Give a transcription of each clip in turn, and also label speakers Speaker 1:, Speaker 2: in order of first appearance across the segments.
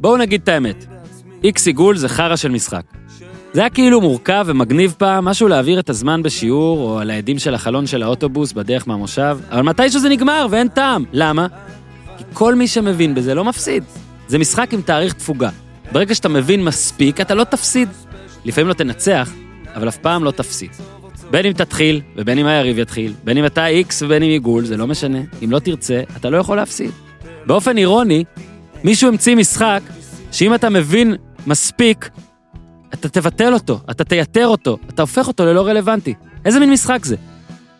Speaker 1: בואו נגיד את האמת, איקס עיגול זה חרא של משחק. זה היה כאילו מורכב ומגניב פעם, משהו להעביר את הזמן בשיעור, או על העדים של החלון של האוטובוס בדרך מהמושב, אבל מתישהו זה נגמר ואין טעם. למה? כי כל מי שמבין בזה לא מפסיד. זה משחק עם תאריך תפוגה. ברגע שאתה מבין מספיק, אתה לא תפסיד. לפעמים לא תנצח, אבל אף פעם לא תפסיד. בין אם תתחיל, ובין אם היריב יתחיל, בין אם אתה איקס ובין אם עיגול, זה לא משנה. אם לא תרצה, אתה לא יכול להפסיד. באופן אירוני, מישהו המציא משחק שאם אתה מבין מספיק, אתה תבטל אותו, אתה תייתר אותו, אתה הופך אותו ללא רלוונטי. איזה מין משחק זה?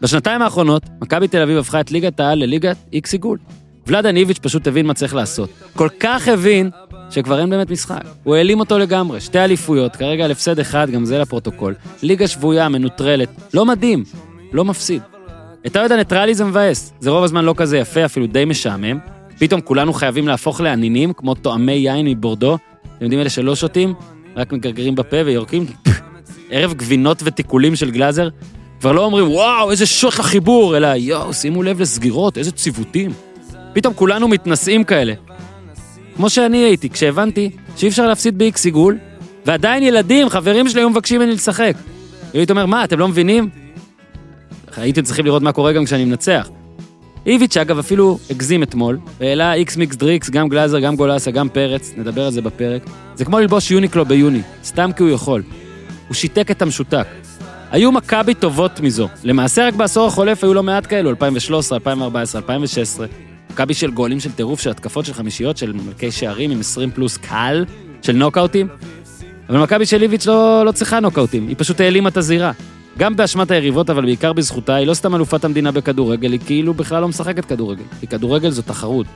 Speaker 1: בשנתיים האחרונות, מכבי תל אביב הפכה את ליגת העל לליגת איקס עיגול. ולאדן איביץ' פשוט הבין מה צריך לעשות. כל כך הבין, שכבר אין באמת משחק. הוא העלים אותו לגמרי, שתי אליפויות, כרגע על הפסד אחד, גם זה לפרוטוקול. ליגה שבויה, מנוטרלת, לא מדהים, לא מפסיד. את האוהד הניטרלי זה מבאס, זה רוב הזמן לא כזה יפה, אפילו די משעמם. פתאום כולנו חייבים להפוך לענינים, כמו טועמי יין מבורדו. אתם יודעים אלה שלא שותים, רק מגרגרים בפה ויורקים? ערב גבינות ותיקולים של גלאזר. כבר לא אומרים, וואו, איזה שוט לחיבור, אלא יואו, שימו לב לסגירות, איזה ציוותים. פתאום כולנו מתנשאים כאלה. כמו שאני הייתי, כשהבנתי שאי אפשר להפסיד ב-X עיגול, ועדיין ילדים, חברים שלי היו מבקשים ממני לשחק. והייתי אומר, מה, אתם לא מבינים? הייתם צריכים לראות מה קורה גם כשאני מנצח. איביץ', אגב, אפילו הגזים אתמול, העלה איקס מיקס דריקס, גם גלאזר, גם גולסה, גם פרץ, נדבר על זה בפרק. זה כמו ללבוש יוניקלו ביוני, סתם כי הוא יכול. הוא שיתק את המשותק. היו מכבי טובות מזו. למעשה רק בעשור החולף היו לא מעט כאלו, 2013, 2014, 2016. מכבי של גולים, של טירוף, של התקפות, של חמישיות, של מלכי שערים עם 20 פלוס קל, של נוקאוטים. אבל מכבי של איביץ' לא, לא צריכה נוקאוטים, היא פשוט העלימה את הזירה. גם באשמת היריבות, אבל בעיקר בזכותה, היא לא סתם אלופת המדינה בכדורגל, היא כאילו בכלל לא משחקת כדורגל. כי כדורגל זו תחרות.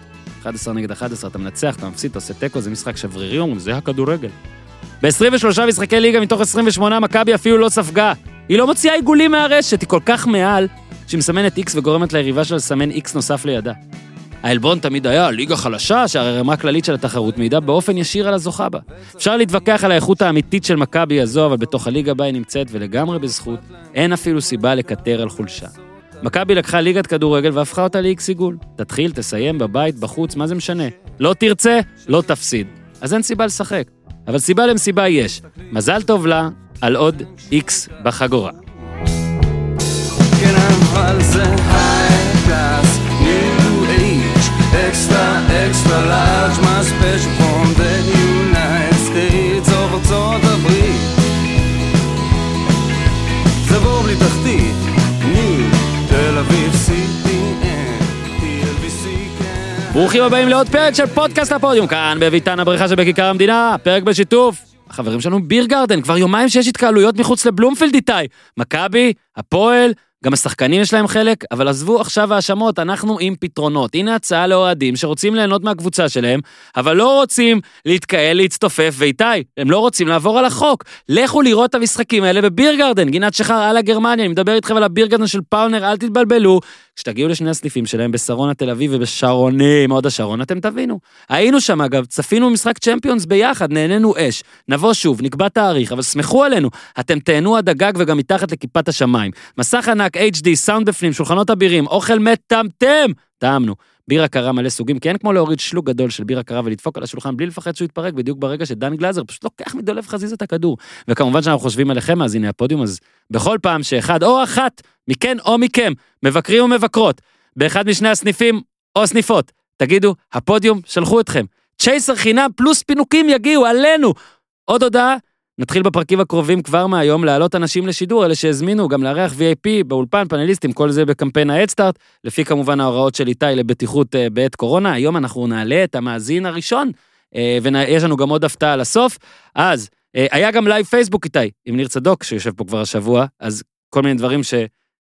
Speaker 1: 11 נגד 11, אתה מנצח, אתה מפסיד, אתה עושה תיקו, זה משחק שברירי, אומרים, זה הכדורגל. ב-23 משחקי ליגה מתוך 28, מכבי אפילו לא ספגה. היא לא מוציאה עיגולים מהרשת, היא כל כך מעל, שהיא מסמנת איקס וגורמת ליריבה שלה לסמן איקס נוסף לידה. העלבון תמיד היה ליגה חלשה, שהרי הרמה הכללית של התחרות מעידה באופן ישיר על הזוכה בה. אפשר להתווכח על האיכות האמיתית של מכבי הזו, אבל בתוך הליגה בה היא נמצאת, ולגמרי בזכות, אין אפילו סיבה לקטר על חולשה. מכבי לקחה ליגת כדורגל והפכה אותה לאיקס עיגול. תתחיל, תסיים, בבית, בחוץ, מה זה משנה? לא תרצה, לא תפסיד. אז אין סיבה לשחק. אבל סיבה למסיבה יש. מזל טוב לה על עוד איקס בחגורה.
Speaker 2: כן, אבל זה high class, new age, extra, extra large, my special from the United States, או ארצות הברית. זה בור בלי תחתית, new, תל אביב, CTN, TLBC, כן.
Speaker 1: ברוכים הבאים לעוד פרק של פודקאסט הפודיום, כאן בביתן הבריכה שבכיכר המדינה, פרק בשיתוף. החברים שלנו ביר גרדן, כבר יומיים שיש התקהלויות מחוץ לבלומפילד איתי. מכבי, הפועל, גם השחקנים יש להם חלק, אבל עזבו עכשיו האשמות, אנחנו עם פתרונות. הנה הצעה לאוהדים שרוצים ליהנות מהקבוצה שלהם, אבל לא רוצים להתקהל, להצטופף, ואיתי, הם לא רוצים לעבור על החוק. לכו לראות את המשחקים האלה בביר גרדן, גינת שחר על הגרמניה, אני מדבר איתכם על הביר גרדן של פאונר, אל תתבלבלו. כשתגיעו לשני הסניפים שלהם בשרונה תל אביב ובשרונים, הוד השרון, אתם תבינו. היינו שם אגב, צפינו משחק צ'מפיונס ביחד, נהנינו אש. נבוא שוב, נקבע תאריך, אבל סמכו עלינו, אתם תהנו עד הגג וגם מתחת לכיפת השמיים. מסך ענק, HD, סאונד בפנים, שולחנות אבירים, אוכל מטמטם! טעמנו. בירה קרה מלא סוגים, כי אין כמו להוריד שלוק גדול של בירה קרה ולדפוק על השולחן בלי לפחד שהוא יתפרק בדיוק ברגע שדן גלאזר פשוט לוקח מדולב חזיז את הכדור. וכמובן שאנחנו חושבים עליכם, אז הנה הפודיום, אז בכל פעם שאחד או אחת מכן או מכם, מבקרים ומבקרות, באחד משני הסניפים או סניפות, תגידו, הפודיום שלחו אתכם. צ'ייסר חינם פלוס פינוקים יגיעו עלינו. עוד הודעה, נתחיל בפרקים הקרובים כבר מהיום להעלות אנשים לשידור, אלה שהזמינו, גם לארח VIP באולפן, פאנליסטים, כל זה בקמפיין ההדסטארט, לפי כמובן ההוראות של איתי לבטיחות אה, בעת קורונה. היום אנחנו נעלה את המאזין הראשון, אה, ויש לנו גם עוד הפתעה לסוף. אז, אה, היה גם לייב פייסבוק איתי, עם ניר צדוק, שיושב פה כבר השבוע, אז כל מיני דברים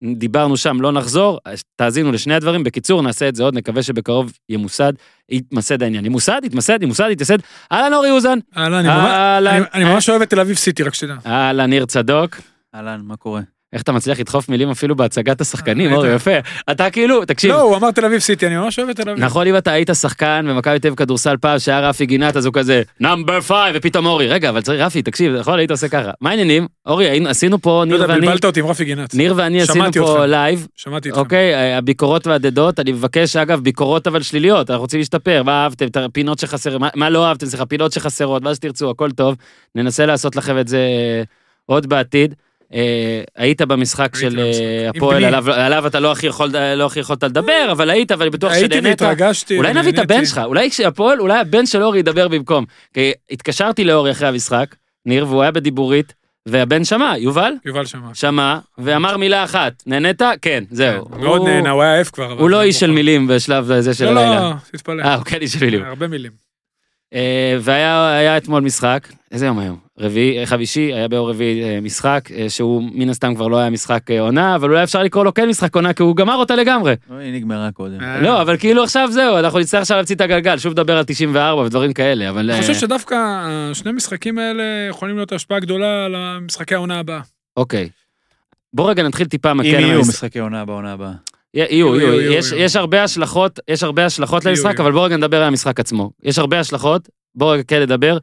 Speaker 1: שדיברנו שם לא נחזור, אז תאזינו לשני הדברים. בקיצור, נעשה את זה עוד, נקווה שבקרוב ימוסד, יתמסד העניין. ימוסד, יתמסד, ימוסד, יתייסד. אהלן אורי אוזן.
Speaker 3: אהלן, אני ממש-
Speaker 1: אהלן.
Speaker 3: אני- אני ממש אוהב את תל אביב סיטי, רק שתדע.
Speaker 1: אהלן, ניר צדוק.
Speaker 4: אהלן, מה קורה?
Speaker 1: איך אתה מצליח לדחוף מילים אפילו בהצגת השחקנים, אורי, יפה. אתה כאילו, תקשיב,
Speaker 3: לא, הוא אמר תל אביב סיטי, אני ממש אוהב את תל אביב.
Speaker 1: נכון אם אתה היית שחקן במכבי תל אביב כדורסל פעם שהיה רפי גינת אז הוא כזה נאמבר פייב ופתאום אורי רגע אבל צריך רפי תקשיב נכון היית עושה ככה מה העניינים אורי היינו- עשינו פה
Speaker 3: לא
Speaker 1: ניר
Speaker 3: יודע,
Speaker 1: ואני
Speaker 3: בלבלת אותי עם רפי גינת.
Speaker 1: ניר ואני עשינו
Speaker 3: שמעתי
Speaker 1: פה
Speaker 3: אתכם.
Speaker 1: לייב
Speaker 3: שמעתי אתכם.
Speaker 1: אוקיי הביקורות והדדות אני מבקש אגב ביקורות אבל שליליות אנחנו רוצים להשתפר מה אהבתם את הפינות שחסר מה- מה לא אהבתם סליחה פינות שחסרות מה שתרצו הכל טוב ננסה לעשות לכם את זה אה, עוד בעתיד. אה, היית במשחק
Speaker 3: הייתי
Speaker 1: של אה,
Speaker 3: במשחק. עם
Speaker 1: הפועל
Speaker 3: בני.
Speaker 1: עליו עליו אתה לא הכי יכול- לא הכי יכולת לדבר אבל היית ואני בטוח
Speaker 3: הייתי
Speaker 1: שנהנית.
Speaker 3: והתרגשתי.
Speaker 1: אולי נביא את
Speaker 3: ונהניתי.
Speaker 1: הבן שלך, אולי כשהפועל, אולי הבן של אורי ידבר במקום. כי התקשרתי לאורי אחרי המשחק, ניר, והוא היה בדיבורית, והבן שמע, יובל?
Speaker 3: יובל שמע.
Speaker 1: שמע, ואמר מילה אחת, נהנית? כן, זהו.
Speaker 3: מאוד
Speaker 1: הוא-
Speaker 3: נהנה, הוא היה עייף כבר. אבל
Speaker 1: הוא לא
Speaker 3: זה
Speaker 1: איש של
Speaker 3: מוכן.
Speaker 1: מילים בשלב זה של
Speaker 3: לא,
Speaker 1: הלילה.
Speaker 3: לא, תתפלא.
Speaker 1: אה, הוא כן איש של מילים.
Speaker 3: הרבה מילים.
Speaker 1: אה, והיה היה אתמול משחק, איזה יום היום? רביעי, אה, חמישי, היה באור רביעי אה, משחק, אה, שהוא מן הסתם כבר לא היה משחק אה, עונה, אבל אולי אפשר לקרוא לו כן משחק עונה, כי הוא גמר אותה לגמרי.
Speaker 4: אוי, היא אה, נגמרה קודם.
Speaker 3: אה,
Speaker 1: לא, אבל כאילו עכשיו זהו, אנחנו נצטרך עכשיו להמציא את הגלגל, שוב לדבר על 94 ודברים כאלה, אבל...
Speaker 3: אני
Speaker 1: אה,
Speaker 3: חושב שדווקא השני משחקים האלה יכולים להיות השפעה גדולה על משחקי העונה הבאה.
Speaker 1: אוקיי. בוא רגע נתחיל טיפה
Speaker 4: אם
Speaker 1: מקל.
Speaker 4: יהיו
Speaker 1: המשחק.
Speaker 4: משחקי עונה בעונה הבאה.
Speaker 1: יה- יהיו,
Speaker 3: יהיו,
Speaker 1: יהיו,
Speaker 3: יהיו,
Speaker 1: יש-
Speaker 3: יהיו.
Speaker 1: יש הרבה השלכות, יש הרבה השלכות
Speaker 3: יהיו,
Speaker 1: למשחק,
Speaker 3: יהיו.
Speaker 1: אבל בוא רגע נדבר על המשחק עצמו. יש הרבה השלכות, בוא רגע כן נדבר.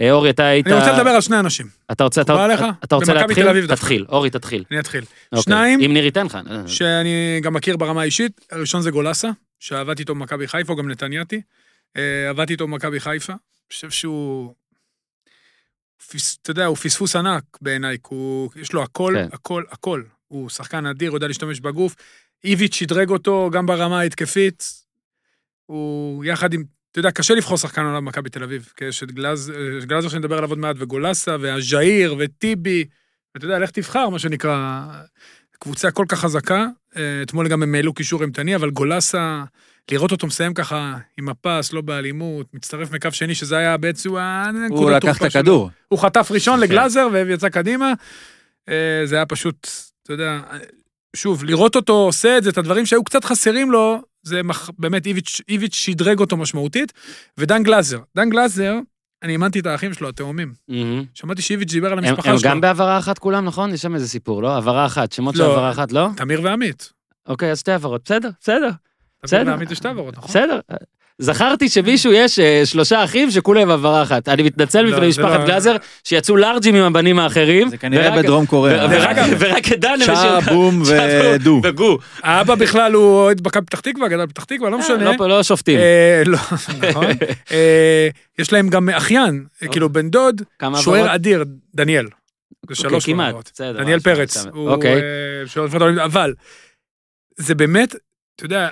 Speaker 1: אה, אורי, אתה היית...
Speaker 3: אני רוצה לדבר על שני אנשים.
Speaker 1: אתה רוצה, אתה-
Speaker 3: מקובל עליך?
Speaker 1: אתה רוצה
Speaker 3: במכבי תל
Speaker 1: להתחיל?
Speaker 3: אביב דווקא.
Speaker 1: תתחיל, אורי, תתחיל.
Speaker 3: אני אתחיל.
Speaker 1: אוקיי.
Speaker 3: שניים.
Speaker 1: אם ניר ייתן לך.
Speaker 3: שאני גם מכיר ברמה האישית, הראשון זה גולסה, שעבדתי איתו במכבי חיפה, הוא גם נתניאתי. אה, עבדתי איתו במכבי חיפה, אני חושב שהוא... פס- אתה יודע, הוא פספוס ענק בעיניי, כי הוא- יש לו הכל,
Speaker 1: כן.
Speaker 3: הכל, הכל. הוא שחקן אדיר, יודע להשתמש בגוף. איביץ' שדרג אותו גם ברמה ההתקפית. הוא יחד עם, אתה יודע, קשה לבחור שחקן עונה במכבי תל אביב, כי יש את גלאז- אה, גלאזר שנדבר עליו עוד מעט, וגולסה, והז'איר, וטיבי, ואתה יודע, לך תבחר, מה שנקרא, קבוצה כל כך חזקה. אה, אתמול גם הם העלו קישור אימתני, אבל גולסה, לראות אותו מסיים ככה עם הפס, לא באלימות, מצטרף מקו שני, שזה היה בעצם הנקודת
Speaker 4: הוא לקח את
Speaker 3: תורפה שלו.
Speaker 4: הכדור.
Speaker 3: הוא חטף ראשון
Speaker 1: כן.
Speaker 3: לגלאזר ויצא קדימה. אה, זה היה פשוט, אתה יודע, שוב, לראות אותו עושה את זה, את הדברים שהיו קצת חסרים לו, זה מח... באמת, איביץ', איביץ' שדרג אותו משמעותית. ודן גלאזר, דן גלאזר, אני אימנתי את האחים שלו, התאומים.
Speaker 1: אה, מהמם.
Speaker 3: שמעתי שאיביץ' דיבר על
Speaker 1: הם
Speaker 3: המשפחה
Speaker 1: הם
Speaker 3: שלו.
Speaker 1: גם בהעברה אחת כולם, נכון? יש שם איזה סיפור, לא? העברה אחת, שמות של
Speaker 3: לא.
Speaker 1: העברה אחת, לא?
Speaker 3: תמיר ועמית.
Speaker 1: אוקיי, אז שתי העברות, בסדר, בסדר.
Speaker 3: נכון.
Speaker 1: בסדר.
Speaker 3: תמיר ועמית יש שתי עברות, נכון?
Speaker 1: בסדר. זכרתי שמישהו יש אה, שלושה אחים שכולם עברה אחת. אני מתנצל
Speaker 3: לא,
Speaker 1: בפני
Speaker 3: זה
Speaker 1: משפחת
Speaker 3: לא-
Speaker 1: גלאזר שיצאו לארג'ים עם הבנים האחרים.
Speaker 4: זה כנראה
Speaker 1: ורק-
Speaker 4: בדרום קוריאה.
Speaker 1: ו- ורק- ורק את דן הם
Speaker 4: שעה,
Speaker 1: השאירו-
Speaker 4: בום
Speaker 1: שעה,
Speaker 4: ודו.
Speaker 1: וגו.
Speaker 3: האבא בכלל הוא אוהד מכבי פתח תקווה, גדל בפתח תקווה, לא משנה.
Speaker 1: לא פה, לא שופטים.
Speaker 3: אה, לא, נכון. אה, יש להם גם אחיין, אה, כאילו
Speaker 1: לא.
Speaker 3: בן דוד,
Speaker 1: כמה
Speaker 3: שוער
Speaker 1: עברות?
Speaker 3: אדיר, דניאל. זה
Speaker 1: אוקיי,
Speaker 3: שלוש
Speaker 1: כמעט,
Speaker 3: עברות.
Speaker 1: בסדר,
Speaker 3: דניאל
Speaker 1: משהו,
Speaker 3: פרץ.
Speaker 1: בסדר.
Speaker 3: הוא,
Speaker 1: אוקיי.
Speaker 3: אה, שוער נבחרת העולמית, אבל זה באמת, אתה יודע,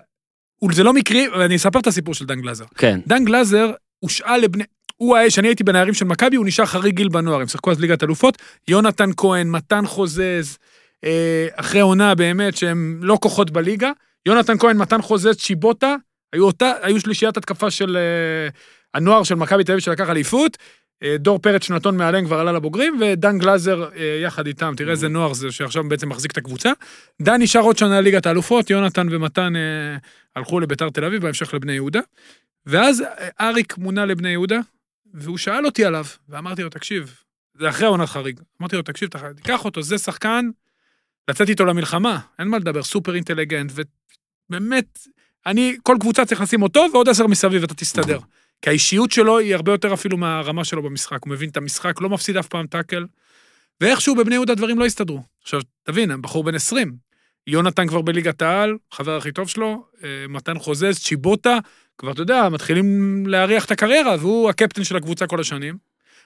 Speaker 3: הוא- זה לא מקרי, ואני אספר את הסיפור של דן גלאזר.
Speaker 1: כן.
Speaker 3: דן גלאזר הושאל לבני... הוא האש, אני הייתי בנערים של מכבי, הוא נשאר חריג גיל בנוער, הם שיחקו אז ליגת אלופות, יונתן כהן, מתן חוזז, אה, אחרי עונה באמת שהם לא כוחות בליגה, יונתן כהן, מתן חוזז, צ'יבוטה, היו, אותה, היו שלישיית התקפה של אה, הנוער של מכבי תל אביב שלקח אליפות, אה, דור פרץ שנתון מעליהם כבר עלה לבוגרים, ודן גלאזר אה, יחד איתם, תראה איזה נוער זה שעכשיו בעצם מחזיק את הקבוצה. דן נשאר עוד שנה ליגת האלופות, יונתן ומתן אה, הלכו לביתר תל אביב, בהמשך לבני יהודה. ואז אה, אריק מונה לבני יהודה, והוא שאל אותי עליו, ואמרתי לו, תקשיב, זה אחרי עונת חריג. אמרתי לו, תקשיב, תח- תיקח אותו, זה שחקן, לצאת איתו למלחמה, אין מה לדבר, סופר אינטליגנט, ובאמת, אני, כל קבוצה צריך לשים אותו ועוד עשר מסביב, אתה תסתדר. כי האישיות שלו היא הרבה יותר אפילו מהרמה שלו במשחק, הוא מבין את המשחק, לא מפסיד אף פעם טאקל, ואיכשהו בבני יהודה הדברים לא הסתדרו. עכשיו, תבין, הבחור בן 20, יונתן כבר בליגת העל, חבר הכי טוב שלו, אה, מתן חוזז, צ'יבוטה, כבר, אתה יודע, מתחילים להריח את הקריירה, והוא הקפטן של הקבוצה כל השנים.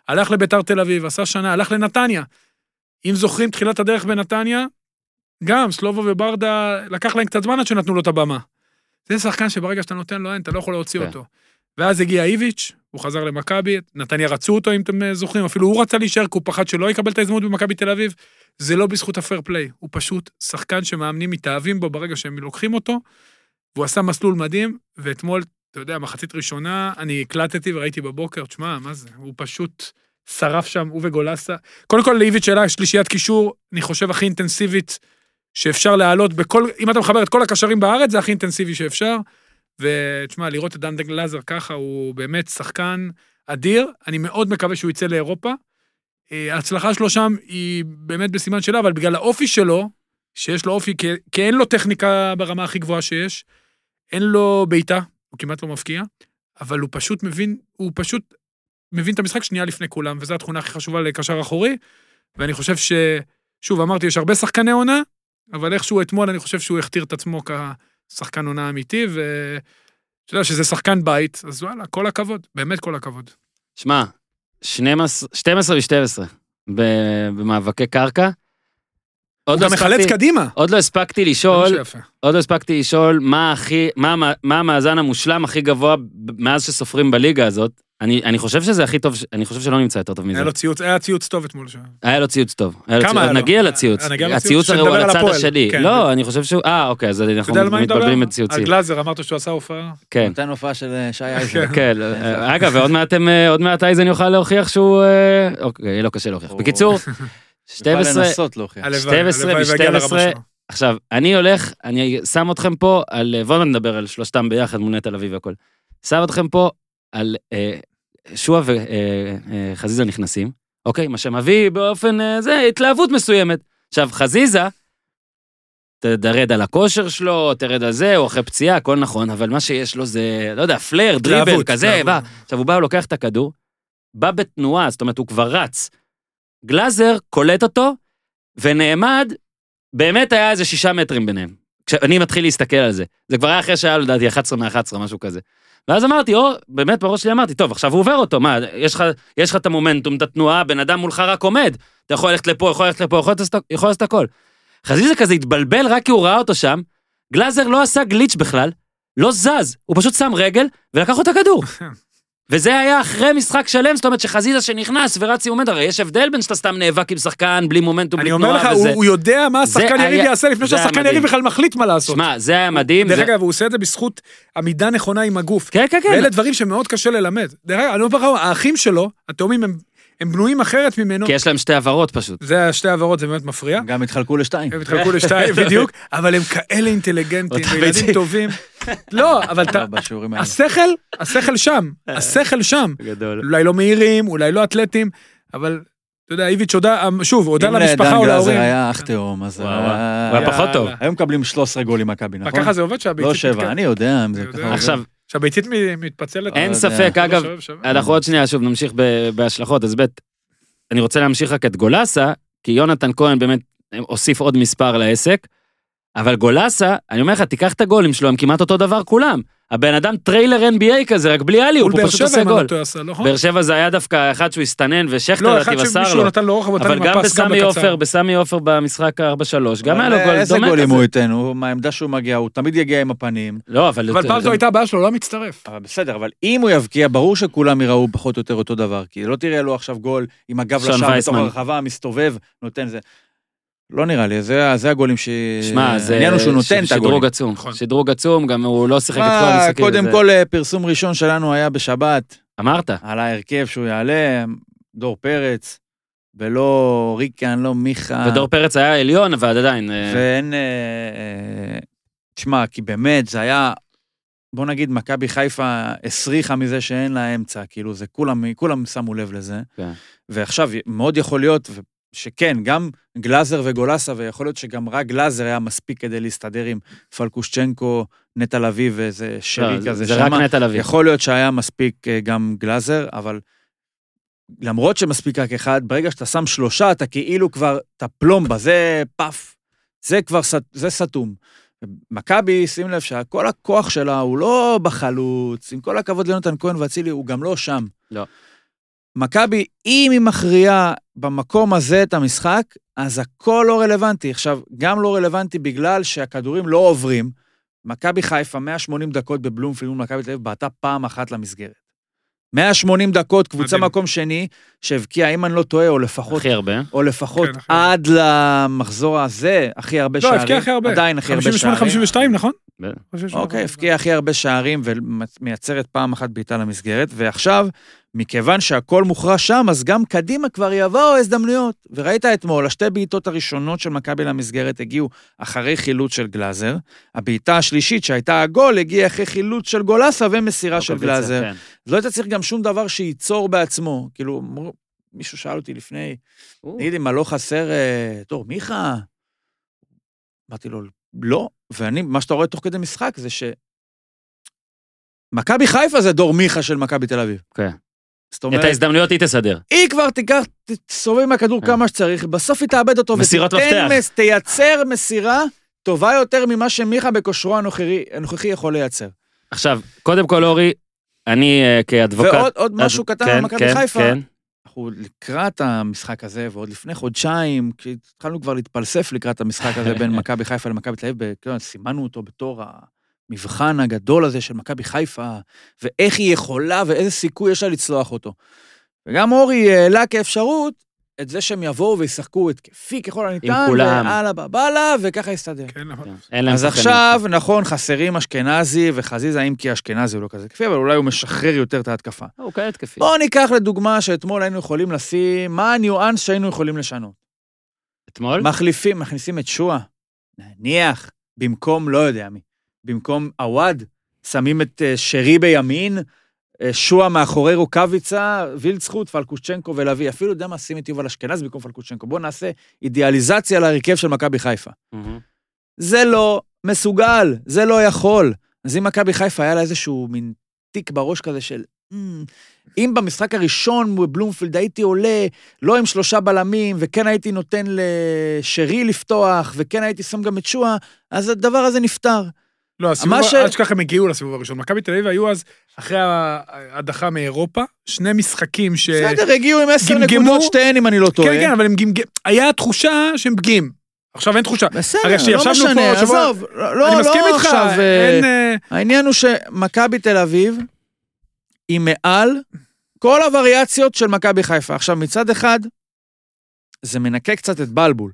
Speaker 3: הלך לביתר תל אביב, עשה שנה, הלך לנתניה. אם זוכרים, תחילת הדרך בנתניה, גם סלובו וברדה, לקח להם קצת זמן עד שנתנו לו את הבמה. זה שחקן שברגע שאתה נותן לו אין, אתה לא יכול להוציא
Speaker 1: כן.
Speaker 3: אותו. ואז הגיע איביץ', הוא חזר למכבי, נתניה רצו אותו, אם אתם אה, זוכרים, אפילו הוא רצה להישאר, כי הוא פחד שלא יקבל את ההזדמנות במכבי תל אביב. זה לא בזכות הפייר פליי, הוא פשוט שחקן שמאמנים מתאהבים בו ברגע שהם לוקחים אותו, והוא עשה מסלול מדהים, ואתמול, אתה יודע, מחצית ראשונה, אני הקלטתי וראיתי בבוקר, תשמע, מה זה, הוא פשוט שרף שם, הוא וגולסה. קודם כל, לאיביץ' שאלה שלישיית קישור, אני חושב הכי אינטנסיבית שאפשר להעלות בכל, אם אתה מחבר את כל הקשרים בארץ, זה הכי אינטנסיבי שאפשר. ותשמע, לראות את דן גלאזר ככה, הוא באמת שחקן אדיר, אני מאוד מקווה שהוא יצא לאירופה. אה, ההצלחה שלו שם היא באמת בסימן שאלה, אבל בגלל האופי שלו, שיש לו אופי, כי, כי אין לו טכניקה ברמה הכי גבוהה שיש, אין לו בעיטה, הוא כמעט לא מפקיע, אבל הוא פשוט מבין, הוא פשוט מבין את המשחק שנייה לפני כולם, וזו התכונה הכי חשובה לקשר אחורי, ואני חושב ש... שוב, אמרתי, יש הרבה שחקני עונה, אבל איכשהו אתמול אני חושב שהוא הכתיר את עצמו כשחקן עונה אמיתי, ואתה יודע שזה שחקן בית, אז וואלה, כל הכבוד, באמת כל הכבוד.
Speaker 1: שמע, 12 ו-12 במאבקי קרקע.
Speaker 3: הוא
Speaker 1: עוד לא,
Speaker 3: גם מחלץ
Speaker 1: הספקתי,
Speaker 3: קדימה.
Speaker 1: עוד לא הספקתי
Speaker 3: זה
Speaker 1: לשאול,
Speaker 3: מה שיפה.
Speaker 1: עוד לא הספקתי לשאול מה הכי, מה, המ- מה המאזן המושלם הכי גבוה ב- מאז שסופרים בליגה הזאת. אני, אני חושב שזה הכי טוב, ש- אני חושב שלא נמצא יותר טוב מזה.
Speaker 3: היה לו ציוץ, היה ציוץ טוב אתמול שם.
Speaker 1: היה לו ציוץ טוב. היה לו
Speaker 3: כמה
Speaker 1: ציוץ-
Speaker 3: היה לו? אה,
Speaker 1: נגיע לציוץ.
Speaker 3: נגיע לציוץ?
Speaker 1: הציוץ הרי הוא
Speaker 3: שנדבר
Speaker 1: על
Speaker 3: על
Speaker 1: הצד
Speaker 3: הפועל.
Speaker 1: השני.
Speaker 3: כן.
Speaker 1: לא, אני חושב שהוא... אה, אוקיי, אז
Speaker 3: אתה יודע על
Speaker 1: אנחנו
Speaker 3: מה אני מדבר?
Speaker 1: מתבלבלים
Speaker 3: על
Speaker 1: בציוצים.
Speaker 3: גלאזר, אמרת שהוא עשה הופעה.
Speaker 1: כן,
Speaker 4: נתן הופעה של אה, שי אייזן.
Speaker 1: כן. אה, אגב, ועוד מעט הם, אה, עוד מעט אייזן יוכל להוכיח שהוא... אה, אוקיי, יהיה לו קשה להוכיח.
Speaker 4: או.
Speaker 1: בקיצור,
Speaker 4: יוכל
Speaker 1: 12...
Speaker 4: לנסות להוכיח.
Speaker 3: הלוואי,
Speaker 1: 12,
Speaker 3: הלוואי והגיע לרמה
Speaker 1: 12.
Speaker 3: שלו.
Speaker 1: עכשיו, אני הולך, אני שם אתכם פה על... אה, בואו נדבר על שלושתם ביחד מול נטע לביא והכל. שם אתכם פה על אה, שועה וחזיזה נכנסים, אוקיי? מה שמביא באופן... אה, זה, התלהבות מסוימת. עכשיו, חזיזה, ת- תרד על הכושר שלו, תרד על זה, הוא אחרי פציעה, הכל נכון, אבל מה שיש לו זה, לא יודע, פלר, דריבל,
Speaker 3: התלהבות,
Speaker 1: כזה,
Speaker 3: התלהבות.
Speaker 1: בא. עכשיו, הוא בא, הוא לוקח את הכדור, בא בתנועה, זאת אומרת, הוא כבר רץ. גלאזר קולט אותו, ונעמד, באמת היה איזה שישה מטרים ביניהם. כשאני מתחיל להסתכל על זה. זה כבר היה אחרי שהיה, לו, לדעתי, 11 מ-11, משהו כזה. ואז אמרתי, או, באמת בראש שלי אמרתי, טוב, עכשיו הוא עובר אותו, מה, יש לך, יש לך את המומנטום, את התנועה, בן אדם מולך רק עומד, אתה יכול ללכת לפה, יכול ללכת לפה, יכול לעשות, יכול לעשות הכל. חזיזה כזה התבלבל רק כי הוא ראה אותו שם, גלאזר לא עשה גליץ' בכלל, לא זז, הוא פשוט שם רגל ולקח לו את הכדור. וזה היה אחרי משחק שלם, זאת אומרת שחזיזה שנכנס ורצי עומד, הרי יש הבדל בין שאתה סתם נאבק עם שחקן, בלי מומנטום,
Speaker 3: אני
Speaker 1: בלי
Speaker 3: אומר
Speaker 1: תנועה
Speaker 3: לך,
Speaker 1: וזה.
Speaker 3: הוא- הוא יודע מה
Speaker 1: זה
Speaker 3: השחקן יריב
Speaker 1: היה-
Speaker 3: יעשה לפני
Speaker 1: זה היה
Speaker 3: שהשחקן
Speaker 1: מדהים.
Speaker 3: יריב בכלל מחליט מה לעשות.
Speaker 1: שמע, זה היה מדהים.
Speaker 3: דרך
Speaker 1: זה-
Speaker 3: אגב, הוא עושה את זה בזכות עמידה נכונה עם הגוף.
Speaker 1: כן, כן, כן.
Speaker 3: ואלה דברים שמאוד קשה ללמד. דרך אגב, אני לא בטוח, האחים שלו, התאומים, הם- הם בנויים אחרת ממנו.
Speaker 1: כי יש להם שתי עברות פשוט.
Speaker 3: זה השתי העברות, זה באמת מפריע.
Speaker 4: הם גם התחלקו לשתיים.
Speaker 3: הם התחלקו לשתיים בדיוק, אבל הם כאלה אינטליגנטים,
Speaker 1: אותם
Speaker 3: וילדים
Speaker 1: בדיוק.
Speaker 3: טובים. לא, אבל אתה-
Speaker 4: לא, בשיעורים האלה.
Speaker 3: השכל, השכל שם,
Speaker 1: אה.
Speaker 3: השכל שם.
Speaker 1: גדול.
Speaker 3: אולי לא מהירים, אולי לא אתלטים, אבל אתה יודע, איביץ' הודה, שוב, הודה
Speaker 4: אם לעידן
Speaker 3: למשפחה או
Speaker 4: גלאזר
Speaker 3: להורים.
Speaker 4: היה אח תאום, אז...
Speaker 1: וואו,
Speaker 4: היה-
Speaker 1: וואו. הוא היה פחות טוב.
Speaker 3: יאללה.
Speaker 4: היו מקבלים 13 גולים מכבי,
Speaker 3: מה,
Speaker 4: נכון?
Speaker 3: ככה זה עובד שהביצית...
Speaker 4: לא שבע,
Speaker 3: מתק-
Speaker 4: אני יודע אם זה
Speaker 3: אני יודע.
Speaker 4: ככה עובד.
Speaker 1: עכשיו,
Speaker 3: שהביצית מ- מתפצלת.
Speaker 1: אין
Speaker 4: יודע.
Speaker 1: ספק,
Speaker 3: לא
Speaker 1: אגב,
Speaker 3: שווה, שווה.
Speaker 1: אנחנו עוד שנייה שוב נמשיך ב- בהשלכות, אז ב', אני רוצה להמשיך רק את גולסה, כי יונתן כהן באמת הוסיף עוד מספר לעסק, אבל גולסה, אני אומר לך, תיקח את הגולים שלו, הם כמעט אותו דבר כולם. הבן אדם טריילר NBA כזה, רק בלי אלי, הוא
Speaker 3: מול באר
Speaker 1: פשוט
Speaker 3: שבע,
Speaker 1: עושה
Speaker 3: אם אני
Speaker 1: גול.
Speaker 3: לא טועה, עשה, נכון?
Speaker 1: באר שבע זה היה דווקא אחד שהוא הסתנן ושכטר
Speaker 3: לא, אחד
Speaker 1: נתיב עשר
Speaker 3: שמישהו
Speaker 1: לו.
Speaker 3: נתן לו רוחב, הוא נתן
Speaker 1: אבל
Speaker 3: עם
Speaker 1: גם
Speaker 3: הפס, גם
Speaker 1: בסמי עופר,
Speaker 3: בקצר.
Speaker 1: בסמי עופר במשחק ה-4-3, גם היה לו
Speaker 4: אבל אה,
Speaker 1: גול
Speaker 4: איזה
Speaker 1: דומה
Speaker 4: גולים
Speaker 1: כזה.
Speaker 4: הוא ייתן? הוא- מהעמדה שהוא מגיע, הוא תמיד יגיע עם הפנים.
Speaker 1: לא, אבל...
Speaker 3: אבל פעם זו הייתה הבעיה שלו, לא המצטרף.
Speaker 4: אבל בסדר, אבל אם הוא יבקיע, ברור שכולם יראו פחות או יותר אותו דבר, כי לא תראה לו עכשיו גול עם הגב
Speaker 1: שון
Speaker 4: לשער, בתוך
Speaker 1: וייסמן.
Speaker 4: הרחבה, מסתובב, נותן זה. לא נראה לי, זה, זה הגולים ש...
Speaker 1: שמע, זה
Speaker 4: העניין הוא שהוא נותן
Speaker 1: אה, ש-
Speaker 4: את הגולים.
Speaker 1: שדרוג עצום.
Speaker 3: נכון.
Speaker 1: שדרוג עצום, גם הוא לא שיחק את כל
Speaker 4: מה,
Speaker 1: המשחקים.
Speaker 4: קודם
Speaker 1: זה-
Speaker 4: כל, אה, פרסום ראשון שלנו היה בשבת,
Speaker 1: אמרת.
Speaker 4: על ההרכב שהוא יעלה, דור פרץ, ולא ריקן, לא מיכה.
Speaker 1: ודור פרץ היה עליון, אבל עדיין... אה,
Speaker 4: ואין... אה, אה, תשמע, כי באמת, זה היה... בוא נגיד, מכבי חיפה הסריחה מזה שאין לה אמצע, כאילו, זה כולם, כולם שמו לב לזה.
Speaker 1: כן.
Speaker 4: ועכשיו, מאוד יכול להיות שכן, גם גלאזר וגולסה, ויכול להיות שגם רק גלאזר היה מספיק כדי להסתדר עם פלקושצ'נקו, נטע לביא ואיזה שרי
Speaker 1: לא,
Speaker 4: כזה
Speaker 1: זה רק
Speaker 4: שמה.
Speaker 1: נטע לביא.
Speaker 4: יכול להיות שהיה מספיק אה, גם גלאזר, אבל למרות שמספיק רק אחד, ברגע שאתה שם שלושה, אתה כאילו כבר, אתה פלומבה, זה פאף, זה כבר, סת- זה סתום. מכבי, שים לב שכל הכוח שלה הוא לא בחלוץ, עם כל הכבוד ליונתן כהן ואצילי, הוא גם לא שם.
Speaker 1: לא.
Speaker 4: מכבי, אם היא מכריעה במקום הזה את המשחק, אז הכל לא רלוונטי. עכשיו, גם לא רלוונטי בגלל שהכדורים לא עוברים. מכבי חיפה, 180 דקות בבלומפילד מול מכבי תל אביב, בעטה פעם אחת למסגרת. 180 דקות, קבוצה
Speaker 3: מדהים.
Speaker 4: מקום שני, שהבקיעה, אם אני לא טועה, או לפחות,
Speaker 1: הכי הרבה.
Speaker 4: או לפחות
Speaker 3: כן, הכי
Speaker 4: עד למחזור הזה, הכי הרבה
Speaker 3: לא,
Speaker 4: שערים.
Speaker 3: הבקיע הכי הרבה.
Speaker 4: עדיין הכי הרבה שערים.
Speaker 3: 58-52, נכון?
Speaker 1: ב-
Speaker 3: 58,
Speaker 4: אוקיי, הבקיע הכי הרבה שערים ומייצרת פעם אחת בעיטה למסגרת, ועכשיו, מכיוון שהכל מוכרע שם, אז גם קדימה כבר יבואו הזדמנויות. וראית אתמול, השתי בעיטות הראשונות של מכבי למסגרת הגיעו אחרי חילוץ של גלאזר, הבעיטה השלישית שהייתה הגול הגיעה אחרי חילוץ של
Speaker 1: לא
Speaker 4: גולסה ומסירה של
Speaker 1: רוקאביצה,
Speaker 4: גלאזר.
Speaker 1: כן.
Speaker 4: לא היית צריך גם שום דבר שייצור בעצמו, כאילו, מישהו שאל אותי לפני,
Speaker 1: או,
Speaker 4: תגיד לי, מה לא חסר, אה, טוב, מיכה? אמרתי לו, לא. ואני, מה שאתה רואה תוך כדי משחק זה ש... מכבי חיפה זה דור מיכה של מכבי תל אביב.
Speaker 1: כן.
Speaker 4: זאת
Speaker 1: את
Speaker 4: אומרת,
Speaker 1: ההזדמנויות היא תסדר.
Speaker 4: היא כבר תיקח, תסובב עם הכדור
Speaker 1: כן.
Speaker 4: כמה שצריך, בסוף היא תאבד אותו.
Speaker 1: מסירת
Speaker 4: ותיתן
Speaker 1: מפתח.
Speaker 4: מס- תייצר מסירה טובה יותר ממה שמיכה בכושרו הנוכרי- הנוכחי יכול לייצר.
Speaker 1: עכשיו, קודם כל, אורי, אני אה, כאדבוקט...
Speaker 4: ועוד עוד משהו
Speaker 1: אד-
Speaker 4: קטן
Speaker 1: כן,
Speaker 4: על מכבי
Speaker 1: כן,
Speaker 4: חיפה.
Speaker 1: כן,
Speaker 4: אנחנו לקראת המשחק הזה, ועוד לפני חודשיים, כשהתחלנו כבר להתפלסף לקראת המשחק הזה בין מכבי חיפה למכבי תל אביב, וכן, סימנו אותו בתור המבחן הגדול הזה של מכבי חיפה, ואיך היא יכולה ואיזה סיכוי יש לה לצלוח אותו. וגם אורי העלה כאפשרות את זה שהם יבואו וישחקו התקפי ככל הניתן,
Speaker 1: כולם.
Speaker 4: ואללה בבאללה, וככה יסתדר.
Speaker 3: כן, אבל-
Speaker 1: כן. אין להם
Speaker 4: אז
Speaker 1: שחקנים.
Speaker 4: עכשיו, נכון, חסרים אשכנזי וחזיזה, אם כי אשכנזי הוא לא כזה התקפי, אבל אולי הוא משחרר יותר את ההתקפה.
Speaker 1: אה, הוא כאלה התקפי.
Speaker 4: בואו כן. ניקח לדוגמה שאתמול היינו יכולים לשים, מה הניואנס שהיינו יכולים לשנות?
Speaker 1: אתמול?
Speaker 4: מחליפים, מכניסים את שואה, נניח, במקום לא יודע מי, במקום עווד, שמים את אה, שרי בימין, אה, שואה מאחורי רוקאביצה, וילצחוט, פלקושצ'נקו ולביא, אפילו יודע מה, שים את יובל אשכנז במקום פלקושצ'נקו. בואו נעשה אידיאליזציה להרכב של מכבי חיפה.
Speaker 1: מהמם.
Speaker 4: זה לא מסוגל, זה לא יכול. אז אם מכבי חיפה היה לה איזשהו מין תיק בראש כזה של... "אמ, אם במשחק הראשון בבלומפילד הייתי עולה, לא עם שלושה בלמים, וכן הייתי נותן לשרי לפתוח, וכן הייתי שם גם את שואה, אז הדבר הזה נפתר.
Speaker 3: לא, הסיבוב,
Speaker 4: מה ש-
Speaker 3: אל תשכח, הם הגיעו לסיבוב הראשון. מכבי תל אביב היו אז, אחרי ההדחה מאירופה, שני משחקים ש...
Speaker 4: בסדר, הגיעו עם עשר
Speaker 3: אה, גמגמו-
Speaker 4: נקודות, שתיהן אם אני לא טועה.
Speaker 3: כן, כן, אבל הם גמגים... היה תחושה שהם פגיעים. עכשיו אין תחושה.
Speaker 4: בסדר,
Speaker 3: הרי שישבנו
Speaker 4: לא
Speaker 3: פה
Speaker 4: משנה,
Speaker 3: השבוע-
Speaker 4: עזוב. לא,
Speaker 3: אני מסכים
Speaker 4: לא
Speaker 3: איתך,
Speaker 4: עכשיו... אה,
Speaker 3: אין... אה,
Speaker 4: העניין הוא שמכבי תל אביב היא מעל כל הווריאציות של מכבי חיפה. עכשיו, מצד אחד, זה מנקה קצת את בלבול.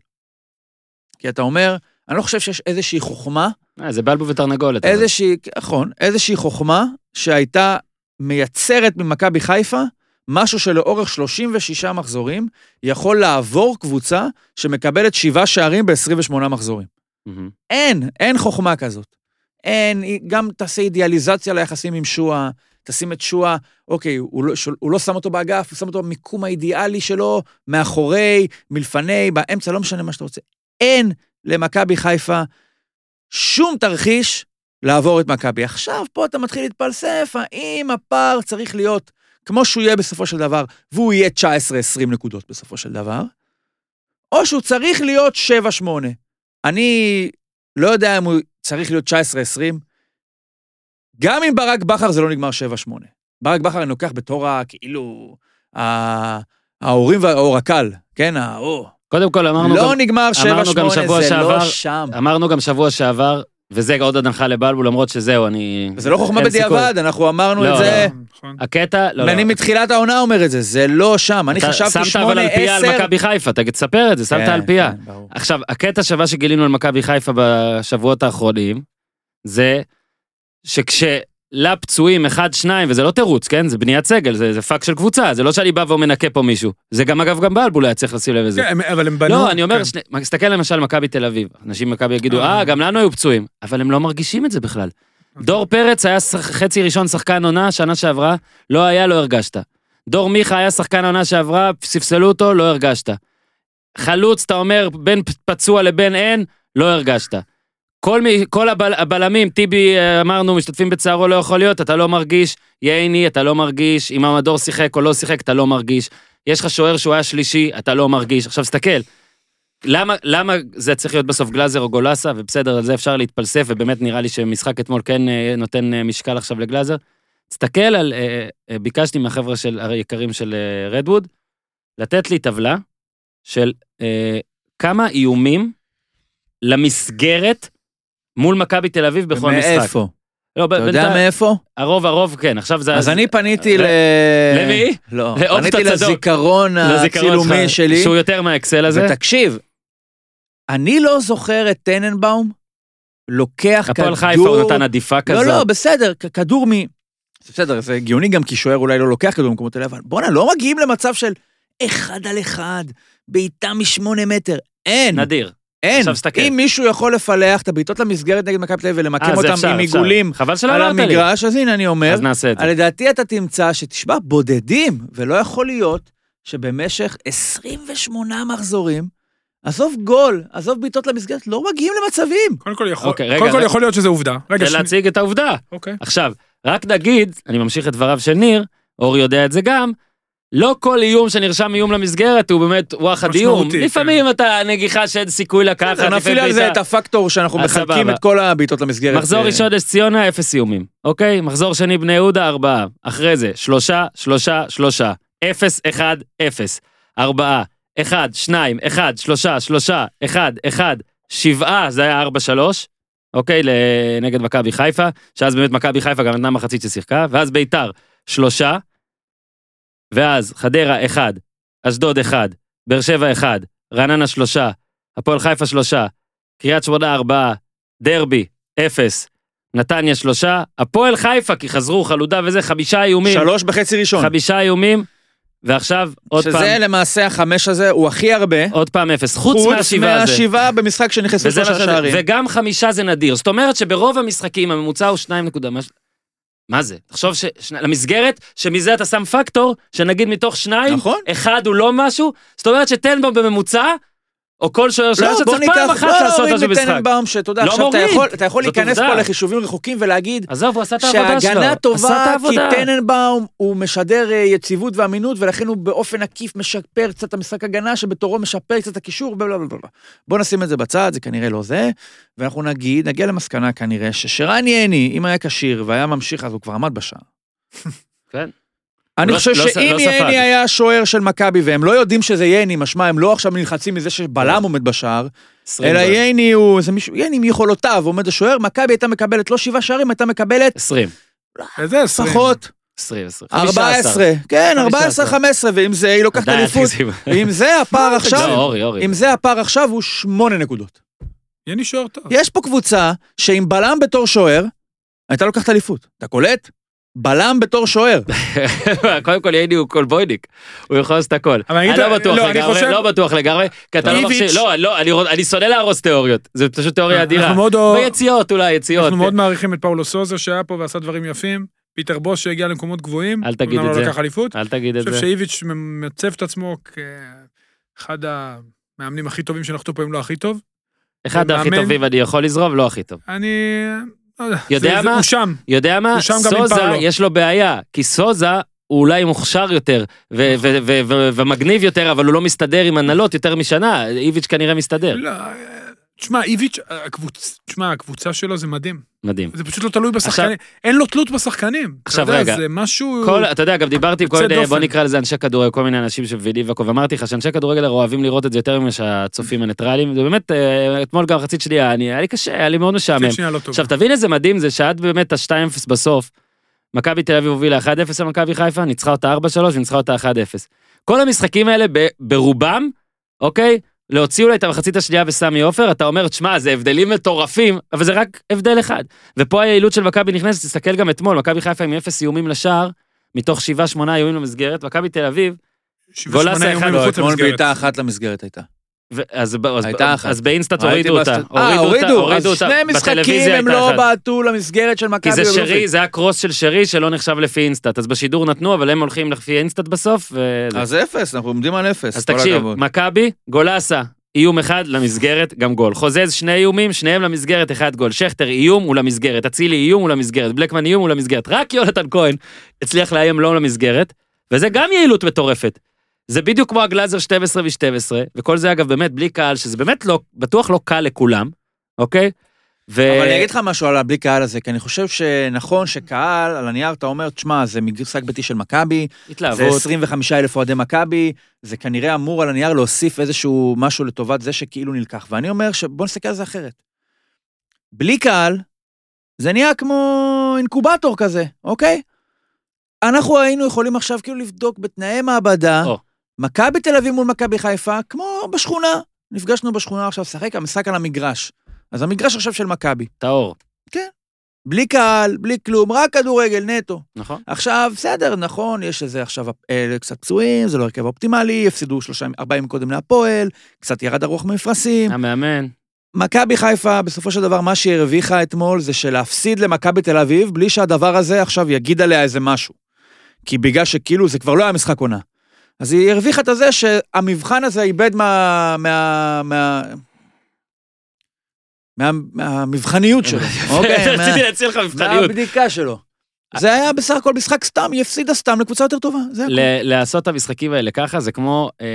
Speaker 4: כי אתה אומר, אני לא חושב שיש איזושהי חוכמה,
Speaker 1: אה, זה בלבו ותרנגולת. אבל.
Speaker 4: איזושהי, נכון, איזושהי חוכמה שהייתה מייצרת ממכבי חיפה משהו שלאורך 36 מחזורים יכול לעבור קבוצה שמקבלת שבעה שערים ב-28 מחזורים.
Speaker 1: מהמם.
Speaker 4: אין, אין חוכמה כזאת. אין, היא- גם תעשה אידיאליזציה ליחסים עם שואה, תשים את שואה, אוקיי, הוא לא, שול- הוא לא שם אותו באגף, הוא שם אותו במיקום האידיאלי שלו, מאחורי, מלפני, באמצע, לא משנה מה שאתה רוצה. אין למכבי חיפה שום תרחיש לעבור את מכבי. עכשיו, פה אתה מתחיל להתפלסף, האם הפער צריך להיות כמו שהוא יהיה בסופו של דבר, והוא יהיה 19-20 נקודות בסופו של דבר, או שהוא צריך להיות 7-8. אני לא יודע אם הוא צריך להיות 19-20. גם עם ברק בכר זה לא נגמר 7-8. ברק בכר אני לוקח בתור ה... כאילו... ה- ההורים והאור הקל, כן, האור.
Speaker 1: קודם כל אמרנו
Speaker 4: לא
Speaker 1: גם...
Speaker 4: נגמר 7-8,
Speaker 1: אמרנו גם שבוע
Speaker 4: זה לא
Speaker 1: שעבר- אה,
Speaker 4: שם.
Speaker 1: אמרנו גם שבוע שעבר, וזה עוד הדנחה לבלבו, למרות שזהו, אני...
Speaker 4: זה לא חוכמה
Speaker 1: אין סיכוי.
Speaker 4: בדיעבד, אנחנו אמרנו
Speaker 1: לא,
Speaker 4: את זה.
Speaker 3: נכון.
Speaker 1: הקטע, לא, לא.
Speaker 4: אני מתחילת העונה אומר את זה, זה לא שם. אני
Speaker 1: אתה
Speaker 4: חשבתי כן, 8-10.
Speaker 1: שמת אבל על פיה על מכבי חיפה, תגיד, תספר את זה, שמת על פיה. עכשיו, הקטע שווה שגילינו על מכבי חיפה בשבועות האחרונים, זה שכשלפצועים אחד, שניים, וזה לא תירוץ, כן? זה בניית סגל, זה, זה פאק של קבוצה, זה לא שאני בא ומנקה פה מישהו. זה גם, אגב, גם בלבול היה צריך לשים לב לזה.
Speaker 3: כן, הם- אבל הם בנו...
Speaker 1: לא, אני אומר,
Speaker 3: כן.
Speaker 1: שני- תסתכל למשל מכבי תל אביב. אנשים במכבי יגידו,
Speaker 3: אה.
Speaker 1: אה, גם לנו היו פצועים. אבל הם לא מרגישים את זה בכלל.
Speaker 3: אוקיי.
Speaker 1: דור פרץ היה שח- חצי ראשון שחקן עונה, שנה שעברה, לא היה, לא הרגשת. דור מיכה היה שחקן עונה שעברה, ספסלו אותו, לא הרגשת. חלוץ, אתה אומר, בין פ- פצוע לבין אין, לא הרגשת. כל, מי, כל הבל, הבלמים, טיבי, אה, אמרנו, משתתפים בצערו, לא יכול להיות, אתה לא מרגיש, ייני, אתה לא מרגיש, אם המדור שיחק או לא שיחק, אתה לא מרגיש. יש לך שוער שהוא היה שלישי, אתה לא מרגיש. עכשיו, תסתכל, למה, למה זה צריך להיות בסוף גלאזר או גולאסה, ובסדר, על זה אפשר להתפלסף, ובאמת נראה לי שמשחק אתמול כן אה, נותן אה, משקל עכשיו לגלאזר. תסתכל על, אה, אה, ביקשתי מהחבר'ה של, היקרים של אה, רדווד, לתת לי טבלה של אה, כמה איומים למסגרת מול מכבי תל אביב בכל משחק.
Speaker 4: מאיפה?
Speaker 1: לא, ב-
Speaker 4: אתה יודע
Speaker 1: בינתיים-
Speaker 4: מאיפה?
Speaker 1: הרוב, הרוב, כן, עכשיו זה...
Speaker 4: אז אני פניתי
Speaker 1: ל-
Speaker 4: ל...
Speaker 1: למי?
Speaker 4: לא,
Speaker 1: לאופט
Speaker 4: פניתי
Speaker 1: הצדוק.
Speaker 4: לזיכרון
Speaker 1: לזיכרון
Speaker 4: הצילומי
Speaker 1: שלך,
Speaker 4: כאילו שלי.
Speaker 1: שהוא יותר מהאקסל הזה.
Speaker 4: ותקשיב, אני לא זוכר את טננבאום לוקח כדור...
Speaker 1: הפועל חיפה הוא נתן עדיפה כזאת.
Speaker 4: לא, לא, בסדר, כ- כדור מ... זה בסדר, זה הגיוני גם כי שוער אולי לא לוקח כדור במקומות האלה, אבל בואנה, לא מגיעים למצב של אחד על אחד, בעיטה משמונה מטר. אין,
Speaker 1: נדיר.
Speaker 4: אין.
Speaker 1: עכשיו תסתכל.
Speaker 4: אם מישהו יכול לפלח את הבעיטות למסגרת נגד מכבי תל אביב
Speaker 1: אה,
Speaker 4: ולמקם
Speaker 1: זה
Speaker 4: אותם
Speaker 1: אפשר,
Speaker 4: עם
Speaker 1: אפשר.
Speaker 4: עיגולים
Speaker 1: חבל שלא
Speaker 4: על
Speaker 1: אמרת לי.
Speaker 4: המגרש, אז הנה אני אומר,
Speaker 1: אז נעשה את זה.
Speaker 4: לדעתי אתה תמצא שתשמע, בודדים, ולא יכול להיות שבמשך 28 מחזורים, עזוב גול, עזוב בעיטות למסגרת, לא מגיעים למצבים.
Speaker 3: קודם כל יכול-
Speaker 1: אוקיי, רגע,
Speaker 3: קודם כל
Speaker 1: רגע.
Speaker 3: יכול להיות שזה עובדה. רגע,
Speaker 1: כדי
Speaker 3: שנייה.
Speaker 1: להציג את העובדה.
Speaker 3: אוקיי.
Speaker 1: עכשיו, רק נגיד, אני ממשיך את דבריו של ניר, אור יודע את זה גם, לא כל איום שנרשם איום למסגרת הוא באמת וואחד איום.
Speaker 3: משמעותי, כן.
Speaker 1: לפעמים אתה נגיחה שאין סיכוי לקחת,
Speaker 4: אנחנו נפעיל על זה את הפקטור שאנחנו
Speaker 1: אז
Speaker 4: מחלקים
Speaker 1: סבבה.
Speaker 4: את כל הבעיטות למסגרת.
Speaker 1: מחזור
Speaker 4: אה,
Speaker 1: ראשון נס ציונה, אפס איומים, אוקיי? מחזור שני בני יהודה, ארבעה. אחרי זה, שלושה, שלושה, שלושה. אפס, אחד, אפס. ארבעה, אחד, שניים, אחד, שלושה, שלושה, אחד, אחד, שבעה, זה היה ארבע, שלוש, אוקיי? ל- נגד מכבי חיפה, שאז באמת מכבי חיפה גם נתנה מחצית ששיחקה, ואז ביתר, שלושה, ואז חדרה, אחד, אשדוד, אחד, באר שבע, אחד, רעננה, שלושה, הפועל חיפה, שלושה, קריית שמונה, ארבעה, דרבי, אפס. נתניה שלושה, הפועל חיפה, כי חזרו חלודה וזה, חמישה איומים.
Speaker 4: שלוש וחצי ראשון.
Speaker 1: חמישה איומים, ועכשיו עוד פעם,
Speaker 4: שזה למעשה החמש הזה, הוא הכי הרבה.
Speaker 1: עוד פעם אפס. חוץ מהשבעה הזה.
Speaker 4: מהשבעה במשחק שנכנסו
Speaker 1: וזה מה
Speaker 4: שלושה
Speaker 1: שזה-
Speaker 4: שערים.
Speaker 1: וגם חמישה זה נדיר. זאת אומרת שברוב המשחקים הממוצע הוא שניים נקודה. מה, ש- מה זה? תחשוב ש... שני- למסגרת, שמזה אתה שם פקטור, שנגיד מתוך שניים,
Speaker 4: נכון.
Speaker 1: אחד הוא לא משהו, זאת אומרת שטנבאום בממוצע, או כל שוער שוער
Speaker 4: לא, בוא
Speaker 1: שצריך
Speaker 4: ניקח,
Speaker 1: פעם אחת
Speaker 4: לא,
Speaker 1: לעשות
Speaker 4: אורית
Speaker 1: משהו במשחק.
Speaker 4: מטננבאום, שאתה יודע,
Speaker 1: לא
Speaker 4: עכשיו אתה
Speaker 1: מוריד.
Speaker 4: יכול- אתה יכול
Speaker 1: זאת
Speaker 4: להיכנס
Speaker 1: עובדה.
Speaker 4: פה לחישובים רחוקים ולהגיד,
Speaker 1: עזוב, הוא עשה את העבודה שלו.
Speaker 4: שההגנה
Speaker 1: עשה את
Speaker 4: טובה, כי
Speaker 1: העבודה.
Speaker 4: טננבאום הוא משדר אה, יציבות ואמינות, ולכן הוא באופן עקיף משפר קצת את המשחק הגנה, שבתורו משפר קצת את הקישור, בלה בלה בלה. בלה. בוא נשים את זה בצד, זה כנראה לא זה, ואנחנו נגיד, נגיע למסקנה כנראה, ששרן יני, אם היה כשיר והיה ממשיך, אז הוא כבר עמד בשער.
Speaker 1: כן.
Speaker 4: אני
Speaker 1: לא-
Speaker 4: חושב
Speaker 1: לא ס-
Speaker 4: שאם
Speaker 1: לא ספג.
Speaker 4: יני היה שוער של מכבי, והם לא יודעים שזה יני, משמע הם לא עכשיו נלחצים מזה
Speaker 1: לא.
Speaker 4: שבלם עומד בשער,
Speaker 1: עשרים
Speaker 4: אלא
Speaker 1: בערך.
Speaker 4: ייני הוא, זה מישהו, ייני עם יכולותיו, עומד השוער, מכבי הייתה מקבלת לא שבעה שערים, הייתה מקבלת
Speaker 1: עשרים.
Speaker 3: וזה עשרים.
Speaker 4: פחות,
Speaker 1: 20, 20.
Speaker 4: 14, כן, 14, 15, ועם זה היא לוקחת
Speaker 1: עדיין
Speaker 4: אליפות,
Speaker 1: תגזים.
Speaker 4: ועם זה הפער
Speaker 1: לא,
Speaker 4: עכשיו,
Speaker 1: אורי, אורי.
Speaker 4: עם זה הפער עכשיו הוא שמונה נקודות.
Speaker 3: יני שוער טוב.
Speaker 4: יש פה קבוצה שעם בלם בתור שוער, הייתה לוקחת אליפות. אתה קולט? בלם בתור שוער.
Speaker 1: קודם כל, ייני הוא קולבויניק. הוא יכול לעשות הכל.
Speaker 3: אבל
Speaker 1: אני
Speaker 3: היית-
Speaker 1: לא בטוח
Speaker 3: לא, אני
Speaker 1: לגמרי,
Speaker 3: חושב-
Speaker 1: לא בטוח לגמרי, כי אתה לא
Speaker 3: איביץ'.
Speaker 1: מחשיב, לא, לא, אני רוצ- אני שונא להרוס תיאוריות. זה פשוט תיאוריה
Speaker 3: אנחנו
Speaker 1: אדירה.
Speaker 3: מאוד אוה-
Speaker 1: ביציאות אולי, יציאות.
Speaker 3: אנחנו מאוד מעריכים את פאולו סוזה שהיה פה ועשה דברים יפים, פיטר בוס שהגיע למקומות גבוהים,
Speaker 1: אל תגיד
Speaker 3: אמנם
Speaker 1: את
Speaker 3: לא
Speaker 1: זה.
Speaker 3: לקח אליפות,
Speaker 1: אל תגיד
Speaker 3: אני
Speaker 1: את זה.
Speaker 3: חושב שאיביץ' ממצב את עצמו כאחד המאמנים הכי טובים שנחתו פה אם לא הכי טוב,
Speaker 1: אחד
Speaker 3: מאמן-
Speaker 1: הכי טובים אני יכול לזרום, לא הכי טוב.
Speaker 3: אני... לא יודע,
Speaker 1: יודע
Speaker 3: זה- זה-
Speaker 1: מה?
Speaker 3: הוא שם,
Speaker 1: יודע מה?
Speaker 3: הוא שם גם עם
Speaker 1: סוזה,
Speaker 3: פאולו.
Speaker 1: יש לו בעיה, כי סוזה הוא אולי מוכשר יותר, ו- ו- ו- ו- ומגניב יותר, אבל הוא לא מסתדר עם הנהלות יותר משנה, איביץ' כנראה מסתדר.
Speaker 3: לא, אה, תשמע, איביץ', הקבוצ... תשמע, הקבוצה שלו זה מדהים.
Speaker 1: מדהים.
Speaker 3: זה פשוט לא תלוי בשחקנים. אין לו תלות בשחקנים.
Speaker 1: עכשיו,
Speaker 3: אתה יודע,
Speaker 1: רגע.
Speaker 3: זה משהו...
Speaker 1: כל, אתה יודע, גם דיברתי עם כל
Speaker 3: יוצא
Speaker 1: מיני, בוא
Speaker 3: דופן.
Speaker 1: נקרא לזה אנשי כדורגל, כל מיני אנשים שמבינים והכל, ואמרתי לך שאנשי כדורגל הרי אוהבים לראות את זה יותר ממה שהצופים הניטרלים, זה באמת, אה, אתמול גם חצית שנייה, אני- היה לי קשה, היה לי מאוד משעמם.
Speaker 3: חצי שנייה לא טוב.
Speaker 1: עכשיו תבין איזה מדהים זה שעד באמת ה-2-0 בסוף, מכבי תל אביב הובילה 1-0 למכבי חיפה, ניצחה אותה 4-3 וניצחה אותה 1-0. כל המשחקים האלה ב- ברובם, אוקיי? להוציא אולי את המחצית השנייה וסמי עופר, אתה אומר, תשמע, זה הבדלים מטורפים, אבל זה רק הבדל אחד. ופה היעילות של מכבי נכנסת, תסתכל גם אתמול, מכבי חיפה עם 0 איומים לשער, מתוך 7-8 איומים למסגרת, מכבי תל אביב,
Speaker 3: שבעה,
Speaker 1: גולסה
Speaker 3: שמונה
Speaker 1: אחד,
Speaker 3: איומים
Speaker 1: לא,
Speaker 3: מחוץ
Speaker 4: אתמול
Speaker 3: למסגרת.
Speaker 4: בעיטה אחת למסגרת הייתה.
Speaker 1: ו- אז, ב- אז,
Speaker 4: הייתה אחת.
Speaker 1: אז באינסטאט
Speaker 4: ראיתי
Speaker 1: הורידו אותה.
Speaker 4: בסט- אה, הורידו, אז שני משחקים
Speaker 1: בטלוויזיה
Speaker 4: הם
Speaker 1: הייתה
Speaker 4: לא
Speaker 1: אחת.
Speaker 4: בעטו למסגרת של מכבי.
Speaker 1: כי זה
Speaker 4: ולא זה.
Speaker 1: שרי, זה היה קרוס של שרי שלא נחשב לפי אינסטאט, אז בשידור נתנו, אבל הם הולכים לפי אינסטאט בסוף, וזה.
Speaker 4: אז אפס, אנחנו עומדים על אפס.
Speaker 1: אז
Speaker 4: כל
Speaker 1: תקשיב,
Speaker 4: הכבוד.
Speaker 1: מכבי, גולסה, איום אחד למסגרת, גם גול. חוזז, שני איומים, שניהם למסגרת, אחד גול. שכטר, איום, הוא למסגרת. אצילי, איום, הוא למסגרת. בלקמן, איום, הוא למסגרת. רק יונתן כהן הצליח לאיים לא למסגרת, וזה גם יעילות מטורפת. זה בדיוק כמו הגלאזר 12 ו-12, וכל זה אגב באמת בלי קהל, שזה באמת לא, בטוח לא קל לכולם, אוקיי? ו...
Speaker 4: אבל אני אגיד לך משהו על הבלי קהל הזה, כי אני חושב שנכון שקהל, על הנייר אתה אומר, תשמע, זה משחק ביתי של מכבי, זה
Speaker 1: התלהבות.
Speaker 4: 25 אלף אוהדי מכבי, זה כנראה אמור על הנייר להוסיף איזשהו משהו לטובת זה שכאילו נלקח. ואני אומר שבוא נסתכל על זה אחרת. בלי קהל, זה נהיה כמו אינקובטור כזה, אוקיי? אנחנו היינו יכולים עכשיו כאילו לבדוק בתנאי מעבדה,
Speaker 1: או.
Speaker 4: מכבי תל אביב מול מכבי חיפה, כמו בשכונה. נפגשנו בשכונה עכשיו, שחק המשחק על המגרש. אז המגרש עכשיו של מכבי.
Speaker 1: טהור.
Speaker 4: בלי קהל, בלי כלום, רק כדורגל נטו.
Speaker 1: נכון.
Speaker 4: עכשיו, בסדר, נכון, יש איזה עכשיו אה, קצת פצועים, זה לא הרכב אופטימלי, הפסידו שלושה, ארבעה ימים קודם להפועל, קצת ירד הרוח מפרשים.
Speaker 1: המאמן.
Speaker 4: מכבי חיפה, בסופו של דבר, מה שהיא הרוויחה אתמול זה שלהפסיד למכבי תל אביב, בלי שהדבר הזה עכשיו יגיד עליה איזה משהו. כי בגלל שכאילו זה כבר לא היה משחק עונה. אז היא הרוויחה את הזה שהמבחן הזה איבד מה... מה... מה... מה... מהמבחניות שלו. אוקיי, מה-
Speaker 1: רציתי להציע לך מבחניות.
Speaker 4: מהבדיקה שלו. זה היה בסך הכל משחק סתם, היא הפסידה סתם לקבוצה יותר טובה. זה הכל.
Speaker 1: ל- לעשות את המשחקים האלה ככה זה כמו אה,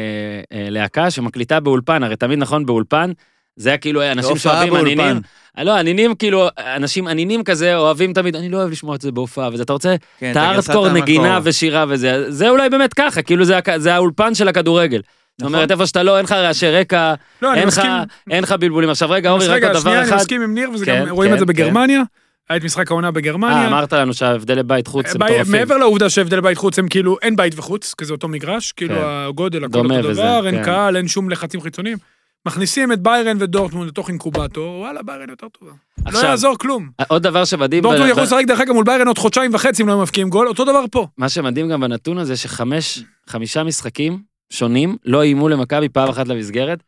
Speaker 1: אה, להקה שמקליטה באולפן, הרי תמיד נכון באולפן, זה היה כאילו אה, אנשים
Speaker 4: בהופעה
Speaker 1: שאוהבים
Speaker 4: באולפן.
Speaker 1: עניינים. אה, לא, עניינים כאילו, אנשים עניינים כזה אוהבים תמיד, אני לא אוהב לשמוע את זה בהופעה, וזה, אתה רוצה
Speaker 4: כן,
Speaker 1: את
Speaker 4: אתה גרסת
Speaker 1: הארדקור
Speaker 4: המקור.
Speaker 1: נגינה ושירה וזה, זה אולי באמת ככה, כאילו זה הכ- זה האולפן של הכדורגל. זאת
Speaker 4: נכון.
Speaker 1: אומרת, איפה שאתה לא, אין לך רעשי רקע,
Speaker 3: לא, אני
Speaker 1: אין לך-
Speaker 3: מסכים.
Speaker 1: אין לך בלבולים. עכשיו רגע, אורי,
Speaker 3: אז
Speaker 1: רק עוד
Speaker 3: רגע,
Speaker 1: דבר
Speaker 3: שנייה, אני
Speaker 1: אחד.
Speaker 3: מסכים עם ניר, וזה
Speaker 1: כן,
Speaker 3: גם, רואים
Speaker 1: כן,
Speaker 3: את זה
Speaker 1: כן.
Speaker 3: בגרמניה. היה את משחק העונה
Speaker 1: אה,
Speaker 3: בגרמניה.
Speaker 1: אמרת לנו שההבדלי בית חוץ הם
Speaker 3: ב-
Speaker 1: מטורפים.
Speaker 3: אה, מעבר לעובדה שהבדל בית חוץ הם כאילו אין בית וחוץ, כי זה אותו מגרש, כאילו
Speaker 1: כן.
Speaker 3: הגודל, הכל
Speaker 1: דומה
Speaker 3: אותו
Speaker 1: וזה,
Speaker 3: דבר, אין
Speaker 1: כן.
Speaker 3: קהל, אין שום לחצים חיצוניים. מכניסים את ביירן ודורטמונד לתוך אינקובטור, וואלה, ביירן יותר טובה. לא
Speaker 1: עכשיו,
Speaker 3: יעזור כלום.
Speaker 1: אה, עוד דבר שמדהים...
Speaker 3: דורטמונד
Speaker 1: ב-
Speaker 3: יכול
Speaker 1: ב-
Speaker 3: לשחק דרך אגב מול ביירן עוד חודשיים וחצי אם לא מבקיעים גול, אותו דבר פה.
Speaker 1: מה שמדהים גם בנתון הזה, שחמש, חמישה משחקים שונים לא איימו למכבי פעם אחת למסגרת,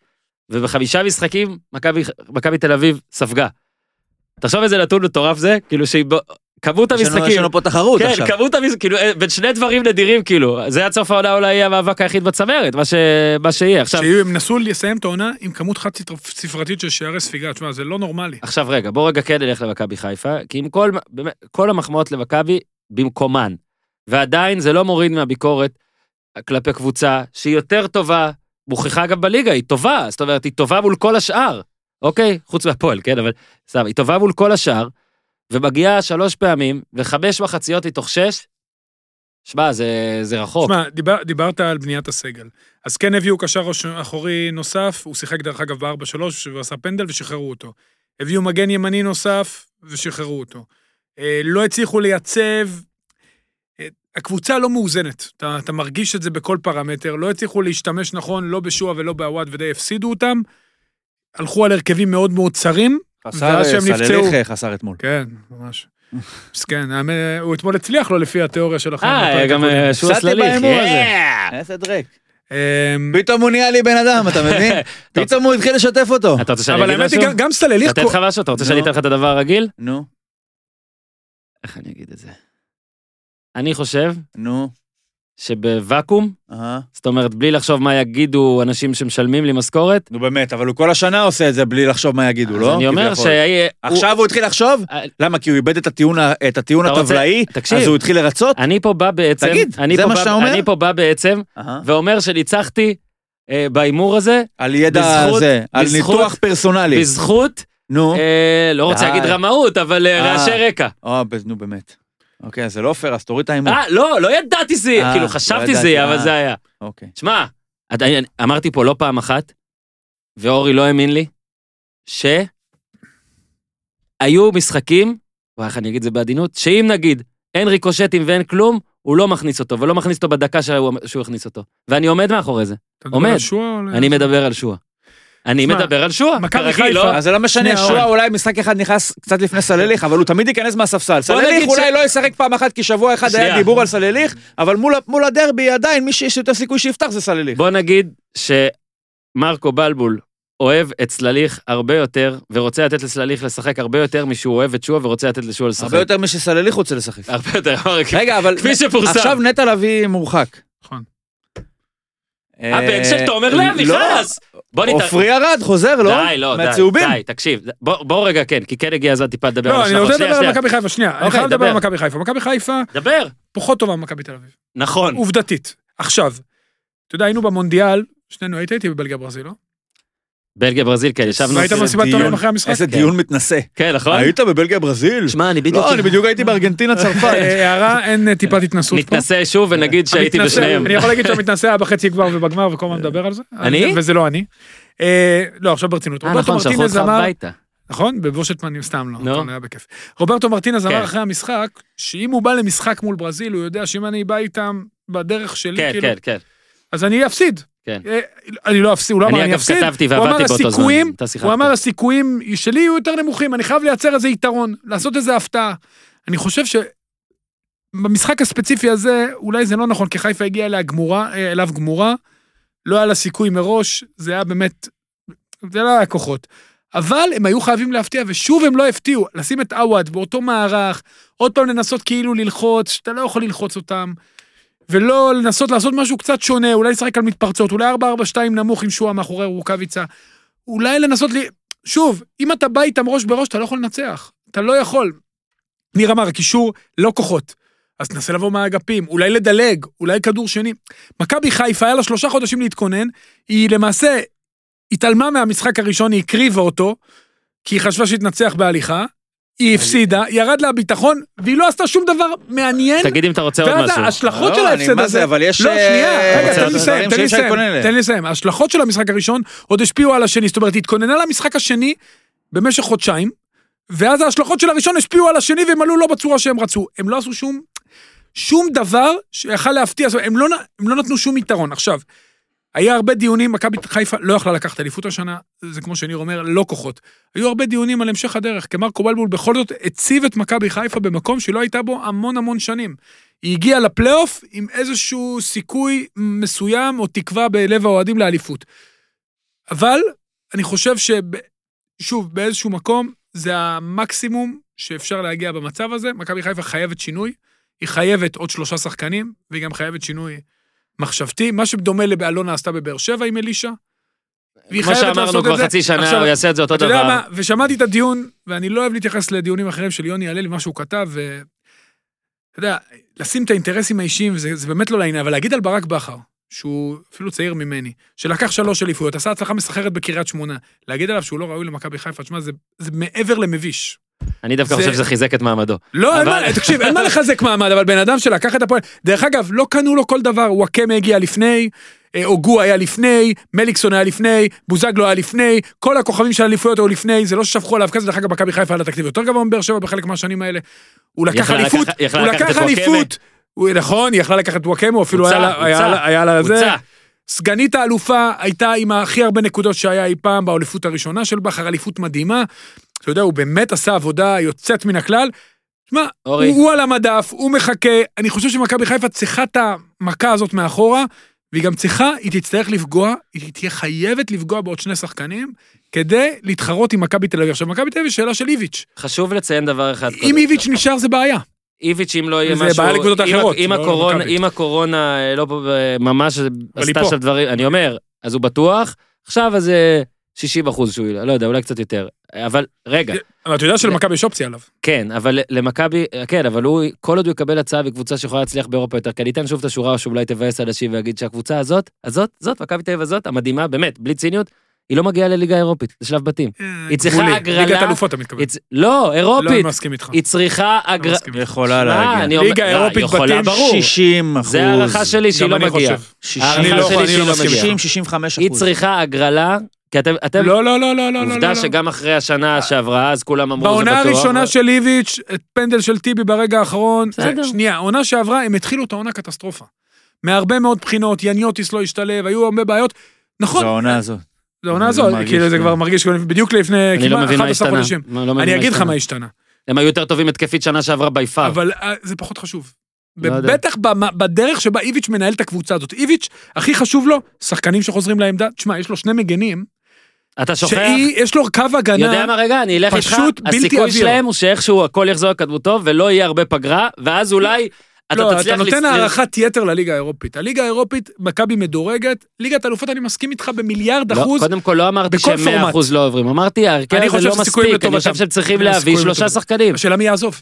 Speaker 1: ובחמישה משחקים מכבי מכבי תל אביב ספגה. תחשוב איזה נתון מטורף זה, כאילו שכמות
Speaker 4: יש לנו- יש
Speaker 1: המשחקים,
Speaker 4: לנו פה תחרות
Speaker 1: כן,
Speaker 4: עכשיו.
Speaker 1: כמות המשחקים, כאילו אה, בין שני דברים נדירים כאילו, זה עד סוף העונה אולי יהיה המאבק היחיד בצמרת, מה ש- מה שיהיה. עכשיו,
Speaker 3: שהם נסו לסיים את העונה עם כמות חד ספרתית של שערי ספיגה, תשמע, זה לא נורמלי.
Speaker 1: עכשיו רגע, בוא רגע כן נלך למכבי חיפה, כי עם כל, באמת, כל המחמאות למכבי במקומן. ועדיין זה לא מוריד מהביקורת כלפי קבוצה שהיא יותר טובה, מוכיחה גם בליגה, היא טובה, זאת אומרת, היא טובה מול כל השאר, אוקיי? חוץ מהפועל, כן, אבל סתם, היא טובה מול כל השאר, ומגיעה שלוש פעמים, וחמש מחציות מתוך שש, שמע, זה, זה רחוק.
Speaker 3: תשמע, דיבר, דיברת על בניית הסגל. אז כן הביאו קשר ראש- אחורי נוסף, הוא שיחק דרך אגב ב-4-3, והוא עשה פנדל ושחררו אותו. הביאו מגן ימני נוסף ושחררו אותו. אה, לא הצליחו לייצב... אה, הקבוצה לא מאוזנת, אתה, אתה מרגיש את זה בכל פרמטר, לא הצליחו להשתמש נכון, לא בשועה ולא בעווד, ודי הפסידו אותם. הלכו על הרכבים מאוד מאוד צרים.
Speaker 4: חסר אה,
Speaker 3: ואז שהם נפצעו.
Speaker 4: סלליך חסר אתמול.
Speaker 3: כן, ממש. מסכן, האמת, הוא אתמול הצליח לו לפי התיאוריה שלכם.
Speaker 1: אה,
Speaker 3: בפרק
Speaker 1: גם
Speaker 3: הקודם.
Speaker 1: אה, שהוא
Speaker 4: הפסדתי
Speaker 1: הסלליך.
Speaker 4: בהימור הזה.
Speaker 1: Yeah!
Speaker 4: אה, איזה דרק.
Speaker 1: אה,
Speaker 3: אמ,
Speaker 4: פתאום הוא נהיה לי בן אדם, אתה מבין?
Speaker 1: כן.
Speaker 4: פתאום הוא התחיל לשתף אותו.
Speaker 1: אתה רוצה שאני
Speaker 3: אבל
Speaker 1: אגיד
Speaker 3: האמת היא,
Speaker 1: משהו?
Speaker 3: גם- גם סלליך...
Speaker 1: לתת לך משהו? אתה רוצה שאני
Speaker 4: נו.
Speaker 1: אתן לך את הדבר הרגיל?
Speaker 4: נו,
Speaker 1: איך אני אגיד את זה? אני חושב
Speaker 4: נו, אה.
Speaker 1: שבוואקום,
Speaker 4: אהה.
Speaker 1: זאת אומרת, בלי לחשוב מה יגידו אנשים שמשלמים לי משכורת,
Speaker 4: נו באמת, אבל הוא כל השנה עושה את זה בלי לחשוב מה יגידו,
Speaker 1: אז
Speaker 4: לא?
Speaker 1: אני אומר
Speaker 4: כביכול.
Speaker 1: שהיה...
Speaker 4: עכשיו הוא התחיל לחשוב?
Speaker 1: אה,
Speaker 4: למה? כי הוא איבד את הטיעון ה- את הטיעון
Speaker 1: אתה רוצה-
Speaker 4: הטבלאי,
Speaker 1: תקשיב.
Speaker 4: אז הוא התחיל לרצות?
Speaker 1: אני פה בא בעצם...
Speaker 4: תגיד,
Speaker 1: אני
Speaker 4: זה
Speaker 1: פה
Speaker 4: מה
Speaker 1: בא-
Speaker 4: שאתה אומר?
Speaker 1: אני פה בא בעצם,
Speaker 4: אהה.
Speaker 1: ואומר שניצחתי אה, בהימור הזה,
Speaker 4: על ידע
Speaker 1: בזכות-
Speaker 4: זה, על
Speaker 1: בזכות-
Speaker 4: ניתוח פרסונלי.
Speaker 1: בזכות,
Speaker 4: נו,
Speaker 1: אה, לא רוצה
Speaker 4: די.
Speaker 1: להגיד רמאות, אבל אה,
Speaker 4: אה.
Speaker 1: רעשי רקע.
Speaker 4: אה, ב- נו באמת. אוקיי, אז זה לא פייר, אז תוריד את ההימור.
Speaker 1: אה, לא, לא ידעתי זה,
Speaker 4: אה,
Speaker 1: כאילו
Speaker 4: לא
Speaker 1: חשבתי
Speaker 4: ידעתי,
Speaker 1: זה,
Speaker 4: אה.
Speaker 1: אבל זה היה.
Speaker 4: אוקיי.
Speaker 1: שמע, עדיין, אמרתי פה לא פעם אחת, ואורי לא האמין לי, שהיו משחקים, וואי, איך אני אגיד את זה בעדינות, שאם נגיד אין ריקושטים ואין כלום, הוא לא מכניס אותו, ולא מכניס אותו בדקה שהוא, שהוא הכניס אותו. ואני עומד מאחורי זה,
Speaker 3: אתה מדבר
Speaker 1: עומד.
Speaker 3: על שועה או על-
Speaker 1: אני מדבר על שועה. אני
Speaker 3: אה, שמע,
Speaker 1: מדבר על שועה,
Speaker 3: מכבי
Speaker 1: כרגיל,
Speaker 3: חיפה-
Speaker 1: לא?
Speaker 4: אז זה לא משנה,
Speaker 3: שנייה,
Speaker 4: שועה
Speaker 3: אורן.
Speaker 4: אולי משחק אחד נכנס קצת לפני סלליך, אבל הוא תמיד ייכנס מהספסל.
Speaker 1: נגיד
Speaker 4: סלליך
Speaker 1: ש-
Speaker 4: אולי לא ישחק פעם אחת, כי שבוע אחד
Speaker 1: שנייה.
Speaker 4: היה דיבור על סלליך, אבל מול ה- מול הדרבי עדיין מי שיש יותר סיכוי שיפתח זה סלליך.
Speaker 1: בוא נגיד שמרקו בלבול אוהב את סלליך הרבה יותר, ורוצה לתת לסלליך לשחק הרבה יותר משהוא אוהב את שועה ורוצה לתת לשועה לשחק.
Speaker 4: הרבה יותר משסלליך רוצה לשחק.
Speaker 1: הרבה יותר, אוקיי.
Speaker 4: רגע, אבל
Speaker 1: אה, כפי שפורסם.
Speaker 4: עכשיו נטע לביא מורחק.
Speaker 3: נכון.
Speaker 1: הבן של תומר
Speaker 4: אה,
Speaker 1: לוי,
Speaker 4: לא,
Speaker 1: חלאס. בוא נת-
Speaker 4: עופרי ארד חוזר, לא?
Speaker 1: די, לא, די,
Speaker 4: מהצהובים.
Speaker 1: די, תקשיב. בוא בוא רגע, כן, כי כן הגיע הזמן טיפה לדבר על
Speaker 3: לא, אני
Speaker 1: השלב.
Speaker 3: רוצה
Speaker 1: שנייה,
Speaker 3: לדבר על
Speaker 1: שנייה.
Speaker 3: מכבי חיפה, שנייה. אני
Speaker 1: אוקיי,
Speaker 3: חייב לדבר
Speaker 1: דבר.
Speaker 3: על מכבי חיפה. מכבי חיפה
Speaker 1: דבר.
Speaker 3: פחות טובה ממכבי תל אביב.
Speaker 1: נכון.
Speaker 3: עובדתית. עכשיו, אתה יודע, היינו במונדיאל, שנינו היית איתי בבלגיה ברזיל, לא?
Speaker 1: בלגיה ברזיל, כן, ישבנו.
Speaker 3: והיית
Speaker 4: איזה
Speaker 3: במסיבת
Speaker 4: דיון.
Speaker 3: עיתונאים אחרי המשחק?
Speaker 4: איזה
Speaker 1: כן.
Speaker 4: דיון מתנשא.
Speaker 1: כן, נכון?
Speaker 4: היית בבלגיה ברזיל?
Speaker 1: שמע, אני בדיוק... כאילו
Speaker 4: לא, אני בדיוק הייתי בארגנטינה צרפת.
Speaker 3: אה, הערה, אין אה, טיפת התנסות פה.
Speaker 1: נתנסה שוב ונגיד שהייתי
Speaker 3: המתנשא-
Speaker 1: בשניהם. אה.
Speaker 3: אני יכול להגיד שהמתנשא היה בחצי גמר ובגמר וכל הזמן מדבר על זה.
Speaker 1: אני?
Speaker 3: וזה לא אני. אה, לא, עכשיו ברצינות.
Speaker 1: אה,
Speaker 3: רוברטו
Speaker 1: נכון, שלחו
Speaker 3: מרטינז
Speaker 1: אותך
Speaker 3: אמר,
Speaker 1: הביתה.
Speaker 3: נכון? בבושת פנים, סתם לא,
Speaker 1: נו.
Speaker 3: לא היה בכיף. רוברטו מרטינז
Speaker 1: כן.
Speaker 3: אמר אחרי המשחק, שאם הוא בא למשחק מול ברזיל, הוא יודע שאם אני בא איתם בדרך שלי,
Speaker 1: כן,
Speaker 3: כאילו,
Speaker 1: כן, כן.
Speaker 3: אז אני אפסיד.
Speaker 1: כן.
Speaker 3: אה, אני לא אפסיד, הוא לא אמר
Speaker 1: אני
Speaker 3: אני
Speaker 1: אגב
Speaker 3: אפסיד.
Speaker 1: כתבתי
Speaker 3: הוא אמר
Speaker 1: ועבדתי באותו זמן.
Speaker 3: הסיכויים,
Speaker 1: אתה שיחקת.
Speaker 3: הוא אמר הסיכויים שלי יהיו יותר נמוכים, אני חייב לייצר איזה יתרון, לעשות איזה הפתעה. אני חושב שבמשחק הספציפי הזה, אולי זה לא נכון, כי חיפה הגיעה אליה גמורה, אה, אליו גמורה, לא היה לה סיכוי מראש, זה היה באמת, זה לא היה כוחות. אבל הם היו חייבים להפתיע, ושוב הם לא הפתיעו, לשים את עווד באותו מערך, עוד פעם לנסות כאילו ללחוץ, שאתה לא יכול ללחוץ אותם. ולא לנסות לעשות משהו קצת שונה, אולי לשחק על מתפרצות, אולי 4-4-2 נמוך עם שועה מאחורי רוקאביצה. אולי לנסות ל... שוב, אם אתה בא איתם ראש בראש, אתה לא יכול לנצח. אתה לא יכול. ניר אמר, הקישור, לא כוחות. אז תנסה לבוא מהאגפים, אולי לדלג, אולי כדור שני. מכבי חיפה, היה לה שלושה חודשים להתכונן, היא למעשה התעלמה מהמשחק הראשון, היא הקריבה אותו, כי היא חשבה שהתנצח בהליכה, היא הפסידה, ירד לה הביטחון, והיא לא עשתה שום דבר מעניין.
Speaker 1: תגיד אם אתה רוצה עוד
Speaker 3: ואז
Speaker 1: משהו.
Speaker 3: ההשלכות
Speaker 4: לא,
Speaker 3: של
Speaker 4: אני-
Speaker 3: ההפסד
Speaker 4: מה
Speaker 3: הזה,
Speaker 4: זה, אבל יש,
Speaker 3: לא,
Speaker 4: אה,
Speaker 3: שנייה, רגע,
Speaker 1: רוצה
Speaker 3: תן לי
Speaker 1: לעשות
Speaker 3: לסיים,
Speaker 4: דברים
Speaker 3: תן לי
Speaker 4: שאפשר
Speaker 3: לסיים,
Speaker 4: להתכונן אליהם.
Speaker 3: תן לי לסיים. ההשלכות של המשחק הראשון עוד השפיעו על השני, זאת אומרת, היא התכוננה למשחק השני במשך חודשיים, ואז ההשלכות של הראשון השפיעו על השני והם עלו לא בצורה שהם רצו. הם לא עשו שום, שום דבר שיכל להפתיע, זאת אומרת, הם לא, נ- הם לא נתנו שום יתרון. עכשיו, היה הרבה דיונים, מכבי חיפה לא יכלה לקחת אליפות השנה, זה כמו שניר אומר, לא כוחות. היו הרבה דיונים על המשך הדרך, כי מרקו בלבול בכל זאת הציב את מכבי חיפה במקום שלא הייתה בו המון המון שנים. היא הגיעה לפלייאוף עם איזשהו סיכוי מסוים או תקווה בלב האוהדים לאליפות. אבל אני חושב ששוב, באיזשהו מקום, זה המקסימום שאפשר להגיע במצב הזה. מכבי חיפה חייבת שינוי, היא חייבת עוד שלושה שחקנים, והיא גם חייבת שינוי מחשבתי, מה שדומה לאלונה עשתה בבאר שבע עם אלישע. והיא
Speaker 1: כמו
Speaker 3: חייבת
Speaker 1: שאמרנו
Speaker 3: לעשות
Speaker 1: כבר
Speaker 3: את זה.
Speaker 1: חצי שנה,
Speaker 3: עכשיו,
Speaker 1: הוא יעשה את זה אותו
Speaker 3: אתה יודע
Speaker 1: דבר.
Speaker 3: מה, ושמעתי את הדיון, ואני לא אוהב להתייחס לדיונים אחרים של יוני הלל, מה שהוא כתב, ו... אתה יודע, לשים את האינטרסים האישיים, זה, זה באמת לא לעניין, אבל להגיד על ברק בכר, שהוא אפילו צעיר ממני, שלקח שלוש אליפויות, עשה הצלחה מסחררת בקריית שמונה, להגיד עליו שהוא לא ראוי למכבי חיפה, תשמע, זה, זה מעבר למביש.
Speaker 1: אני דווקא
Speaker 3: זה-
Speaker 1: חושב שזה חיזק את מעמדו.
Speaker 3: לא, אין
Speaker 1: אבל-
Speaker 3: מה, תקשיב, אין מה לחזק מעמד, אבל בן אדם שלקח את הפועל, דרך אגב, לא קנו לו כל דבר, וואקמה הגיע לפני, אה, אוגו היה לפני, מליקסון היה לפני, בוזגלו היה לפני, כל הכוכבים של האליפויות היו לפני, זה לא ששפכו עליו כסף, דרך אגב, מכבי חיפה היה לה תקציב יותר גבוה מבאר שבע בחלק מהשנים האלה. הוא לקח
Speaker 1: יכלה
Speaker 3: אליפות,
Speaker 1: לקח- יכלה
Speaker 3: הוא
Speaker 1: לקחת את כן,
Speaker 3: לקח
Speaker 1: וואקמה.
Speaker 3: אליפות, הוא- נכון, היא יכלה לקחת את וואקמה, הוא אפילו
Speaker 1: הוצא,
Speaker 3: היה לה- היה
Speaker 1: הוצא,
Speaker 3: לה- היה לה זה.
Speaker 1: הוצא.
Speaker 3: סגנית האלופה הייתה עם הכי הרבה נקודות שהיה אי פעם באליפות הראשונה של בכר, אליפות מדהימה. אתה יודע, הוא באמת עשה עבודה יוצאת מן הכלל. תשמע, הוא,
Speaker 1: אורי.
Speaker 3: הוא על המדף, הוא מחכה, אני חושב שמכבי חיפה צריכה את המכה הזאת מאחורה, והיא גם צריכה, היא תצטרך לפגוע, היא תהיה חייבת לפגוע בעוד שני שחקנים, כדי להתחרות עם מכבי תל אביב. עכשיו, מכבי תל אביב היא שאלה של איביץ'.
Speaker 1: חשוב לציין דבר אחד.
Speaker 3: אם
Speaker 1: קודם.
Speaker 3: איביץ' נשאר זה בעיה.
Speaker 1: איביץ', אם לא יהיה
Speaker 3: זה
Speaker 1: משהו...
Speaker 3: בעיה לקבוצות
Speaker 1: אם-
Speaker 3: אחרות,
Speaker 1: אם
Speaker 3: לא
Speaker 1: הקורונה,
Speaker 3: למכבי.
Speaker 1: אם הקורונה אה, לא אה, ממש
Speaker 3: היא
Speaker 1: עשתה
Speaker 3: פה.
Speaker 1: שם דברים, אני אומר, אז הוא בטוח, עכשיו אז אה, 60 אחוז שהוא, לא יודע, אולי קצת יותר. אבל רגע,
Speaker 3: אבל אתה יודע שלמכבי יש אופציה עליו.
Speaker 1: כן, אבל למכבי, כן, אבל הוא, כל עוד הוא יקבל הצעה מקבוצה שיכולה להצליח באירופה יותר, כי אני אתן שוב את השורה שאולי תבאס אנשים ויגיד שהקבוצה הזאת, הזאת, זאת, מכבי תל אביב הזאת, המדהימה, באמת, בלי ציניות, היא לא מגיעה לליגה האירופית, לשלב בתים. היא צריכה
Speaker 3: גבולי.
Speaker 1: הגרלה.
Speaker 3: ליגת אלופות אתה מתכוון.
Speaker 1: היא צ- לא,
Speaker 3: לא, אני
Speaker 1: אירופית,
Speaker 3: מסכים איתך.
Speaker 1: היא צריכה הגרלה.
Speaker 3: מסכים.
Speaker 4: יכולה
Speaker 1: מה, אני
Speaker 4: להגיע.
Speaker 1: אומר-
Speaker 3: ליגה
Speaker 1: לא,
Speaker 3: אירופית
Speaker 1: יכולה,
Speaker 3: בתים
Speaker 1: ברור.
Speaker 4: 60 אחוז.
Speaker 1: זה הערכה שלי שהיא
Speaker 3: גם
Speaker 1: לא
Speaker 3: אני
Speaker 1: מגיעה.
Speaker 3: חושב.
Speaker 4: 60,
Speaker 1: הערכה
Speaker 3: אני לא-
Speaker 1: שלי
Speaker 3: אני
Speaker 1: שהיא
Speaker 3: לא
Speaker 1: לא
Speaker 3: מסכים
Speaker 1: מגיעה.
Speaker 4: 60, 65
Speaker 1: היא
Speaker 4: אחוז.
Speaker 1: צריכה הגרלה, כי אתם, אתם,
Speaker 3: לא, לא, לא, לא, לא, לא.
Speaker 1: עובדה
Speaker 3: לא.
Speaker 1: שגם אחרי השנה שעברה, אז כולם אמרו, זה בטוח.
Speaker 3: בעונה הראשונה של איביץ', את פנדל של טיבי ברגע האחרון. זה-
Speaker 1: בסדר.
Speaker 3: שנייה, העונה שעברה, הם התחילו את העונה קטסטרופה. מהרבה מאוד בחינות, יניוטיס לא השתלב, היו הרבה בעיות.
Speaker 4: זו
Speaker 3: נכון,
Speaker 4: העונה הזאת.
Speaker 3: זו העונה
Speaker 4: אני
Speaker 3: הזאת,
Speaker 4: לא מרגיש
Speaker 3: כאילו זה
Speaker 4: כלום.
Speaker 3: כבר מרגיש כאילו בדיוק לפני
Speaker 1: אני לא
Speaker 3: כמעט
Speaker 1: מבין מה
Speaker 3: 11
Speaker 1: השתנה.
Speaker 3: חודשים.
Speaker 1: לא מבין
Speaker 3: אני אגיד לך
Speaker 1: השתנה.
Speaker 3: מה השתנה,
Speaker 1: הם היו יותר טובים התקפית שנה שעברה בי פאר.
Speaker 3: אבל אה, זה פחות חשוב.
Speaker 1: לא יודע.
Speaker 3: בטח במ- בדרך שבה איביץ' מנהל את הקבוצה הזאת. איביץ', הכי חשוב לו, שחקנים שחוזרים לעמדה. תשמע, יש לו שני מגנים,
Speaker 1: אתה שוכח?
Speaker 3: שיש לו קו הגנה.
Speaker 1: יודע מה רגע, אני אלך איתך,
Speaker 3: פשוט בלתי
Speaker 1: הסיכוי
Speaker 3: עביר.
Speaker 1: שלהם הוא שאיכשהו הכל יחזור לקדמותו ולא יהיה הרבה פגרה, ואז אולי אתה
Speaker 3: לא, אתה
Speaker 1: תצליח...
Speaker 3: נותן
Speaker 1: לס-
Speaker 3: הערכת יתר לליגה האירופית. הליגה האירופית, מכבי מדורגת, ליגת אלופות, אני מסכים איתך במיליארד
Speaker 1: לא,
Speaker 3: אחוז.
Speaker 1: קודם כל לא אמרתי
Speaker 3: בכל
Speaker 1: שהם 100
Speaker 3: פורמט.
Speaker 1: אחוז לא עוברים, אמרתי ההרכב
Speaker 3: אני
Speaker 1: הזה
Speaker 3: חושב
Speaker 1: לא
Speaker 3: שסיכויים
Speaker 1: מספיק, אני
Speaker 3: לטובתם.
Speaker 1: חושב שהם צריכים
Speaker 3: אני חושב
Speaker 1: להביא
Speaker 3: סיכויים
Speaker 1: שלושה
Speaker 3: לטובתם.
Speaker 1: שחקנים.
Speaker 3: השאלה מי יעזוב.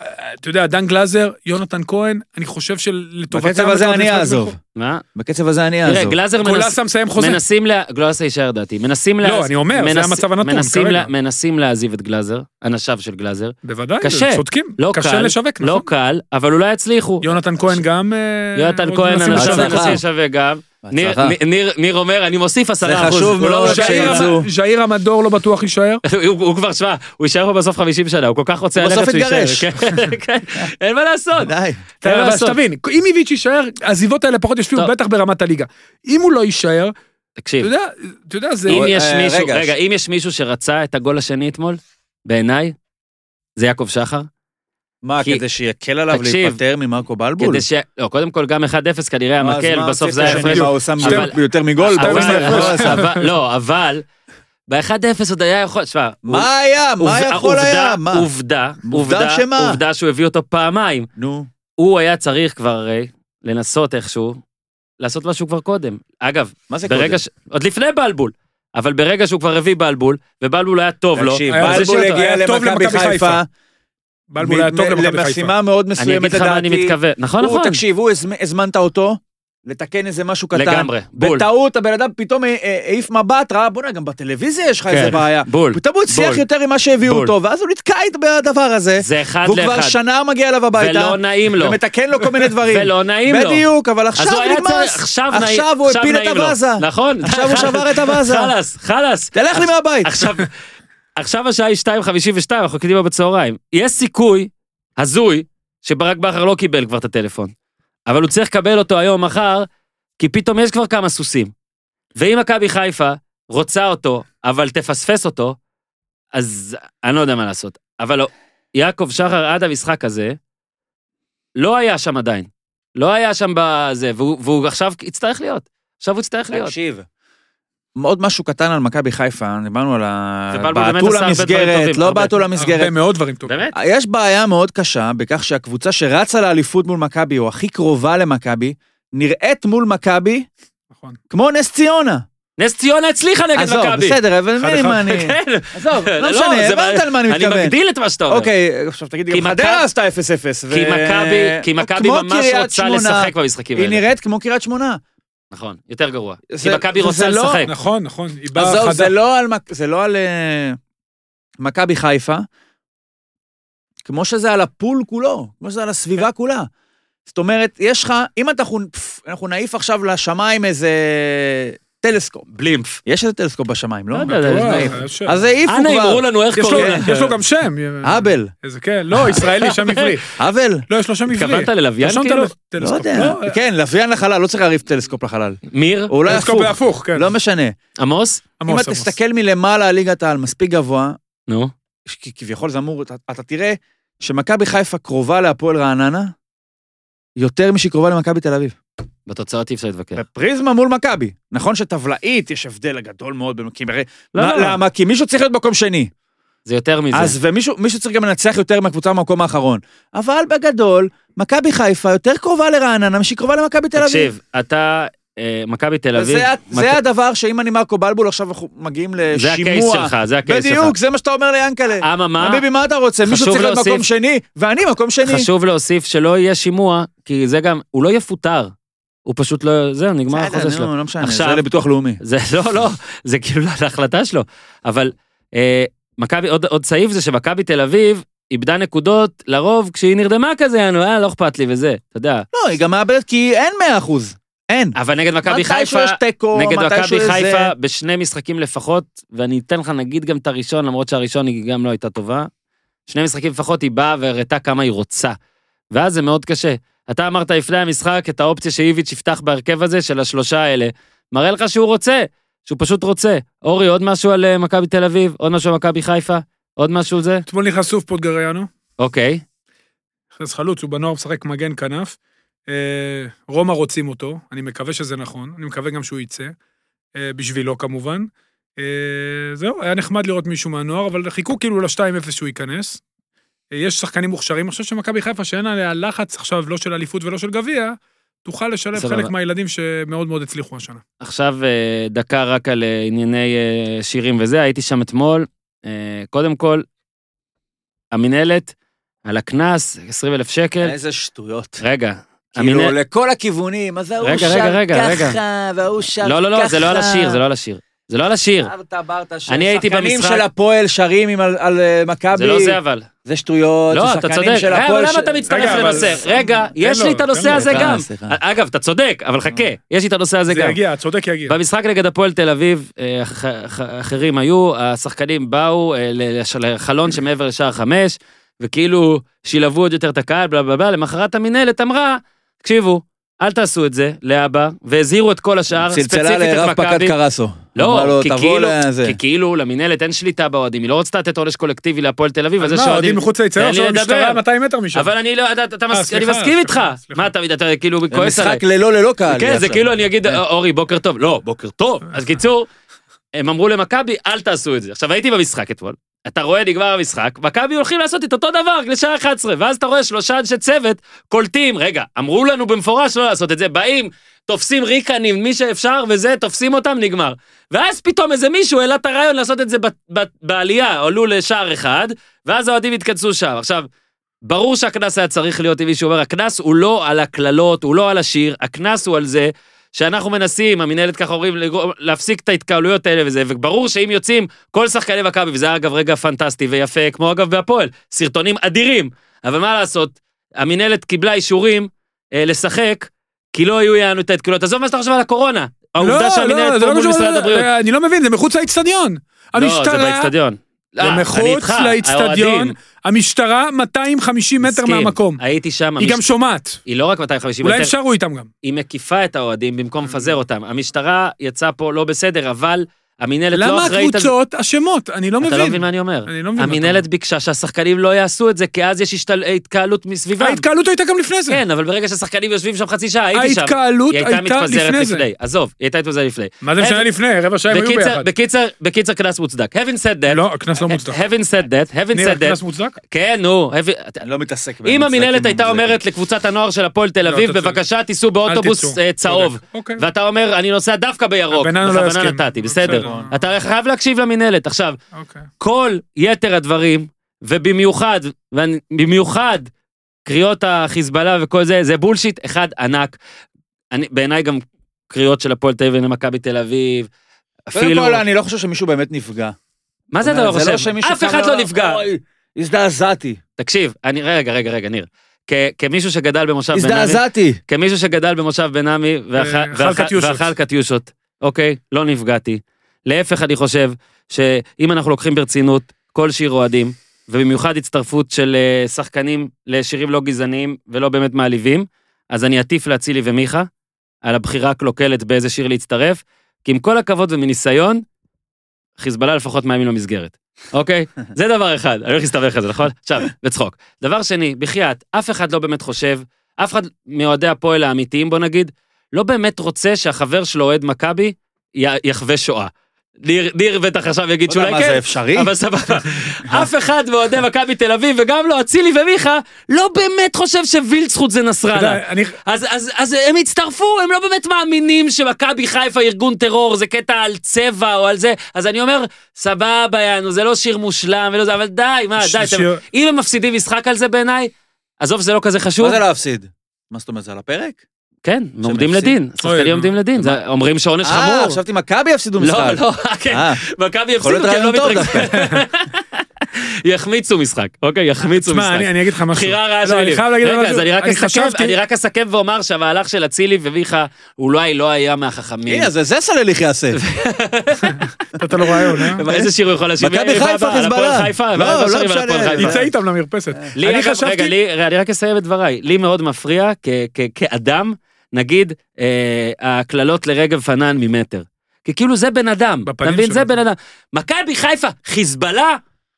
Speaker 3: אה, אתה יודע, דן גלאזר, יונתן כהן, אני חושב שלטובתם...
Speaker 4: בקצב הזה אני אעזוב.
Speaker 1: מה?
Speaker 4: בקצב הזה אני
Speaker 1: תראה,
Speaker 4: אעזוב.
Speaker 1: גלאזר מנס-
Speaker 3: גולסה מסיים חוזה.
Speaker 1: מנסים לה... גלאזר יישאר דעתי, מנסים לה...
Speaker 3: לא, אני אומר, זה
Speaker 1: מנס-
Speaker 3: המצב הנתון
Speaker 1: מנסים
Speaker 3: כרגע.
Speaker 1: לה- מנסים להעזיב את גלאזר, אנשיו של גלאזר,
Speaker 3: בוודאי,
Speaker 1: קשה.
Speaker 3: צודקים.
Speaker 1: לא קל,
Speaker 3: קשה לשווק,
Speaker 1: לא
Speaker 3: נכון?
Speaker 1: קל, אבל אולי יצליחו.
Speaker 3: יונתן כהן גם... אה,
Speaker 1: יונתן
Speaker 3: עוד
Speaker 1: כהן,
Speaker 3: מנסים
Speaker 1: אנחנו
Speaker 3: לשווק.
Speaker 4: הצלחה.
Speaker 1: מנסים לשווק גם. ניר-
Speaker 4: בהצלחה.
Speaker 1: ניר- ניר אומר, אני מוסיף עשרה אחוז.
Speaker 4: חשוב
Speaker 1: הוא לא
Speaker 4: מאוד
Speaker 1: לוקח-
Speaker 3: ז'איר
Speaker 4: שיצאו.
Speaker 3: המ- ז'איר המדור לא בטוח יישאר.
Speaker 1: הוא הוא כבר, שמע, הוא יישאר פה בסוף 50 שנה, הוא כל כך רוצה
Speaker 4: הוא
Speaker 1: ללכת
Speaker 4: בסוף
Speaker 1: שהוא
Speaker 4: יתגרש.
Speaker 1: יישאר. כן, כן, אין מה לעשות.
Speaker 4: די.
Speaker 1: אין מה
Speaker 3: אז
Speaker 1: לעשות.
Speaker 3: תבין, אה, אם איביץ' יישאר, העזיבות האלה פחות ישפיעו,
Speaker 1: טוב.
Speaker 3: בטח ברמת הליגה. אם הוא לא יישאר,
Speaker 1: תקשיב,
Speaker 3: אתה יודע, אתה יודע, זה...
Speaker 1: אם יש
Speaker 4: אה,
Speaker 1: מישהו,
Speaker 4: רגע,
Speaker 1: רגע,
Speaker 4: ש-
Speaker 1: אם יש מישהו שרצה את הגול השני אתמול, בעיניי, זה יעקב שחר.
Speaker 4: מה,
Speaker 1: כי-
Speaker 4: כדי שיקל עליו
Speaker 1: תקשיב,
Speaker 4: להיפטר ממרקו בלבול?
Speaker 1: כדי ש... לא, קודם כל גם 1-0 כנראה
Speaker 4: מה, לא, אז
Speaker 1: המקל,
Speaker 4: מה,
Speaker 1: בסוף
Speaker 4: רצית
Speaker 1: זה היה
Speaker 4: שאני-
Speaker 1: הפרש.
Speaker 4: מה, הוא שם
Speaker 1: אבל-
Speaker 4: יותר- יותר מגול? אתה
Speaker 1: אבל-
Speaker 4: אומר, לא, עשה.
Speaker 1: אבל- לא, אבל, ב-1-0 עוד היה יכול, שמע, הוא-
Speaker 4: מה היה? מה
Speaker 1: עובדה-
Speaker 4: יכול היה?
Speaker 1: עובדה-
Speaker 4: מה?
Speaker 1: עובדה,
Speaker 4: עובדה
Speaker 1: עובדה,
Speaker 4: שמה?
Speaker 1: עובדה שהוא הביא אותו פעמיים.
Speaker 4: נו.
Speaker 1: הוא היה צריך כבר הרי לנסות איכשהו לעשות משהו כבר קודם. אגב,
Speaker 4: מה זה
Speaker 1: ברגע
Speaker 4: קודם?
Speaker 1: ש... עוד לפני בלבול, אבל ברגע שהוא כבר הביא בלבול, ובלבול היה טוב לו,
Speaker 4: תקשיב,
Speaker 3: היה
Speaker 1: אז יש
Speaker 4: בלבול
Speaker 1: לו-
Speaker 4: הגיע
Speaker 3: היה טוב
Speaker 4: למכבי
Speaker 3: למכבי
Speaker 4: חיפה,
Speaker 3: חיפה. בלבול היה טוב למכבי חיפה.
Speaker 4: למשימה מאוד
Speaker 1: אני אגיד
Speaker 4: מסוימת לדעתי.
Speaker 1: לך מה אני מתכוון. נכון,
Speaker 4: הוא,
Speaker 1: נכון.
Speaker 4: תקשיב, הוא הזמ- הזמנת אותו לתקן איזה משהו קטן.
Speaker 1: לגמרי, בול.
Speaker 4: בטעות הבן אדם פתאום אה, אה, העיף מבט, ראה, בוא'נה, גם בטלוויזיה יש לך
Speaker 1: כן,
Speaker 4: איזה בעיה.
Speaker 1: בול,
Speaker 4: פתאום הוא הצליח
Speaker 1: בול.
Speaker 4: יותר ממה שהביאו
Speaker 1: בול.
Speaker 4: אותו, ואז הוא נתקע איתו בדבר הזה.
Speaker 1: זה אחד
Speaker 4: והוא כבר
Speaker 1: לאחד.
Speaker 4: שנה מגיע אליו הביתה.
Speaker 1: ולא נעים לו.
Speaker 4: ומתקן לו כל מיני דברים.
Speaker 1: ולא נעים לו.
Speaker 4: בדיוק, אבל עכשיו
Speaker 1: אז הוא היה
Speaker 4: נגמר.
Speaker 1: צריך- עכשיו נעים-
Speaker 4: עכשיו הוא
Speaker 1: עכשיו
Speaker 4: הפיל את
Speaker 1: נעים לו.
Speaker 4: הוואזה.
Speaker 1: נכון.
Speaker 4: עכשיו הוא שבר את הוואזה.
Speaker 1: חלאס, חלאס.
Speaker 4: תלך לי
Speaker 1: עכשיו-
Speaker 4: מהבית.
Speaker 1: עכשיו, עכשיו השעה היא 2:52, אנחנו קדימה בצהריים. יש סיכוי הזוי שברק בכר לא קיבל כבר את הטלפון, אבל הוא צריך לקבל אותו היום, מחר, כי פתאום יש כבר כמה סוסים. ואם מכבי חיפה רוצה אותו, אבל תפספס אותו, אז אני לא יודע מה לעשות. אבל לא, יעקב שחר עד המשחק הזה, לא היה שם עדיין. לא היה שם בזה, והוא, והוא עכשיו יצטרך להיות. עכשיו הוא יצטרך להיות.
Speaker 4: תקשיב. עוד משהו קטן על מכבי חיפה, אה, דיברנו על ה...
Speaker 1: ובלבול באמת
Speaker 4: בעטו
Speaker 1: עשה הרבה דברים
Speaker 4: למסגרת,
Speaker 1: טובים,
Speaker 4: לא
Speaker 1: הרבה.
Speaker 4: בעטו למסגרת.
Speaker 3: הרבה מאוד דברים טובים.
Speaker 1: באמת?
Speaker 4: יש בעיה מאוד קשה בכך שהקבוצה שרצה לאליפות מול מכבי, או הכי קרובה למכבי, נראית מול מכבי
Speaker 3: נכון.
Speaker 4: כמו נס ציונה.
Speaker 1: נס ציונה הצליחה נגד
Speaker 4: עזוב,
Speaker 1: מכבי.
Speaker 4: בסדר, אבל
Speaker 3: אחד
Speaker 4: מי
Speaker 3: אחד.
Speaker 4: מה אני...
Speaker 1: כן.
Speaker 4: עזוב, לא
Speaker 1: זה
Speaker 4: משנה,
Speaker 1: מה-
Speaker 4: הבנת על מה אני מתכוון.
Speaker 1: אני מגדיל את מה שאתה אומר.
Speaker 4: אוקיי, עכשיו תגיד,
Speaker 1: כי
Speaker 4: גם
Speaker 1: מכבי-
Speaker 4: חדרה עשתה 0-0. ו-
Speaker 1: כי מכבי, כי מכבי
Speaker 4: כמו
Speaker 1: ממש
Speaker 4: קריית
Speaker 1: רוצה
Speaker 4: שמונה,
Speaker 1: לשחק במשחקים
Speaker 4: היא
Speaker 1: האלה.
Speaker 4: נראית כמו קריית שמונה.
Speaker 1: נכון, יותר גרוע. כי
Speaker 4: זה-
Speaker 1: מכבי
Speaker 4: זה-
Speaker 1: רוצה
Speaker 4: זה לא-
Speaker 1: לשחק.
Speaker 3: נכון, נכון. היא באה
Speaker 4: עזוב, זה
Speaker 3: חדה.
Speaker 4: לא על, מכ- זה לא על אה, מכבי חיפה, כמו שזה על הפול כולו, כמו שזה על הסביבה כולה. זאת אומרת, יש לך, אם אתה, חונ- פפ, אנחנו נעיף עכשיו לשמיים איזה טלסקופ.
Speaker 1: בלימפ.
Speaker 4: יש איזה טלסקופ בשמיים, לא?
Speaker 1: לא יודע, זה
Speaker 3: וואו,
Speaker 1: נעים.
Speaker 3: יש-
Speaker 4: אז העיפו
Speaker 1: אנא אמרו
Speaker 4: כבר.
Speaker 1: לנו איך
Speaker 3: יש לו-
Speaker 1: קוראים.
Speaker 3: יש לו גם שם.
Speaker 4: האבל,
Speaker 3: איזה כן, לא, ישראלי, שם עברי.
Speaker 4: האבל.
Speaker 3: לא, יש לו שם עברי.
Speaker 1: התכוונת ללוויין
Speaker 3: רשמת
Speaker 1: כאילו?
Speaker 3: לו
Speaker 4: לא
Speaker 3: טלסקופ.
Speaker 4: יודע.
Speaker 3: לא,
Speaker 4: כן, לוויין לחלל, לא צריך להעיף טלסקופ לחלל.
Speaker 1: מיר,
Speaker 4: או אולי
Speaker 3: טלסקופ
Speaker 4: הפוך,
Speaker 3: בהפוך, כן.
Speaker 4: לא משנה.
Speaker 1: עמוס,
Speaker 4: אם
Speaker 3: עמוס,
Speaker 4: אתה
Speaker 3: עמוס.
Speaker 4: תסתכל מלמעלה, ליגת העל מספיק גבוה,
Speaker 1: נו.
Speaker 4: כי כביכול זה אמור, אתה, אתה תראה שמכבי חיפה קרובה להפועל רעננה יותר משהיא קרובה למכבי תל אביב.
Speaker 1: כן. בתוצאות אי אפשר להתווכח.
Speaker 4: בפריזמה מול מכבי. נכון שטבלאית יש הבדל גדול מאוד, בין- כי הרי-
Speaker 1: לא,
Speaker 4: מה-
Speaker 1: לא, לא.
Speaker 4: למה? כי מישהו צריך להיות במקום שני.
Speaker 1: זה יותר מזה.
Speaker 4: אז ומישהו מישהו צריך גם לנצח יותר מהקבוצה במקום האחרון. אבל בגדול, מכבי חיפה יותר קרובה לרעננה משהיא קרובה למכבי תל אביב.
Speaker 1: תקשיב, אתה, אה, מכבי תל אביב.
Speaker 4: וזה ה-
Speaker 1: מכ-
Speaker 4: זה הדבר שאם אני מרקו בלבול עכשיו אנחנו מגיעים לשימוע.
Speaker 1: זה הקייס שלך, זה הקייס שלך.
Speaker 4: בדיוק, זה מה שאתה אומר ליאנקלה.
Speaker 1: אממה,
Speaker 4: חביבי, מה אתה רוצה? מישהו
Speaker 1: חשוב
Speaker 4: צריך להיות
Speaker 1: להוסיף-
Speaker 4: מקום שני, ואני מקום שני.
Speaker 1: חשוב להוסיף שלא יהיה שימוע, כי זה גם, הוא לא יפוטר. הוא פשוט לא, זהו, נגמר החוזה שלו.
Speaker 4: לא משנה,
Speaker 1: עכשיו-
Speaker 4: זה לביטוח לאומי.
Speaker 1: זה לא, לא, זה כאילו על ההחלטה שלו. אבל אה, מכבי, עוד, עוד סעיף זה שמכבי תל אביב איבדה נקודות לרוב כשהיא נרדמה כזה, יענו, אה, לא אכפת לי וזה, אתה יודע.
Speaker 4: לא, היא גם מאבדת כי אין 100%. אין.
Speaker 1: אבל נגד מכבי
Speaker 4: מתישהו
Speaker 1: חיפה,
Speaker 4: יש תיקו,
Speaker 1: נגד
Speaker 4: מתישהו
Speaker 1: מכבי
Speaker 4: יש זה.
Speaker 1: חיפה בשני משחקים לפחות, ואני אתן לך נגיד גם את הראשון, למרות שהראשון היא גם לא הייתה טובה. שני משחקים לפחות היא באה והראתה כמה היא רוצה. ואז זה מאוד קשה. אתה אמרת לפני המשחק את האופציה שאיביץ' יפתח בהרכב הזה של השלושה האלה. מראה לך שהוא רוצה, שהוא פשוט רוצה. אורי, עוד משהו על אה, מכבי תל אביב? עוד משהו על מכבי חיפה? עוד משהו זה?
Speaker 3: אתמול נכנס סוף פוטגריאנו,
Speaker 1: אוקיי.
Speaker 3: נכנס חלוץ, הוא בנוער משחק מגן כנף. אה, רומא רוצים אותו, אני מקווה שזה נכון, אני מקווה גם שהוא יצא, אה, בשבילו כמובן. אה, זהו, היה נחמד לראות מישהו מהנוער, אבל חיכו כאילו ל-2-0 שהוא ייכנס. אה, יש שחקנים מוכשרים, אני חושב שמכבי חיפה, שאין עליה לחץ עכשיו, לא של אליפות ולא של גביע, תוכל לשלב
Speaker 1: סבבה.
Speaker 3: חלק מהילדים שמאוד מאוד הצליחו השנה.
Speaker 1: עכשיו אה, דקה רק על אה, ענייני אה, שירים וזה, הייתי שם אתמול. אה, קודם כל, המינהלת, על הקנס, 20 אלף שקל.
Speaker 4: איזה שטויות.
Speaker 1: רגע,
Speaker 4: כאילו,
Speaker 1: המינהל-
Speaker 4: לכל הכיוונים, אז ההוא
Speaker 1: רגע,
Speaker 4: שר
Speaker 1: רגע, רגע,
Speaker 4: ככה, וההוא שר ככה.
Speaker 1: לא, לא, לא, זה לא על השיר, זה לא על השיר. זה לא על השיר,
Speaker 4: אתה אמרת
Speaker 1: אני הייתי
Speaker 4: ששחקנים
Speaker 1: במשחק-
Speaker 4: של הפועל שרים עם על- על אה, מכבי,
Speaker 1: זה לא זה אבל.
Speaker 4: זה שטויות,
Speaker 1: לא,
Speaker 4: זה
Speaker 1: אתה
Speaker 4: שחקנים
Speaker 1: צודק.
Speaker 4: של
Speaker 1: אה, אבל
Speaker 4: הפועל ש-
Speaker 1: למה אתה מצטרף
Speaker 3: רגע, אבל-
Speaker 1: לנושא? רגע, יש
Speaker 3: לו,
Speaker 1: לי את
Speaker 3: תן
Speaker 1: הנושא
Speaker 3: לו.
Speaker 1: הזה
Speaker 4: סליחה,
Speaker 1: גם. אה,
Speaker 4: סליחה.
Speaker 1: אגב, אתה צודק, אבל חכה, יש לי את הנושא הזה
Speaker 3: זה
Speaker 1: גם.
Speaker 3: יגיע, צודק
Speaker 4: כן.
Speaker 3: יגיע.
Speaker 1: במשחק נגד הפועל תל אביב, אה, אח- אח- אחרים היו, השחקנים באו אה, ל- לש- לחלון שמעבר לשער חמש, וכאילו שילבו עוד יותר את הקהל, בלה בלה בלה, למחרת המינהלת אמרה, תקשיבו, אל תעשו את זה, לאבא, והזהירו את כל השאר,
Speaker 4: צלצלה
Speaker 1: ספציפית את
Speaker 4: לרב פקד
Speaker 1: מכבי.
Speaker 4: קרסו.
Speaker 1: לא,
Speaker 4: אמרה לו,
Speaker 1: כי
Speaker 4: "תבוא
Speaker 1: כאילו,
Speaker 4: לזה".
Speaker 1: כי כאילו למינהלת אין שליטה באוהדים, היא לא רצתה לתת עונש קולקטיבי להפועל תל אביב, אז זה
Speaker 3: מה, אוהדים
Speaker 1: שאוהדים...
Speaker 3: מחוץ ליציאה,
Speaker 1: תן לי
Speaker 3: עכשיו המשטרה
Speaker 1: לדבר.
Speaker 3: 200 מטר משם.
Speaker 1: אבל אני לא, אתה, אתה, מס... אני
Speaker 3: סליחה,
Speaker 1: מסכים איתך.
Speaker 3: סליחה, סליחה.
Speaker 1: מה אתה, אתה כאילו
Speaker 4: זה
Speaker 1: כועס עליי.
Speaker 4: אה, משחק ללא ללא קהל.
Speaker 1: כן, זה
Speaker 4: עכשיו.
Speaker 1: כאילו אני אגיד, "אה, אורי, בוקר טוב. לא, בוקר טוב. אז קיצור, הם אמרו למכבי, אל תעשו את זה. עכשיו, הייתי במשחק אתמול. אתה רואה, נגמר המשחק, מכבי הולכים לעשות את אותו דבר רק לשעה 11, ואז אתה רואה שלושה אנשי צוות קולטים, רגע, אמרו לנו במפורש לא לעשות את זה, באים, תופסים ריקנים, מי שאפשר וזה, תופסים אותם, נגמר. ואז פתאום איזה מישהו העלה את הרעיון לעשות את זה ב- ב- בעלייה, עלו לשער אחד, ואז האוהדים התכנסו שם. עכשיו, ברור שהקנס היה צריך להיות, אם מישהו אומר, הקנס הוא לא על הקללות, הוא לא על השיר, הקנס הוא על זה שאנחנו מנסים, המינהלת ככה אומרים, לגרום- להפסיק את ההתקהלויות האלה וזה, וברור שאם יוצאים כל שחקני מכבי, וזה אגב רגע פנטסטי ויפה, כמו אגב בהפועל, סרטונים אדירים, אבל מה לעשות, המינהלת קיבלה אישורים אה, לשחק, כי לא היו יענו את ההתקהלויות. עזוב מה שאתה חושב על הקורונה, העובדה
Speaker 3: לא, לא,
Speaker 1: שהמינהלת
Speaker 3: זה
Speaker 1: פה
Speaker 3: לא
Speaker 1: מול
Speaker 3: קשור-
Speaker 1: משרד הבריאות.
Speaker 3: אני לא מבין, זה מחוץ לאיצטדיון.
Speaker 1: לא, זה
Speaker 3: המשטרה,
Speaker 1: באיצטדיון.
Speaker 3: זה
Speaker 1: אה, אני
Speaker 3: מחוץ
Speaker 1: איתך, האוהדים.
Speaker 3: לאיצטדיון, המשטרה 250 מטר
Speaker 1: מסכים,
Speaker 3: מהמקום.
Speaker 1: הייתי שם,
Speaker 3: היא
Speaker 1: המש-
Speaker 3: גם שומעת.
Speaker 1: היא לא רק 250
Speaker 3: אולי Mm. הם
Speaker 1: מטר,
Speaker 3: שרו איתם גם.
Speaker 1: היא מקיפה את האוהדים במקום לפזר אותם. המשטרה יצאה פה לא בסדר, אבל המינהלת לא
Speaker 3: למה
Speaker 1: אחראית על זה.
Speaker 3: הקבוצות אשמות? אני לא
Speaker 1: אתה לא מבין
Speaker 3: מבין.
Speaker 1: מה אני אומר.
Speaker 3: אני לא מבין מה אתה
Speaker 1: המינהלת ביקשה שהשחקנים לא יעשו את זה, כי אז יש השתל- התקהלות מסביבם.
Speaker 3: אה, ההתקהלות הייתה גם לפני זה.
Speaker 1: כן, אבל ברגע שהשחקנים יושבים שם חצי שעה, הייתי שם.
Speaker 3: ההתקהלות
Speaker 1: היא הייתה
Speaker 3: הייתה
Speaker 1: מתפזרת
Speaker 3: לפני זה.
Speaker 1: לפני. עזוב, היא הייתה מתפזרת לפני.
Speaker 3: מה זה משנה
Speaker 1: Having-
Speaker 3: לפני? רבע שעה הם היו
Speaker 1: בקיצר-
Speaker 3: ביחד.
Speaker 1: בקיצר, בקיצר, קנס מוצדק. Having said that,
Speaker 3: לא, הקנס לא מוצדק.
Speaker 1: Having said that, having
Speaker 3: ניר,
Speaker 1: said
Speaker 3: הקנס
Speaker 1: that,
Speaker 3: מוצדק?
Speaker 1: כן, נו, having-
Speaker 4: אני לא מתעסק
Speaker 1: אם
Speaker 4: במצחיקים
Speaker 1: המינהלת הייתה
Speaker 4: ומוזיקים.
Speaker 1: אומרת לקבוצת הנוער של הפועל תל
Speaker 3: לא,
Speaker 1: אביב,
Speaker 3: אתה צודק.
Speaker 1: בבקשה תיסעו
Speaker 3: אל
Speaker 1: באוטובוס
Speaker 3: תיסעו.
Speaker 1: אה, צהוב,
Speaker 3: צודק, אוקיי.
Speaker 1: ואתה אומר, אני נוסע דווקא בירוק,
Speaker 3: הבננה לא
Speaker 1: בכוונה
Speaker 3: יסכים.
Speaker 1: נתתי, בסדר.
Speaker 3: בסדר. נכון.
Speaker 1: אתה חייב להקשיב למינהלת. עכשיו,
Speaker 3: אוקיי.
Speaker 1: כל יתר הדברים, ובמיוחד, במיוחד קריאות החיזבאללה וכל זה, זה בולשיט אחד ענק. אני- בעיניי גם קריאות של הפועל תל אביב למכבי תל אביב,
Speaker 4: קודם
Speaker 1: אפילו...
Speaker 4: כל, אני לא חושב שמישהו באמת נפגע.
Speaker 1: מה זה אתה לא חושב?
Speaker 4: שמישהו
Speaker 1: אף
Speaker 4: קם
Speaker 1: אחד לא
Speaker 4: ואמר,
Speaker 1: נפגע.
Speaker 4: "אוי, הזדעזעתי,
Speaker 1: תקשיב, אני, רגע, רגע, רגע, ניר. כ- כמישהו שגדל במושב בן עמי,
Speaker 4: הזדעזעתי.
Speaker 1: כמישהו שגדל במושב בן עמי ואכ-
Speaker 3: אה, אכל
Speaker 1: ואכ-
Speaker 3: קטיושות.
Speaker 1: ואכל קטיושות, אוקיי? לא נפגעתי. להפך, אני חושב שאם אנחנו לוקחים ברצינות כל שיר אוהדים, ובמיוחד הצטרפות של אה, שחקנים לשירים לא גזעניים ולא באמת מעליבים, אז אני אטיף לאצילי ומיכה על הבחירה הקלוקלת באיזה שיר להצטרף, כי עם כל הכבוד ומניסיון, חיזבאללה לפחות מאמין במסגרת, אוקיי? זה דבר אחד, אני הולך להסתבך על זה, נכון? עכשיו, בצחוק. דבר שני, בחייאת, אף אחד לא באמת חושב, אף אחד מאוהדי הפועל האמיתיים, בוא נגיד, לא באמת רוצה שהחבר שלו אוהד מכבי י- יחווה שואה. ניר, ניר בטח עכשיו יגיד
Speaker 4: לא יודע
Speaker 1: שאולי
Speaker 4: מה זה
Speaker 1: כן,
Speaker 4: אפשרי?
Speaker 1: אבל סבבה. אף אחד מאוהדי מכבי תל אביב, וגם לא אצילי ומיכה, לא באמת חושב שווילצחוט לא. זה
Speaker 3: אתה
Speaker 1: נסראללה.
Speaker 3: יודע, אני-
Speaker 1: אז, אז, אז הם הצטרפו, הם לא באמת מאמינים שמכבי חיפה ארגון טרור, זה קטע על צבע או על זה, אז אני אומר, סבבה, יענו, זה לא שיר מושלם ולא זה, אבל די, מה,
Speaker 3: ש-
Speaker 1: די, אתם,
Speaker 3: שיר-
Speaker 1: אם הם מפסידים משחק על זה בעיניי, עזוב, זה לא כזה חשוב.
Speaker 4: מה זה להפסיד? מה זאת אומרת, זה על הפרק?
Speaker 1: כן, הם עומדים
Speaker 4: הפסיד.
Speaker 1: לדין,
Speaker 3: אוי,
Speaker 1: השחקנים עומדים לדין, זה- אומרים שעונש
Speaker 4: אה,
Speaker 1: חמור.
Speaker 4: חשבתי מכבי יפסידו משחק.
Speaker 1: לא, לא, כן,
Speaker 4: אה,
Speaker 1: מכבי
Speaker 4: יכול
Speaker 1: יפסידו,
Speaker 4: להיות
Speaker 1: כי הם לא
Speaker 4: רעיון טוב
Speaker 1: מתרגשים. יחמיצו משחק, אוקיי, יחמיצו משחק.
Speaker 3: תשמע, אני אני אגיד לך משהו.
Speaker 1: בחירה רעה
Speaker 3: לא,
Speaker 1: שלי.
Speaker 3: אני חייב להגיד לך
Speaker 1: רגע,
Speaker 3: משהו.
Speaker 1: אז אני רק אסכם,
Speaker 3: חשבתי-
Speaker 1: אני רק אסכם ואומר שהמהלך של אצילי ומיכה אולי לא היה מהחכמים.
Speaker 4: הנה, זה זה סלליך יעשה.
Speaker 3: אתה לא רעיון, אה?
Speaker 1: איזה שיר הוא יכול להשיב?
Speaker 4: מכבי
Speaker 1: אה,
Speaker 4: חיפה,
Speaker 1: על הפועל
Speaker 4: חיזבאללה.
Speaker 1: חיפה,
Speaker 4: לא,
Speaker 1: ואז
Speaker 4: לא
Speaker 1: שרים על הפועל
Speaker 4: משנה.
Speaker 1: חיפה.
Speaker 3: יצא איתם למרפסת.
Speaker 1: אה, לי
Speaker 3: אני
Speaker 1: אגב, רגע,
Speaker 3: חשבתי...
Speaker 1: לי- אני רק אסיים את דבריי. לי מאוד מפריע כ- כ- כאדם, נגיד, אה, הקללות לרגב פנן ממטר. כי כאילו זה בן אדם, אתה
Speaker 3: בפנים
Speaker 1: מבין?
Speaker 3: שלו.
Speaker 1: זה בן אדם. מכבי חיפה, חיזבאללה?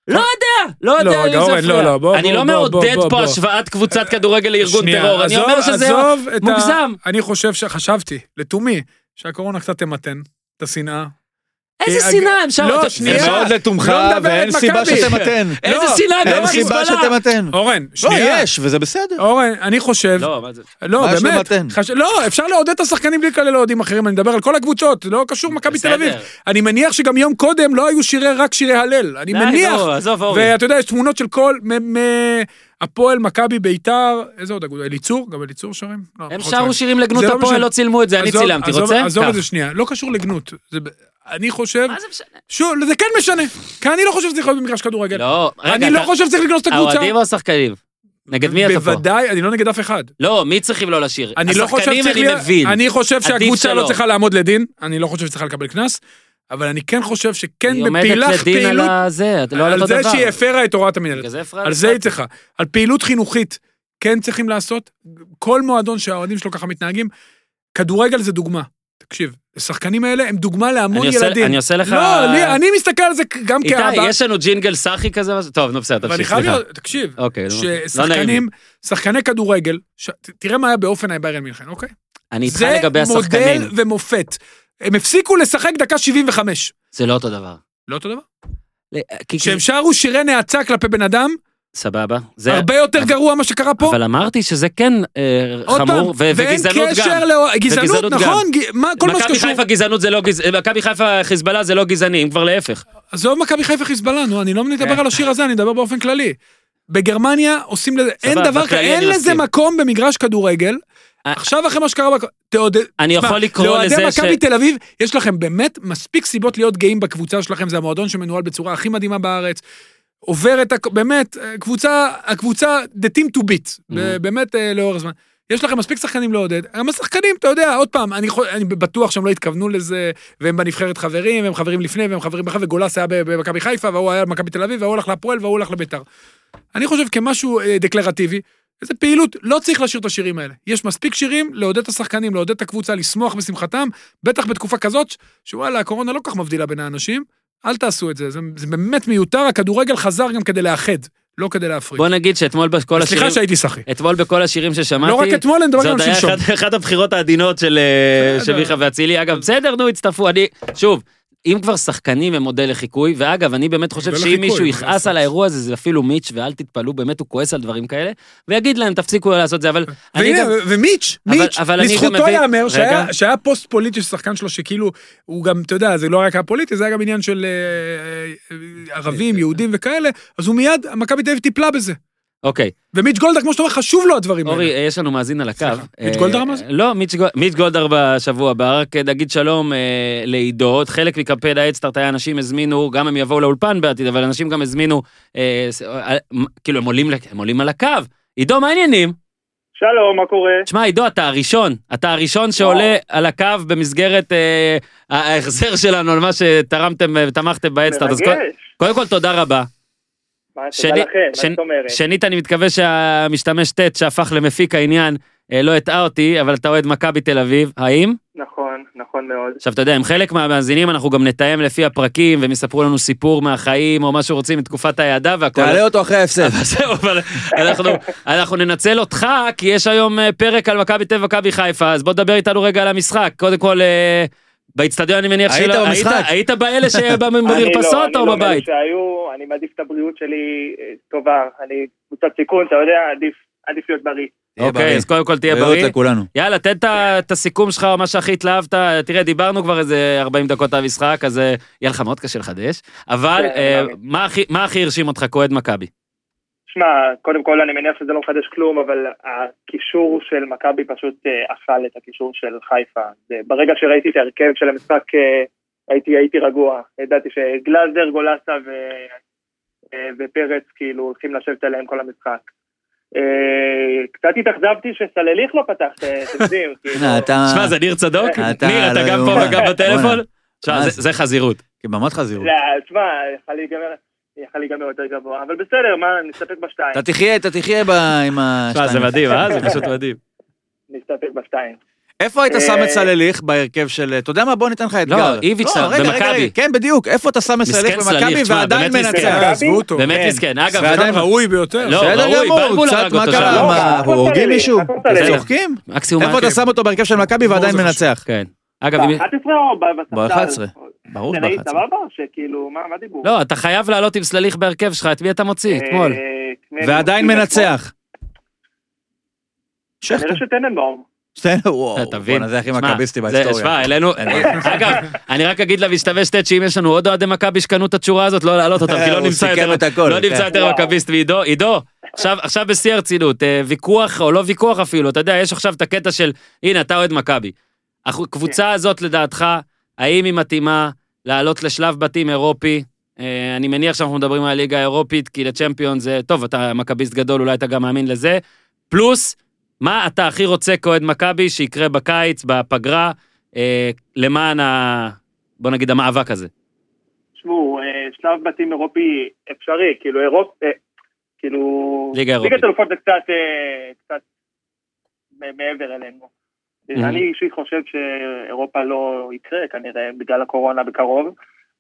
Speaker 1: לא יודע, לא
Speaker 3: לא,
Speaker 1: יודע לי
Speaker 3: רגע,
Speaker 1: זה
Speaker 3: אורן,
Speaker 1: מפריע.
Speaker 3: לא, לא, בוא,
Speaker 1: אני
Speaker 3: בוא,
Speaker 1: לא
Speaker 3: בוא,
Speaker 1: מעודד
Speaker 3: בוא,
Speaker 1: פה
Speaker 3: בוא.
Speaker 1: השוואת קבוצת כדורגל לארגון
Speaker 3: שנייה,
Speaker 1: טרור, אני
Speaker 3: עזוב-
Speaker 1: אומר שזה
Speaker 3: עזוב את ה-
Speaker 1: מוגזם.
Speaker 3: אני חושב שחשבתי, לתומי, שהקורונה קצת תמתן את השנאה.
Speaker 1: איזה
Speaker 3: אה,
Speaker 1: שנאה הם שם.
Speaker 3: לא,
Speaker 1: אתה-
Speaker 4: זה
Speaker 3: שנייה.
Speaker 4: מאוד לתומך,
Speaker 3: לא מדבר
Speaker 4: ואין
Speaker 3: את
Speaker 4: סיבה
Speaker 3: מכבי.
Speaker 4: שתמתן.
Speaker 1: איזה
Speaker 3: לא,
Speaker 1: שנאה, גם
Speaker 4: אין סיבה
Speaker 1: חיזבאללה. אוקיי,
Speaker 4: שתמתן.
Speaker 3: אורן,
Speaker 4: לא,
Speaker 3: שנייה.
Speaker 4: יש, וזה בסדר.
Speaker 3: אורן, אני חושב...
Speaker 1: לא, מה זה?
Speaker 3: לא,
Speaker 4: מה יש
Speaker 3: באמת.
Speaker 4: למתן?
Speaker 3: חש... לא, אפשר לעודד את השחקנים בלי לקלל אוהדים אחרים, אני מדבר על כל הקבוצות, לא קשור מכבי
Speaker 1: בסדר.
Speaker 3: תל אביב. אני מניח שגם יום קודם לא היו שירי, רק שירי הלל. אני
Speaker 1: די, לא,
Speaker 3: מניח,
Speaker 1: נו, עזוב, אורן.
Speaker 3: ואתה יודע, יש תמונות של כל, מ- מ- הפועל, מכבי, ביתר, איזה עוד אגודה? אליצור? גם אליצור שרים? לא,
Speaker 1: הם
Speaker 3: פחות
Speaker 1: שרו
Speaker 3: שרים.
Speaker 1: שירים לגנות
Speaker 3: זה לא
Speaker 1: הפועל,
Speaker 3: משנה.
Speaker 1: לא צילמו את זה, אני
Speaker 3: עזוב-
Speaker 1: צילמתי,
Speaker 3: עזוב-
Speaker 1: רוצה?
Speaker 3: עזוב
Speaker 1: קח.
Speaker 3: את זה שנייה, לא קשור לגנות. זה ב- אני חושב,
Speaker 1: מה זה משנה?
Speaker 3: שוב, זה כן משנה, כי אני לא חושב שזה יכול להיות במגרש כדורגל.
Speaker 1: לא, רגע,
Speaker 3: אני לא
Speaker 1: אתה-
Speaker 3: חושב שצריך לגנוז את הקבוצה.
Speaker 1: האוהדים או השחקנים? נגד מי אתה פה?
Speaker 3: בוודאי, אני לא נגד אף אחד.
Speaker 1: לא, מי צריכים לא לשיר?
Speaker 3: אני לא חושב
Speaker 1: השחקנים
Speaker 3: שצריך
Speaker 1: אני
Speaker 3: להיות-
Speaker 1: מבין.
Speaker 3: אני חושב
Speaker 1: עדיף
Speaker 3: שהקבוצה
Speaker 1: שלא.
Speaker 3: לא צריכה לעמוד לדין, אני לא חושב שצריכה לקבל קנס, אבל אני כן חושב שכן
Speaker 1: היא עומדת
Speaker 3: בפעילך
Speaker 1: לדין על
Speaker 3: פעילות,
Speaker 1: הזה, את- לא על
Speaker 3: על
Speaker 1: אותו דבר.
Speaker 3: זה שהיא הפרה את הוראת
Speaker 1: בגלל
Speaker 3: המנהלת,
Speaker 1: זה הפרעה
Speaker 3: על
Speaker 1: לך.
Speaker 3: זה היא צריכה, על פעילות חינוכית כן צריכים לעשות, כל מועדון שהאוהדים שלו ככה מתנהגים, כדורגל זה דוגמה, תקשיב, השחקנים האלה הם דוגמה להמון
Speaker 1: אני עושה-
Speaker 3: ילדים.
Speaker 1: אני עושה לך...
Speaker 3: לא, לי- אני מסתכל על זה גם כאבא,
Speaker 1: איתי, יש לנו ג'ינגל סאחי כזה? משהו? טוב, נו בסדר,
Speaker 3: ואני
Speaker 1: תמשיך,
Speaker 3: חייב
Speaker 1: סליחה.
Speaker 3: להיות, תקשיב,
Speaker 1: אוקיי, נו, לא נעים. לי.
Speaker 3: ששחקנים, שחקני כדורגל, ש- ת- תראה מה היה באופן ביירן מינכן, אוקיי?
Speaker 1: אני איתך
Speaker 3: זה
Speaker 1: לגבי השחקנים.
Speaker 3: מודל ומופת. הם הפסיקו לשחק דקה 75.
Speaker 1: זה לא אותו דבר.
Speaker 3: לא אותו דבר?
Speaker 1: ל- כי-
Speaker 3: שהם שרו שירי נאצה כלפי בן אדם,
Speaker 1: סבבה. זה-
Speaker 3: הרבה יותר
Speaker 1: אבל-
Speaker 3: גרוע מה שקרה פה.
Speaker 1: אבל אמרתי שזה כן אה,
Speaker 3: עוד פעם,
Speaker 1: חמור, ו-
Speaker 3: ואין
Speaker 1: וגזענות
Speaker 3: קשר
Speaker 1: גם.
Speaker 3: ל... גזענות,
Speaker 1: וגזענות גם.
Speaker 3: נכון, ג- מה- כל מה
Speaker 1: מכבי
Speaker 3: שקשור...
Speaker 1: חיפה גזענות זה לא גזענות, מכבי חיפה חיזבאללה זה לא גזעני, אם כבר להפך.
Speaker 3: עזוב מכבי חיפה חיזבאללה, נו, אני לא מדבר
Speaker 1: כן.
Speaker 3: על השיר הזה, אני מדבר באופן כללי. בגרמניה עושים לזה, אין
Speaker 1: סבבה,
Speaker 3: דבר כזה,
Speaker 1: בכללי
Speaker 3: אין
Speaker 1: אני
Speaker 3: לזה
Speaker 1: מסכים.
Speaker 3: מקום במגרש כדורגל.
Speaker 1: אה,
Speaker 3: עכשיו אחרי מה שקרה, בק- תעודד,
Speaker 1: אני
Speaker 3: תשמע,
Speaker 1: יכול לקרוא
Speaker 3: לאוהדי
Speaker 1: לזה ש...
Speaker 3: מכבי תל אביב, יש לכם באמת מספיק סיבות להיות גאים בקבוצה שלכם, זה המועדון שמנוהל בצורה הכי מדהימה בארץ. עובר את, הכ- באמת, אה, קבוצה, הקבוצה, the team to beat, ב-
Speaker 1: Mhm.
Speaker 3: באמת אה, לאור הזמן. יש לכם מספיק שחקנים לעודד, גם השחקנים, אתה יודע, עוד פעם, אני, חו- אני בטוח שהם לא התכוונו לזה, והם בנבחרת חברים, והם חברים לפני, והם חברים אחרי, וגולס היה ב- במכבי חיפה, והוא היה במכבי תל אביב, והוא הלך להפועל, והוא הלך לביתר. אני חושב כמשהו אה, דקלרטיבי, איזה פעילות, לא צריך לשיר את השירים האלה. יש מספיק שירים לעודד את השחקנים, לעודד את הקבוצה, לשמוח בשמחתם, בטח בתקופה כזאת, שוואלה, הקורונה לא כל כך מבדילה בין האנשים, אל תעשו את זה, זה, זה באמת מיותר, הכדורגל חזר גם כדי לאחד, לא כדי להפריד.
Speaker 1: בוא נגיד שאתמול בכל השירים...
Speaker 3: סליחה שהייתי סחי.
Speaker 1: אתמול בכל השירים ששמעתי...
Speaker 3: לא רק אתמול, אני מדבר
Speaker 1: זה
Speaker 3: גם
Speaker 1: עוד
Speaker 3: על
Speaker 1: היה
Speaker 3: שלשום.
Speaker 1: אחת- אחת הבחירות העדינות של אה,
Speaker 3: בסדר.
Speaker 1: של מיכה ואצילי. אגב, בסדר, נו, הצטרפו. אני, שוב, אם כבר שחקנים הם מודל לחיקוי, ואגב, אני באמת חושב
Speaker 3: מודל
Speaker 1: שאם
Speaker 3: לחיקוי,
Speaker 1: מישהו
Speaker 3: מה
Speaker 1: יכעס
Speaker 3: לעשות?
Speaker 1: על האירוע הזה, זה אפילו מיץ', ואל תתפלאו, באמת הוא כועס על דברים כאלה, ויגיד להם, תפסיקו לעשות את זה, אבל... אני
Speaker 3: והנה, אה,
Speaker 1: גם-
Speaker 3: ו- ומיץ',
Speaker 1: אבל-
Speaker 3: מיץ',
Speaker 1: אבל אני גם
Speaker 3: לזכותו
Speaker 1: מבין-
Speaker 3: ייאמר שהיה-
Speaker 1: רגע.
Speaker 3: שהיה פוסט פוליטי של שחקן שלו, שכאילו, הוא גם, אתה יודע, זה לא רק היה פוליטי, זה היה גם עניין של אה, אה, ערבים, יהודים וכאלה, אז הוא מיד, מכבי תל אביב טיפלה בזה.
Speaker 1: אוקיי,
Speaker 3: ומיץ' גולדה, כמו שאתה אומר, חשוב לו הדברים האלה.
Speaker 1: אורי, אה, יש לנו מאזין על הקו.
Speaker 3: סליחה, מיץ'
Speaker 1: אה,
Speaker 3: גולדהר המאזין?
Speaker 1: לא, מיץ' גול- מיץ' גולדהר בשבוע הבא, רק נגיד שלום אה, לעידו. חלק מקמפיין האדסטארט היה אנשים הזמינו, גם הם יבואו לאולפן בעתיד, אבל אנשים גם הזמינו, אה, ס- אה, מ- כאילו, הם עולים לק- הם עולים על הקו. עידו, מה העניינים?
Speaker 5: שלום, מה קורה?
Speaker 1: תשמע, עידו, אתה הראשון. אתה הראשון שעולה על הקו במסגרת אה, ההחזר שלנו על מה שתרמתם אה, ותמכתם באדסטארט. אז קודם-
Speaker 5: מרגש.
Speaker 1: קודם כל, תודה רבה.
Speaker 5: מה, תודה
Speaker 1: שני-
Speaker 5: לכם, מה
Speaker 1: שני-
Speaker 5: זאת אומרת?
Speaker 1: שנית, אני מתכוון שהמשתמש ט' שהפך למפיק העניין אה, לא הטעה אותי, אבל אתה אוהד מכבי תל אביב, האם?
Speaker 5: נכון, נכון מאוד.
Speaker 1: עכשיו, אתה יודע, עם חלק מהמאזינים אנחנו גם נתאם לפי הפרקים, והם יספרו לנו סיפור מהחיים או מה שרוצים מתקופת היעדה והכל.
Speaker 4: תעלה אותו אחרי ההפסד.
Speaker 1: אבל זהו, אבל אנחנו, אנחנו ננצל אותך, כי יש היום אה, פרק על מכבי תל אביב ומכבי חיפה, אז בוא תדבר איתנו רגע על המשחק. קודם כל, אה, באיצטדיון אני מניח
Speaker 4: היית במשחק?
Speaker 1: היית, היית באלה
Speaker 5: אני לא,
Speaker 1: שבמרפסות
Speaker 5: אני
Speaker 1: או
Speaker 5: לא מאלה
Speaker 1: בבית?
Speaker 5: שהיו, אני מעדיף את הבריאות שלי אה, טובה. אני קבוצת סיכון, אתה יודע, עדיף, עדיף להיות בריא.
Speaker 4: תהיה
Speaker 1: אוקיי,
Speaker 4: בריא.
Speaker 1: אז קודם כל תהיה
Speaker 4: בריאות
Speaker 1: בריא.
Speaker 4: לכולנו.
Speaker 1: יאללה, תן את ה- את הסיכום שלך, או מה שהכי התלהבת. תראה, דיברנו כבר איזה 40 דקות על המשחק, אז אה, יהיה לך מאוד קשה לחדש. אבל
Speaker 5: כן,
Speaker 1: אה,
Speaker 5: מאמין.
Speaker 1: מה הכי- מה הכי הרשים אותך כאוהד מכבי?
Speaker 5: שמע, קודם כל אני מניח שזה לא מחדש כלום, אבל הקישור של מכבי פשוט אה, אכל את הקישור של חיפה. זה- ברגע שראיתי את ההרכב של המשחק, אה, הייתי, הייתי רגוע. ידעתי שגלאזר, גולסה ו... אה, ופרץ כאילו הולכים לשבת עליהם כל המשחק. אה, קצת התאכזבתי שסלליך לא פתח, אה, אתם יודעים, כאילו...
Speaker 4: הנה, אתה...
Speaker 1: שמע, זה ניר צדוק?
Speaker 4: אה, אתה
Speaker 1: ניר, אתה
Speaker 4: לא
Speaker 1: גם פה
Speaker 4: יאומן.
Speaker 1: וגם בטלפון?
Speaker 4: בואנה.
Speaker 1: תשמע,
Speaker 4: מה
Speaker 1: זה-
Speaker 4: זה?
Speaker 1: זה חזירות.
Speaker 4: כבמת חזירות.
Speaker 5: לא, תשמע, יכל להיגמר... יכל להיגמר יותר גבוה, אבל בסדר, מה, נסתפק בשתיים.
Speaker 4: אתה תחיה, אתה תחיה ב- עם ה...
Speaker 1: תשמע, זה
Speaker 4: שתיים.
Speaker 1: מדהים, אה? זה פשוט מדהים.
Speaker 5: נסתפק בשתיים.
Speaker 4: איפה היית שם את
Speaker 5: אה,
Speaker 4: סלליך בהרכב של... אתה יודע מה? בוא ניתן לך אתגר.
Speaker 1: לא, איביץ'
Speaker 4: לא, רגע, רגע,
Speaker 1: במכבי.
Speaker 4: רגע, כן, בדיוק. איפה אתה שם את סלליך
Speaker 1: מסכן
Speaker 4: במכבי
Speaker 1: סלליך, תשמע,
Speaker 4: ועדיין
Speaker 1: באמת מסכן.
Speaker 4: מנצח?
Speaker 5: אה,
Speaker 3: עזבו אותו.
Speaker 1: באמת
Speaker 5: כן.
Speaker 1: מסכן. אגב,
Speaker 4: ועדיין-
Speaker 3: אדם
Speaker 1: שחקן ראוי.
Speaker 3: ראוי ביותר.
Speaker 1: לא,
Speaker 4: בסדר
Speaker 1: ראוי,
Speaker 4: גמור,
Speaker 1: בלבול
Speaker 4: קצת
Speaker 1: הרג
Speaker 4: מה
Speaker 1: אותו
Speaker 4: קרה?
Speaker 1: שם.
Speaker 5: לא,
Speaker 4: מה,
Speaker 5: אל
Speaker 4: הורגים
Speaker 5: תעשה לי,
Speaker 4: מישהו?
Speaker 5: אל תעשה
Speaker 1: לי.
Speaker 4: צוחקים?
Speaker 1: מקסימום...
Speaker 4: איפה אתה לא.
Speaker 1: מעקב.
Speaker 4: שם אותו בהרכב של מכבי ועדיין
Speaker 3: זה חשוב.
Speaker 4: מנצח?
Speaker 1: כן. אגב, אם-
Speaker 5: ב-11 או בספסל?
Speaker 4: ב-11. ברור
Speaker 5: זה נגיד
Speaker 4: שבחצי.
Speaker 5: סבבה? שכאילו, מה, מה דיבור?
Speaker 1: לא, אתה חייב לעלות עם סלליך בהרכב שלך, את מי אתה מוציא?
Speaker 5: אה,
Speaker 1: אתמול.
Speaker 5: כנראה
Speaker 4: ועדיין
Speaker 5: שהוא-
Speaker 4: מנצח. שכטר.
Speaker 5: כנראה שטננבאום.
Speaker 4: שתיהן, וואו,
Speaker 1: אתה מבין?
Speaker 4: אה, בואנה זה הכי
Speaker 1: שמע,
Speaker 4: מכביסטי
Speaker 1: זה-
Speaker 4: בהיסטוריה.
Speaker 1: שמע, העלינו... אגב, אני רק אגיד למשתמש ט' שאם יש לנו עוד אוהדי מכבי שקנו את התשורה הזאת, לא להעלות אותם, כי לא
Speaker 4: אה, הוא
Speaker 1: נמצא
Speaker 4: סיכם
Speaker 1: יותר-
Speaker 4: את הכל,
Speaker 1: לא
Speaker 4: כן.
Speaker 1: נמצא יותר
Speaker 5: וואו.
Speaker 1: מכביסט מעידו. עידו, עכשיו- עכשיו בשיא הרצינות, אה, ויכוח או לא ויכוח אפילו, אתה יודע, יש עכשיו את הקטע של, הנה, אתה אוהד מכבי. אך- הקבוצה הזאת, לדעתך, האם היא מתאימה לעלות לשלב בתים אירופי? אה, אני מניח שאנחנו מדברים על הליגה האירופית, כי לצ'מפיון זה, טוב, אתה מכביסט גדול, אולי אתה גם מאמין לזה. פלוס, מה אתה הכי רוצה כאוהד מכבי שיקרה בקיץ, בפגרה, אה, למען ה... בוא נגיד המאבק הזה.
Speaker 5: תשמעו, אה, שלב בתים אירופי אפשרי, כאילו אירופ... אה, כאילו...
Speaker 1: ליגה אירופית.
Speaker 5: ליגת אלופות זה קצת... אה, קצת מ- מעבר אלינו.
Speaker 1: Mhm.
Speaker 5: אני אישית חושב שאירופה לא יקרה כנראה בגלל הקורונה בקרוב,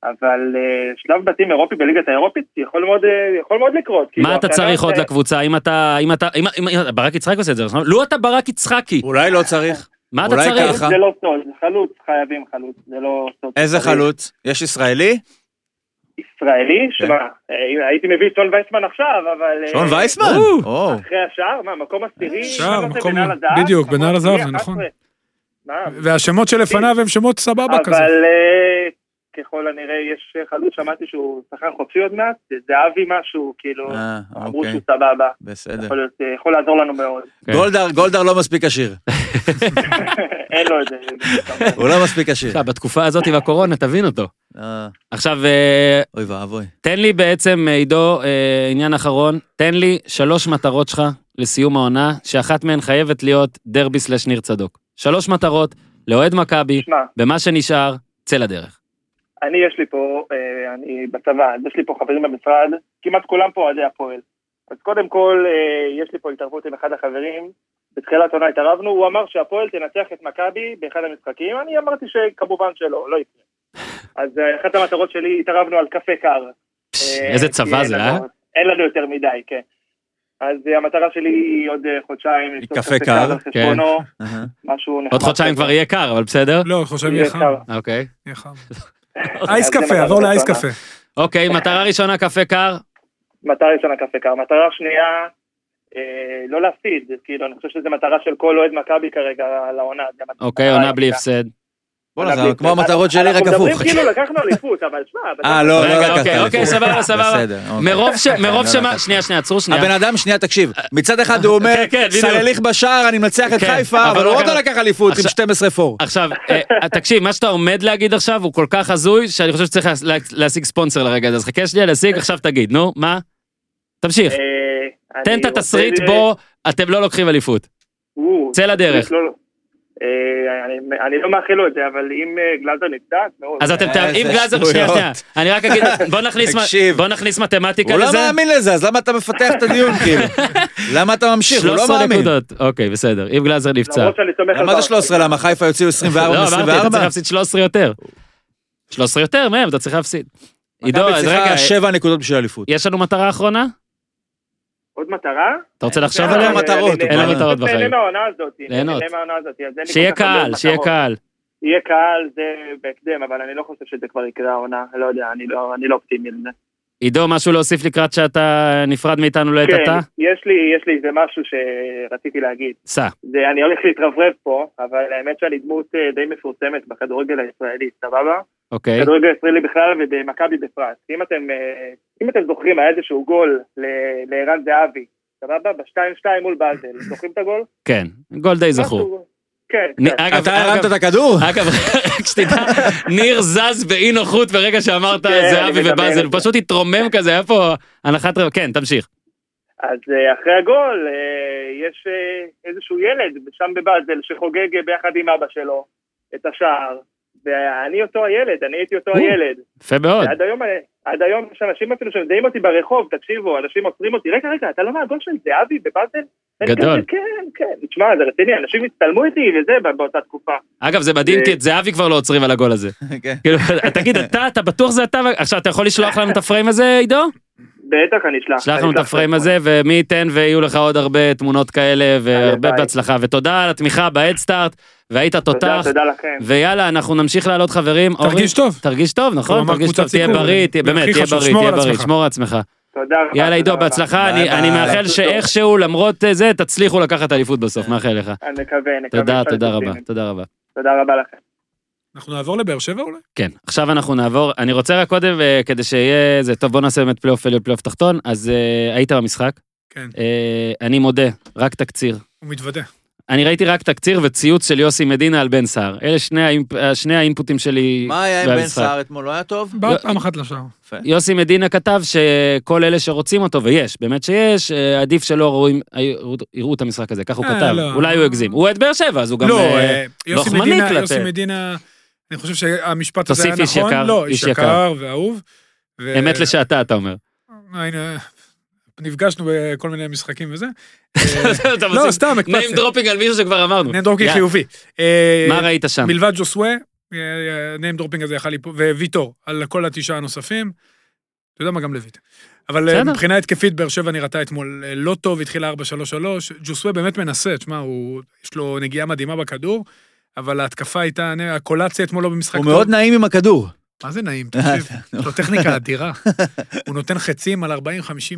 Speaker 5: אבל אה, שלב בתים אירופי בליגת האירופית יכול מאוד, אה, יכול מאוד לקרות. כאילו,
Speaker 1: מה אתה
Speaker 5: השנה
Speaker 1: צריך עוד
Speaker 5: זה-
Speaker 1: לקבוצה? אם אתה... אם אתה... אם- אם- אם- ברק יצחק עושה את זה, נכון? לו אתה ברק יצחקי,
Speaker 4: אולי לא צריך.
Speaker 1: מה אתה
Speaker 4: אולי
Speaker 1: צריך?
Speaker 4: ככה.
Speaker 5: זה לא סוד, חלוץ חייבים חלוץ, זה לא סוד.
Speaker 4: איזה
Speaker 5: חייבים.
Speaker 4: חלוץ? יש ישראלי?
Speaker 5: ישראלי,
Speaker 3: כן.
Speaker 5: שמע, אה, הייתי מביא את שון וייסמן עכשיו, אבל... אה,
Speaker 4: שון וייסמן?
Speaker 1: או.
Speaker 4: או.
Speaker 5: אחרי השער, מה, מקום
Speaker 4: אה,
Speaker 5: עשירי?
Speaker 3: שער,
Speaker 5: מה אתה עושה,
Speaker 3: מקום-
Speaker 5: בנעל הזהב?
Speaker 3: בדיוק,
Speaker 5: מקום
Speaker 3: בנעל הזהב,
Speaker 5: עשירי,
Speaker 3: זה נכון.
Speaker 5: 11. מה,
Speaker 3: והשמות שלפניו הם שמות סבבה כזה.
Speaker 5: אבל אה, ככל הנראה יש חלוץ, שמעתי שהוא שחקן חופשי עוד מעט, זה זהבי משהו, כאילו,
Speaker 4: אה,
Speaker 5: אמרו
Speaker 4: אוקיי,
Speaker 5: שהוא סבבה,
Speaker 4: בסדר.
Speaker 5: יכול להיות, אה, יכול לעזור לנו מאוד,
Speaker 1: כן.
Speaker 4: גולדהר- גולדהר לא מספיק עשיר.
Speaker 5: אין לו את זה.
Speaker 4: הוא לא מספיק עשיר.
Speaker 1: עכשיו, בתקופה הזאת עם הקורונה, תבין אותו.
Speaker 4: אה,
Speaker 1: עכשיו, אה,
Speaker 4: אוי ואבוי.
Speaker 1: תן לי בעצם, אה, עידו, אה, עניין אחרון, תן לי שלוש מטרות שלך לסיום העונה, שאחת מהן חייבת להיות דרבי סלש ניר צדוק. שלוש מטרות, לאוהד מכבי,
Speaker 5: שמע,
Speaker 1: במה שנשאר, צא לדרך.
Speaker 5: אני יש לי פה, אה, אני בצבא, אז יש לי פה חברים במשרד, כמעט כולם פה אוהדי הפועל. אז קודם כל, אה, יש לי פה התערבות עם אחד החברים, בתחילת עונה התערבנו, הוא אמר שהפועל תנצח את מכבי באחד המשחקים, אני אמרתי שכמובן שלא, לא יקרה. אז אה, אחת המטרות שלי, התערבנו על קפה קר.
Speaker 1: פש,
Speaker 5: אה,
Speaker 1: איזה
Speaker 5: כי
Speaker 1: צבא
Speaker 5: אין
Speaker 1: זה, אה?
Speaker 5: לנו- אין לנו יותר מדי, כן. אז אה, המטרה שלי היא עוד אה, חודשיים, לשתות
Speaker 4: קפה קר,
Speaker 5: על חשבונו,
Speaker 4: אהה.
Speaker 5: משהו נחמד.
Speaker 1: כן. עוד חודשיים כבר יהיה קר, אבל בסדר?
Speaker 3: לא, חושב
Speaker 5: יהיה
Speaker 3: יהיה חם.
Speaker 5: קר.
Speaker 1: אוקיי.
Speaker 3: יהיה חם.
Speaker 5: אז
Speaker 3: אייס
Speaker 5: זה
Speaker 3: קפה,
Speaker 5: מטרה
Speaker 3: עבור לאייס
Speaker 5: ראשונה.
Speaker 3: קפה.
Speaker 1: אוקיי, מטרה ראשונה, קפה קר.
Speaker 5: מטרה ראשונה קפה קר. מטרה שנייה, אה, לא להפסיד, כאילו, אני חושב שזו מטרה של כל אוהד מכבי כרגע לעונה. זה המטרה
Speaker 1: אוקיי, עונה בלי
Speaker 5: היחידה.
Speaker 1: הפסד.
Speaker 4: בואנה,
Speaker 5: עונה בלי
Speaker 4: זה כמו
Speaker 5: הפסד.
Speaker 4: המטרות שלי, רק
Speaker 5: אנחנו מדברים
Speaker 4: הפוך.
Speaker 5: כאילו לקחנו אליפות, אבל שמע,
Speaker 4: אה, לא, לא
Speaker 1: רגע,
Speaker 4: לקחת.
Speaker 1: אוקיי,
Speaker 4: אליפות.
Speaker 1: אוקיי, סבבה, סבבה.
Speaker 4: בסדר, אוקיי.
Speaker 1: מרוב ש... מרוב
Speaker 4: לא
Speaker 1: שמה...
Speaker 4: לקחת.
Speaker 1: שנייה, שנייה, עצרו שנייה.
Speaker 4: הבן אדם, שנייה, תקשיב. מצד אחד הוא אומר,
Speaker 1: כן, כן, בדיוק.
Speaker 4: סלליך בשער, אני מנצח את
Speaker 1: כן,
Speaker 4: חיפה,
Speaker 1: אבל
Speaker 4: אבל
Speaker 1: לא
Speaker 4: הוא עוד
Speaker 1: לקחת-
Speaker 4: לא לקח אליפות עם
Speaker 1: עכשיו-
Speaker 4: 12 פור.
Speaker 1: עכשיו, אה, תקשיב, מה שאתה עומד להגיד עכשיו הוא כל כך הזוי, שאני חושב שצריך לה- לה- להשיג ספונסר לרגע הזה. אז חכה שנייה להשיג,
Speaker 4: אה.
Speaker 1: עכשיו תגיד, נו, מה? תמשיך, תן את התסריט בו, אתם לא לוקחים אליפות. צא לדרך.
Speaker 5: אני לא מאחל לו את זה, אבל אם אה, גלאזר נפצע, מאוד.
Speaker 1: אז אתם תאב...
Speaker 4: אה, איזה
Speaker 1: אם גלאזר, שנייה, שנייה,
Speaker 4: שטויות.
Speaker 1: אני רק אגיד, בוא נכניס, מה-
Speaker 4: תקשיב.
Speaker 1: בוא נכניס מתמטיקה
Speaker 4: הוא לא
Speaker 1: לזה.
Speaker 4: מאמין לזה, אז למה אתה מפתח את הדיון, כאילו? למה אתה ממשיך? הוא לא
Speaker 1: 13
Speaker 4: מאמין.
Speaker 1: נקודות, אוקיי, בסדר, אם גלאזר נפצע.
Speaker 5: למרות שאני סומך על
Speaker 4: למה זה
Speaker 5: ברק.
Speaker 4: 13? למה חיפה יוציאו 24
Speaker 1: לא, אמרתי, אתה צריך
Speaker 4: מ-24?
Speaker 1: להפסיד 13 יותר. 13 יותר מהם, אתה צריך להפסיד. עידו,
Speaker 4: מכבי
Speaker 1: אז רגע,
Speaker 4: צריכה 7 נקודות בשביל אליפות.
Speaker 1: יש לנו מטרה אחרונה?
Speaker 5: עוד מטרה?
Speaker 1: אתה רוצה לחשוב
Speaker 5: כן,
Speaker 4: אין
Speaker 1: עליה?
Speaker 4: לנו מטרות,
Speaker 1: אין לנו מטרות בחיים.
Speaker 5: נהנה מהעונה הזאת.
Speaker 1: ליהנות.
Speaker 5: נהנה מהעונה הזאת. אז אין לי כל
Speaker 1: שיהיה
Speaker 5: כך הרבה
Speaker 1: קהל, שיהיה
Speaker 5: מטרות.
Speaker 1: קהל.
Speaker 5: יהיה קהל זה בהקדם, אבל אני לא חושב שזה כבר יקרה העונה, לא יודע, אני לא, אני לא אופטימי לזה.
Speaker 1: עידו, משהו להוסיף לקראת שאתה נפרד מאיתנו
Speaker 5: כן.
Speaker 1: לעת עתה?
Speaker 5: יש לי, יש לי איזה משהו שרציתי להגיד.
Speaker 1: סע.
Speaker 5: זה, אני הולך להתרברב פה, אבל האמת שאני דמות אה, די מפורסמת בכדורגל הישראלי, סבבה?
Speaker 1: אוקיי.
Speaker 5: בכדורגל הישראלי בכלל ובמכבי בפרט. אם אתם, אה, אם אתם זוכרים, היה איזשהו גול ל- לערן זהבי, סבבה? ב-2-2 מול באזל, זוכרים את הגול?
Speaker 1: כן, גול די זכור.
Speaker 5: משהו- כן,
Speaker 1: אני-
Speaker 5: כן.
Speaker 1: אגב,
Speaker 4: אתה הרמת
Speaker 1: אגב,
Speaker 4: את הכדור?
Speaker 1: אגב, רק שתדע, ניר זז באי נוחות ברגע שאמרת
Speaker 5: כן, אני
Speaker 1: זהבי
Speaker 5: מדמיין
Speaker 1: ובאזל,
Speaker 5: את זה.
Speaker 1: הוא פשוט התרומם כזה, היה פה הנחת רבע, כן, תמשיך.
Speaker 5: אז אה, אחרי הגול, אה, יש אה, איזשהו ילד שם בבאזל שחוגג אה, ביחד עם אבא שלו את השער, ואני אותו הילד, אני הייתי אותו
Speaker 1: או.
Speaker 5: הילד.
Speaker 1: יפה מאוד.
Speaker 5: ועד היום, אה, עד היום יש אנשים אפילו שמזהים אותי ברחוב, תקשיבו, אנשים עוצרים אותי, רגע, רגע, אתה לא מהגול של זהבי בבאזל? ואני
Speaker 1: גדול.
Speaker 5: כזה, כן, כן, תשמע, זה רציני, אנשים הצטלמו איתי וזה בא- באותה תקופה.
Speaker 1: אגב, זה מדהים,
Speaker 5: זה-
Speaker 1: כי את זהבי כבר לא עוצרים על הגול הזה.
Speaker 4: כן.
Speaker 1: כאילו, תגיד, אתה, אתה בטוח זה אתה? עכשיו, אתה יכול לשלוח לנו את הפריים הזה, עידו?
Speaker 5: בטח אני אשלח.
Speaker 1: שלח
Speaker 5: אני
Speaker 1: לנו את
Speaker 5: אשלח
Speaker 1: הפריים
Speaker 5: לך.
Speaker 1: הזה, ומי ייתן ויהיו לך עוד הרבה תמונות כאלה, והרבה
Speaker 5: הלוואי.
Speaker 1: בהצלחה, ותודה על התמיכה בהדסטארט, והיית
Speaker 5: תודה,
Speaker 1: תותח,
Speaker 5: תודה לכם.
Speaker 1: ויאללה, אנחנו נמשיך לעלות חברים. אורי,
Speaker 3: תרגיש טוב.
Speaker 1: תרגיש טוב, נכון?
Speaker 3: אמר
Speaker 1: תרגיש
Speaker 3: קבוצת
Speaker 1: טוב, תהיה
Speaker 3: סיכון.
Speaker 1: בריא, תהיה-
Speaker 3: והכי
Speaker 1: באמת, תהיה
Speaker 3: חשוב,
Speaker 1: בריא,
Speaker 3: שמור
Speaker 1: תהיה
Speaker 3: על
Speaker 1: בריא,
Speaker 3: עצמך.
Speaker 1: שמור על עצמך.
Speaker 5: תודה רבה.
Speaker 1: יאללה, עידו,
Speaker 5: תודה רבה.
Speaker 1: בהצלחה,
Speaker 4: ביי,
Speaker 1: אני- אני
Speaker 4: ביי.
Speaker 1: מאחל שאיכשהו, למרות אה, זה, תצליחו לקחת אליפות בסוף,
Speaker 5: כן.
Speaker 1: מאחל לך.
Speaker 5: אני מקווה, נקווה.
Speaker 1: תודה,
Speaker 5: שאתם
Speaker 1: תודה
Speaker 5: עושים
Speaker 1: רבה,
Speaker 5: את זה.
Speaker 1: תודה רבה.
Speaker 5: תודה רבה לכם.
Speaker 3: אנחנו נעבור לבאר שבע אולי?
Speaker 1: כן, עכשיו אנחנו נעבור, אני רוצה רק קודם, אה, כדי שיהיה זה, טוב, בוא נעשה באמת פלייאוף עליון, פלייאוף תחתון, אז אה, היית במשחק,
Speaker 3: כן.
Speaker 1: אה, אני מודה, רק תקציר.
Speaker 3: הוא מתוודה.
Speaker 1: אני ראיתי רק תקציר וציוץ של יוסי מדינה על בן סער. אלה שני, האימפ... שני האינפוטים שלי.
Speaker 4: מה היה עם
Speaker 1: במשחק.
Speaker 4: בן סער אתמול? לא היה טוב?
Speaker 3: בא פעם אחת לשער.
Speaker 1: יוסי מדינה כתב שכל אלה שרוצים אותו, ויש, באמת שיש, אה, עדיף שלא רואים, יראו- יראו את המשחק הזה, כך הוא
Speaker 3: אה,
Speaker 1: כתב.
Speaker 3: לא.
Speaker 1: אולי הוא הגזים. הוא אוהד באר שבע, אז הוא גם...
Speaker 3: לא,
Speaker 1: אה,
Speaker 3: אה, יוסי
Speaker 1: לוחמני
Speaker 3: מדינה,
Speaker 1: כלפי.
Speaker 3: יוסי מדינה, אני חושב שהמשפט הזה היה
Speaker 1: תוסיף איש
Speaker 3: נכון.
Speaker 1: יקר,
Speaker 3: לא,
Speaker 1: איש
Speaker 3: איש
Speaker 1: יקר.
Speaker 3: יקר ואהוב. ו-
Speaker 1: אמת לשעתה, אתה אומר.
Speaker 3: אה, הנה, נפגשנו בכל מיני משחקים וזה.
Speaker 1: אתה
Speaker 3: לא,
Speaker 1: מוסיף
Speaker 3: סתם,
Speaker 1: name dropping על מישהו שכבר אמרנו.
Speaker 3: ניים דרופינג
Speaker 1: יא,
Speaker 3: חיובי. אה,
Speaker 1: מה ראית שם?
Speaker 3: מלבד ג'וסווה, אה, ניים דרופינג הזה יכל ליפול, וויטור, על כל התשעה הנוספים. אתה יודע מה, גם לויט. אבל אה,
Speaker 1: בסדר.
Speaker 3: מבחינה התקפית, באר שבע נראתה אתמול אה, לא טוב, התחילה 4-3-3. ג'וסווה באמת מנסה, תשמע, הוא- יש לו נגיעה מדהימה בכדור, אבל ההתקפה הייתה, הקולציה אתמול לא במשחק
Speaker 4: הוא
Speaker 3: טוב.
Speaker 4: מאוד נעים עם הכדור.
Speaker 3: מה זה נעים, תקשיב, יש לו טכניקה אדירה. הוא נותן חצים על 40-50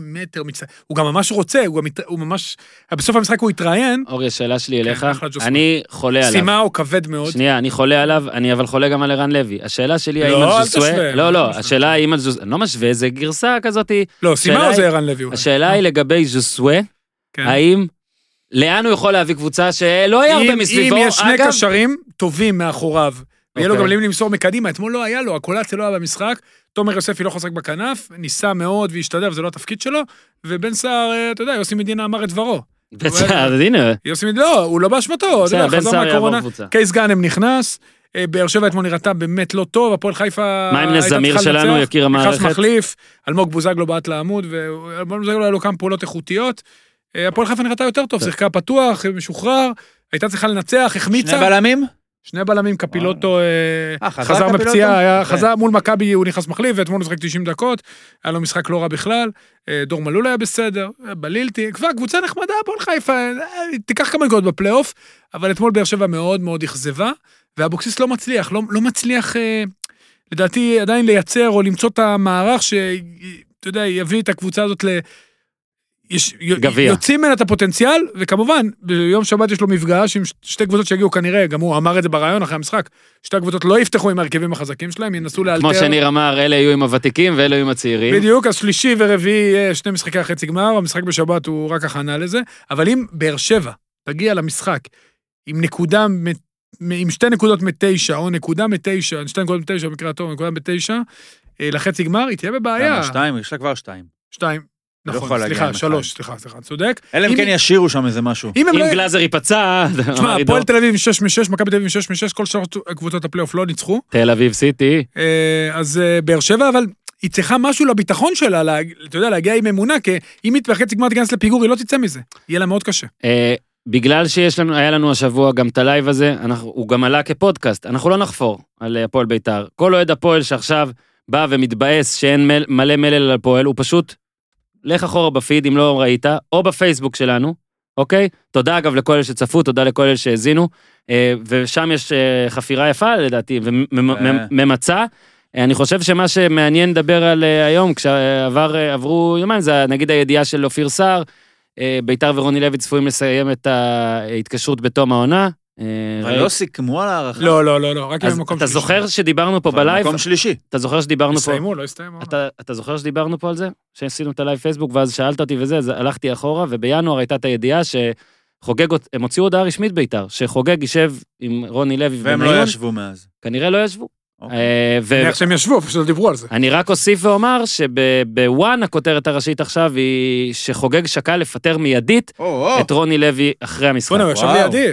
Speaker 3: מטר, מצ- הוא גם ממש רוצה, הוא גם מת- הוא ממש... בסוף המשחק הוא התראיין,
Speaker 1: אורי, השאלה שלי אליך,
Speaker 3: כן, אחלה ג'וסמן.
Speaker 1: אני חולה אוקיי, עליו.
Speaker 3: סיימה הוא כבד מאוד.
Speaker 1: שנייה, אני חולה עליו, אני אבל חולה גם על ערן לוי. השאלה שלי האם
Speaker 3: לא,
Speaker 1: על
Speaker 3: אל
Speaker 1: ז'וסווה...
Speaker 3: תשווה.
Speaker 1: לא,
Speaker 3: אל
Speaker 1: לא,
Speaker 3: תשווה.
Speaker 1: השאלה האם על ז'וסווה... אני לא משווה, זה גרסה כזאת.
Speaker 3: לא, סיימה
Speaker 1: השאלה
Speaker 3: או זה
Speaker 1: היא-
Speaker 3: ערן לוי? אולי?
Speaker 1: השאלה היא לגבי ז'וסווה,
Speaker 3: כן.
Speaker 1: האם... לאן הוא יכול להביא קבוצה שלא יהיה לא הרבה
Speaker 3: אם אם
Speaker 1: מסביבו?
Speaker 3: יש שני
Speaker 1: אגב,
Speaker 3: קשרים טובים מאחוריו, ויהיה לו
Speaker 1: אוקיי.
Speaker 3: גם למי למסור מקדימה, אתמול לא היה לו, הקולציה לא היה במשחק, תומר יוספי לא חזק בכנף, ניסה מאוד והשתדל, אבל זה לא התפקיד שלו, ובן סער, אה, אתה יודע, יוסי מדינה אמר את דברו.
Speaker 1: בסדר, אז הנה,
Speaker 3: יוסי מדינה, לא, הוא לא באשמתו, אתה
Speaker 1: בסדר,
Speaker 3: יודע,
Speaker 1: בן
Speaker 3: חזר
Speaker 1: סער יעבור
Speaker 3: מהקורונה,
Speaker 1: קבוצה.
Speaker 3: קייס גאנם נכנס, אה, באר שבע אתמול נראתה באמת לא טוב, הפועל חיפה...
Speaker 1: מה עם
Speaker 3: הייתה
Speaker 1: נס זמיר
Speaker 3: צריכה
Speaker 1: שלנו,
Speaker 3: לנצח,
Speaker 1: יקיר המערכת?
Speaker 3: נכנס מחליף, אלמוג בוזגלו בעט לעמוד, ואלמוג בוזגלו היה לו כמה פעולות איכותיות. אה, הפועל חיפה נראתה יותר טוב, שיחקה פתוח, משוחרר, הייתה צריכה לנצח,
Speaker 4: שני
Speaker 3: החמיצה.
Speaker 4: בלמים?
Speaker 3: שני בלמים, קפילוטו אה,
Speaker 4: אה, חזר
Speaker 3: חזר
Speaker 4: קפילוטו?
Speaker 3: מפציעה, היה-
Speaker 4: כן.
Speaker 3: חזר מול מכבי, הוא נכנס מחליף, ואתמול הוא משחק 90 דקות, היה לו משחק לא רע בכלל, אה, דור מלול היה בסדר, אה, בלילטי, כבר קבוצה נחמדה, הפועל חיפה, אה, תיקח כמה נקודות בפלייאוף, אבל אתמול באר שבע מאוד מאוד אכזבה, ואבוקסיס לא מצליח, לא, לא מצליח, אה, לדעתי, עדיין לייצר או למצוא את המערך ש... אתה יודע, יביא את הקבוצה הזאת ל... יש,
Speaker 1: גביע.
Speaker 3: יוצאים ממנה את הפוטנציאל, וכמובן, ביום שבת יש לו מפגש עם ש- שתי קבוצות שיגיעו כנראה, גם הוא אמר את זה בריאיון אחרי המשחק, שתי הקבוצות לא יפתחו עם ההרכבים החזקים שלהם, ינסו לאלתר.
Speaker 1: כמו שניר אמר, אלה יהיו עם הוותיקים ואלה יהיו עם הצעירים.
Speaker 3: בדיוק, אז שלישי ורביעי יהיה שני משחקי החצי גמר, המשחק בשבת הוא רק הכנה לזה, אבל אם באר שבע תגיע למשחק עם נקודה, מ- מ- עם שתי נקודות מתשע, או נקודה מתשע, שתי נקודות מתשע במקרה הטוב, נקודה מתשע, אה, לחצי גמר, היא תהיה בבעיה.
Speaker 4: למה? שתיים, יש לה כבר שתיים.
Speaker 3: שתיים.
Speaker 4: לא
Speaker 3: נכון,
Speaker 4: יכול להגיע עם
Speaker 3: סליחה,
Speaker 4: אחד.
Speaker 3: שלוש, סליחה, סליחה, צודק.
Speaker 4: אלא אם
Speaker 3: אם-
Speaker 4: כן ישירו שם איזה משהו.
Speaker 3: אם הם לא...
Speaker 1: אם גלאזר ייפצע,
Speaker 3: תשמע,
Speaker 1: אמר עידו,
Speaker 4: לא-
Speaker 3: הפועל תל אביב עם 6 מ-6, מכבי תל אביב עם 6 מ-6, כל שאר הקבוצות הפלייאוף לא ניצחו.
Speaker 1: תל אביב סיטי.
Speaker 3: אה, אז אה, באר שבע, אבל היא צריכה משהו לביטחון שלה, לה- אתה יודע, להגיע עם אמונה, כי אם היא בחצי גמר תיכנס לפיגור, היא לא תצא מזה. יהיה לה מאוד קשה.
Speaker 1: אה, בגלל שיש לנו, היה לנו השבוע גם את הלייב הזה, אנחנו, הוא גם עלה כפודקאסט, אנחנו לא נחפור על אה, הפועל בית"ר. כל אוהד הפועל שעכשיו בא ומתבאס שאין מל, מלא מלל על הפועל, הוא פשוט, לך אחורה בפיד אם לא ראית, או בפייסבוק שלנו, אוקיי? תודה אגב לכל אלה שצפו, תודה לכל אלה שהאזינו, אה, ושם יש אה, חפירה יפה לדעתי,
Speaker 4: אה.
Speaker 1: וממצה. אה, אני חושב שמה שמעניין לדבר על אה, היום, כשעברו יומיים, זה נגיד הידיעה של אופיר סער, אה, ביתר ורוני לוי צפויים לסיים את ההתקשרות בתום העונה. אה,
Speaker 4: אבל
Speaker 1: ראי-
Speaker 4: לא סיכמו על ההארכה.
Speaker 3: לא, לא, לא, לא, רק אם
Speaker 1: אז
Speaker 3: במקום
Speaker 1: אתה
Speaker 3: שלישי.
Speaker 1: זוכר שדיברנו פה
Speaker 4: אבל
Speaker 1: בלייב,
Speaker 4: מקום שלישי.
Speaker 1: אתה זוכר שדיברנו פה,
Speaker 3: יסיימו, לא יסיימו.
Speaker 1: אתה- אתה זוכר שדיברנו פה על זה? שעשינו את הלייב פייסבוק ואז שאלת אותי וזה, אז הלכתי אחורה, ובינואר הייתה את הידיעה שחוגג, אות- הם הוציאו הודעה רשמית ביתר, שחוגג יישב עם רוני לוי
Speaker 4: והם
Speaker 1: ובניון,
Speaker 4: לא ישבו מאז.
Speaker 1: כנראה לא ישבו.
Speaker 4: אוקיי.
Speaker 1: אה, ו-
Speaker 3: אני מניח שהם ישבו, פשוט לא דיברו על זה.
Speaker 1: אני רק אוסיף ואומר שבוואן הכותרת הראשית עכשיו היא שחוגג שקל לפטר מיידית
Speaker 4: או, או.
Speaker 1: את רוני לוי אחרי המשחק.
Speaker 3: בוא'נה, הוא ישב
Speaker 4: וואו.
Speaker 3: לידי.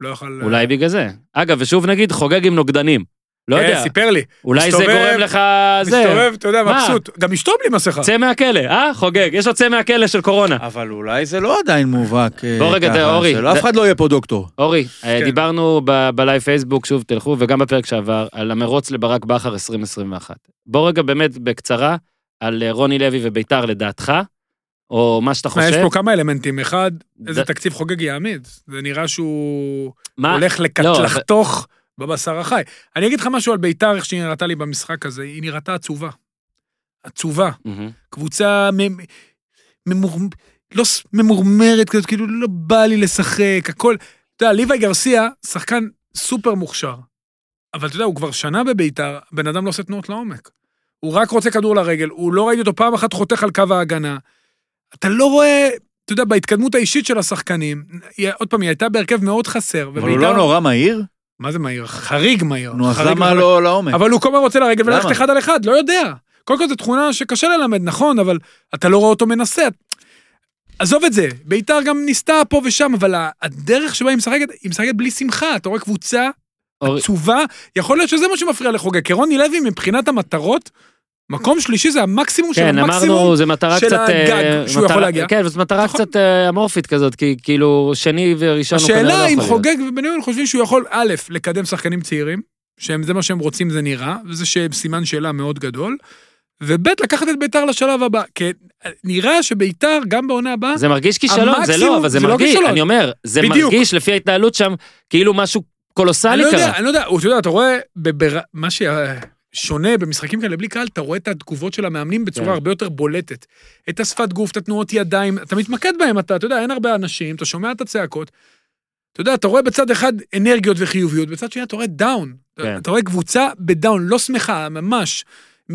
Speaker 3: לא יכול...
Speaker 1: אולי בגלל זה. אגב, ושוב נגיד, חוגג עם נוגדנים. לא
Speaker 3: כן,
Speaker 1: יודע,
Speaker 3: סיפר לי.
Speaker 1: אולי זה
Speaker 3: מסתובב,
Speaker 1: גורם לך... זה.
Speaker 3: מסתובב, אתה יודע,
Speaker 1: מה?
Speaker 3: מבסוט. גם אשתו בלי מסכה.
Speaker 1: צא מהכלא, אה? חוגג, יש לו צא מהכלא של קורונה.
Speaker 4: אבל אולי זה לא עדיין מובהק. אה,
Speaker 1: בוא רגע,
Speaker 4: ככה,
Speaker 1: זה אורי.
Speaker 4: שלא-
Speaker 1: זה-
Speaker 4: אף אחד לא יהיה פה דוקטור.
Speaker 1: אורי, אה,
Speaker 3: כן.
Speaker 1: דיברנו ב- בלייב פייסבוק, שוב תלכו, וגם בפרק שעבר, על המרוץ לברק בכר 2021. בוא רגע באמת בקצרה, על אה, רוני לוי וביתר לדעתך, או מה שאתה
Speaker 3: מה, יש
Speaker 1: חושב.
Speaker 3: פה כמה אלמנטים. אחד, איזה
Speaker 1: ד-
Speaker 3: תקציב חוגג יעמיד. זה נראה שהוא...
Speaker 1: מה-
Speaker 3: הולך לקט...
Speaker 1: לא, אבל-
Speaker 3: לחתוך בבשר החי. אני אגיד לך משהו על ביתר, איך שהיא נראתה לי במשחק הזה, היא נראתה עצובה. עצובה.
Speaker 1: מהמם.
Speaker 3: קבוצה מ... ממור... לא ס- ממורמרת כזאת, כאילו לא בא לי לשחק, הכל. אתה יודע, ליוואי גרסיה, שחקן סופר מוכשר. אבל אתה יודע, הוא כבר שנה בביתר, בן אדם לא עושה תנועות לעומק. הוא רק רוצה כדור לרגל, הוא לא ראיתי אותו פעם אחת חותך על קו ההגנה. אתה לא רואה, אתה יודע, בהתקדמות האישית של השחקנים, היא- עוד פעם, היא הייתה בהרכב מאוד חסר.
Speaker 4: אבל הוא
Speaker 3: וביתר-
Speaker 4: לא נורא מהיר?
Speaker 3: מה זה מהיר? חריג מהיר.
Speaker 4: נו, אז
Speaker 3: חריג
Speaker 4: למה
Speaker 3: מהיר.
Speaker 4: לא לעומק?
Speaker 3: אבל הוא כל הזמן רוצה לרגל וללכת
Speaker 4: למה?
Speaker 3: אחד על אחד, לא יודע. קודם כל זו תכונה שקשה ללמד, נכון, אבל אתה לא רואה אותו מנסה. עזוב את זה, ביתר גם ניסתה פה ושם, אבל ה- הדרך שבה היא משחקת, היא משחקת בלי שמחה. אתה רואה קבוצה
Speaker 1: אורי,
Speaker 3: עצובה, יכול להיות שזה מה שמפריע לחוגג. כי רוני לוי, מבחינת המטרות, מקום שלישי זה המקסימום של
Speaker 1: כן,
Speaker 3: המקסימום.
Speaker 1: אמרנו, זו מטרה
Speaker 3: של
Speaker 1: קצת... אה,
Speaker 3: הגג שהוא יכול
Speaker 1: מטרה-
Speaker 3: להגיע.
Speaker 1: כן, זו מטרה
Speaker 3: נכון.
Speaker 1: קצת אה, אמורפית כזאת, כי כאילו, שני וראשון הוא כנראה לא
Speaker 3: השאלה אם
Speaker 1: יכול להיות.
Speaker 3: חוגג ובניון חושבים שהוא יכול, א', לקדם שחקנים צעירים, שזה מה שהם רוצים זה נראה, וזה שהם סימן שאלה מאוד גדול, וב', לקחת את ביתר לשלב הבא. כי נראה שביתר, גם בעונה הבאה,
Speaker 1: זה מרגיש כישלון, זה לא,
Speaker 3: המקסימום-
Speaker 1: אבל זה
Speaker 3: זה לא
Speaker 1: מרגיש,
Speaker 3: כישלון.
Speaker 1: אני אומר, זה
Speaker 3: בדיוק.
Speaker 1: מרגיש לפי ההתנהלות שם, כאילו משהו קולוסלי
Speaker 3: אני לא
Speaker 1: קרה.
Speaker 3: יודע, אני לא יודע, הוא- אתה יודע, אתה רואה, בבר... מה ש... שונה במשחקים כאלה בלי קהל, אתה רואה את התגובות של המאמנים בצורה
Speaker 1: כן.
Speaker 3: הרבה יותר בולטת. את השפת גוף, את התנועות ידיים, אתה מתמקד בהם, אתה, אתה יודע, אין הרבה אנשים, אתה שומע את הצעקות. אתה יודע, אתה רואה בצד אחד אנרגיות וחיוביות, בצד שני אתה רואה דאון.
Speaker 1: כן.
Speaker 3: אתה רואה קבוצה בדאון, לא שמחה, ממש.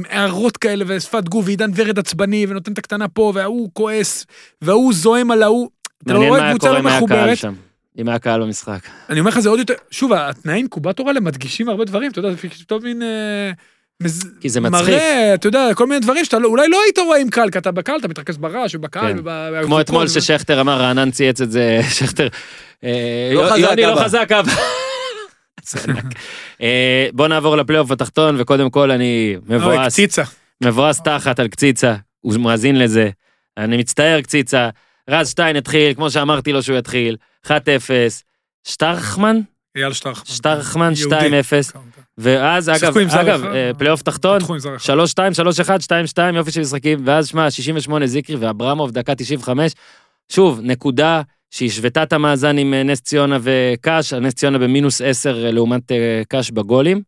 Speaker 3: הערות כאלה ושפת גוף, ועידן ורד עצבני, ונותן את הקטנה פה, וההוא כועס, וההוא זועם על ההוא. אתה לא
Speaker 1: מעניין מה
Speaker 3: רואה
Speaker 1: היה
Speaker 3: קבוצה
Speaker 1: קורה
Speaker 3: לא
Speaker 1: אם היה קהל
Speaker 3: מחוברת.
Speaker 1: שם. אם היה קהל במשחק.
Speaker 3: אני אומר לך, זה עוד יותר, שוב, התנאי אינקובטור האלה מדגישים הרבה דברים, אתה יודע, זה פתאום מין... אה, מז-
Speaker 1: כי זה מצחיק.
Speaker 3: מראה, אתה יודע, כל מיני דברים שאתה לא- אולי לא היית רואה עם קהל, כי אתה בקהל, אתה מתרכז ברעש ובקהל.
Speaker 1: כן.
Speaker 3: וב-
Speaker 1: כמו אתמול
Speaker 3: ו-
Speaker 1: ששכטר אמר, רענן צייץ את זה, שכטר. אה,
Speaker 4: לא
Speaker 1: יו-
Speaker 4: חזק,
Speaker 1: יוני לא
Speaker 4: אבא.
Speaker 1: חזק אבא. צדק. אה, בוא נעבור לפלייאוף התחתון, וקודם כל אני
Speaker 3: אוי,
Speaker 1: מבואס,
Speaker 3: קציצה.
Speaker 1: מבואס תחת על קציצה, הוא מאזין לזה. אני מצטער קציצה, רז שטיין התחיל, כמו שאמרתי לו שהוא יתחיל, 1-0, שטרחמן?
Speaker 3: אייל שטרחמן.
Speaker 1: שטרחמן
Speaker 3: יהודי.
Speaker 1: 2-0, ואז אגב,
Speaker 3: שיחקו עם זר
Speaker 1: אגב,
Speaker 3: אחד.
Speaker 1: אה, פלייאוף תחתון,
Speaker 3: פתחו עם זר אחד.
Speaker 1: 3-2, 3-1, 2-2, יופי של משחקים, ואז שמע, 68 זיקרי ואברמוב, דקה 95. שוב, נקודה שהשוותה את המאזן עם אה, נס ציונה וקאש, נס ציונה במינוס 10 אה, לעומת אה, קאש בגולים.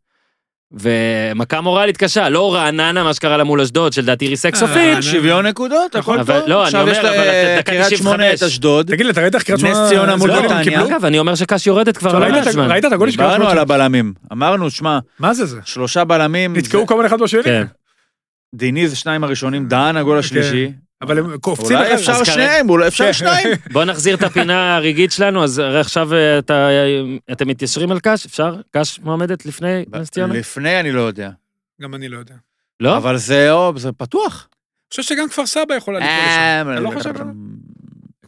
Speaker 1: ומכה מורלית קשה, לא רעננה מה שקרה לה מול אשדוד, שלדעתי ריסק
Speaker 3: אה,
Speaker 1: סופית.
Speaker 3: אני-
Speaker 4: שוויון נקודות, הכל
Speaker 1: אבל-
Speaker 4: טוב.
Speaker 1: לא, אני
Speaker 4: עכשיו
Speaker 1: אומר,
Speaker 4: יש
Speaker 1: אבל
Speaker 4: לה- אה,
Speaker 1: אתה דקה
Speaker 4: קריית
Speaker 1: 95.
Speaker 4: שמונה את אשדוד.
Speaker 3: תגיד לי, אתה ראית איך קריית
Speaker 4: נס ציונה מול
Speaker 3: זה לא, הם
Speaker 4: נתניה.
Speaker 3: קיבלו-
Speaker 1: אגב, אני אומר שקאש יורדת כבר
Speaker 3: ראית
Speaker 1: לא
Speaker 3: את-
Speaker 1: זמן.
Speaker 3: ראית את הגולים של קריית
Speaker 4: דיברנו
Speaker 3: שמונה?
Speaker 4: על הבלמים. אמרנו, שמע,
Speaker 3: מה זה זה?
Speaker 4: שלושה בלמים,
Speaker 3: נתקעו כל מיני אחד בשני?
Speaker 1: כן.
Speaker 4: דיניז שניים הראשונים, דהן הגול השלישי.
Speaker 3: אבל הם קופצים
Speaker 4: אולי
Speaker 3: אחד.
Speaker 4: אפשר
Speaker 1: אוקיי. אז כרגע-
Speaker 4: שניהם, אולי אפשר
Speaker 3: כן.
Speaker 4: שניים.
Speaker 1: בוא נחזיר את הפינה הרגעית שלנו, אז הרי עכשיו אה, אתה- אתם מתיישרים על קאש? אפשר? קאש מועמדת לפני נס ציונה?
Speaker 4: לפני אני לא יודע.
Speaker 3: גם אני לא יודע. אני
Speaker 1: לא?
Speaker 4: אבל זה או, זה פתוח.
Speaker 3: חושב שגם כפר סבא יכולה לקרוא לשם.
Speaker 4: אה,
Speaker 3: אתה לא חושב על זה?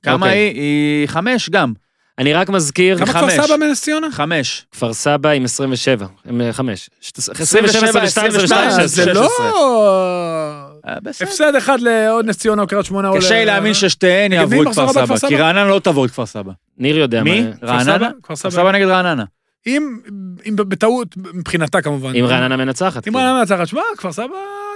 Speaker 4: כמה
Speaker 1: אוקיי.
Speaker 4: היא? היא חמש גם.
Speaker 1: אני רק מזכיר,
Speaker 3: כמה כפר
Speaker 4: חמש.
Speaker 3: סבא מנס ציונה?
Speaker 4: חמש.
Speaker 1: כפר סבא עם 27, עם אה, 5. 27, 22, 22,
Speaker 3: אה, זה
Speaker 1: 16.
Speaker 3: לא...
Speaker 4: אה, בסדר.
Speaker 3: הפסד אחד לעוד נס ציונה או קריית שמונה. או
Speaker 4: קשה לי
Speaker 3: ל-
Speaker 4: להאמין
Speaker 3: נגד
Speaker 4: ששתיהן
Speaker 3: מי
Speaker 4: יעברו את
Speaker 3: מחזור
Speaker 4: כפר
Speaker 3: הבא
Speaker 4: סבא,
Speaker 3: כפר סבא?
Speaker 4: כי רעננה לא תעבור את כפר סבא.
Speaker 1: ניר יודע
Speaker 4: מי?
Speaker 1: מה...
Speaker 3: כפר סבא?
Speaker 4: רעננה?
Speaker 3: כפר סבא.
Speaker 4: כפר סבא נגד רעננה.
Speaker 3: אם, אם בטעות, מבחינתה כמובן.
Speaker 1: אם רעננה מנצחת.
Speaker 3: אם
Speaker 1: כן.
Speaker 3: רעננה מנצחת, שמע, כפר סבא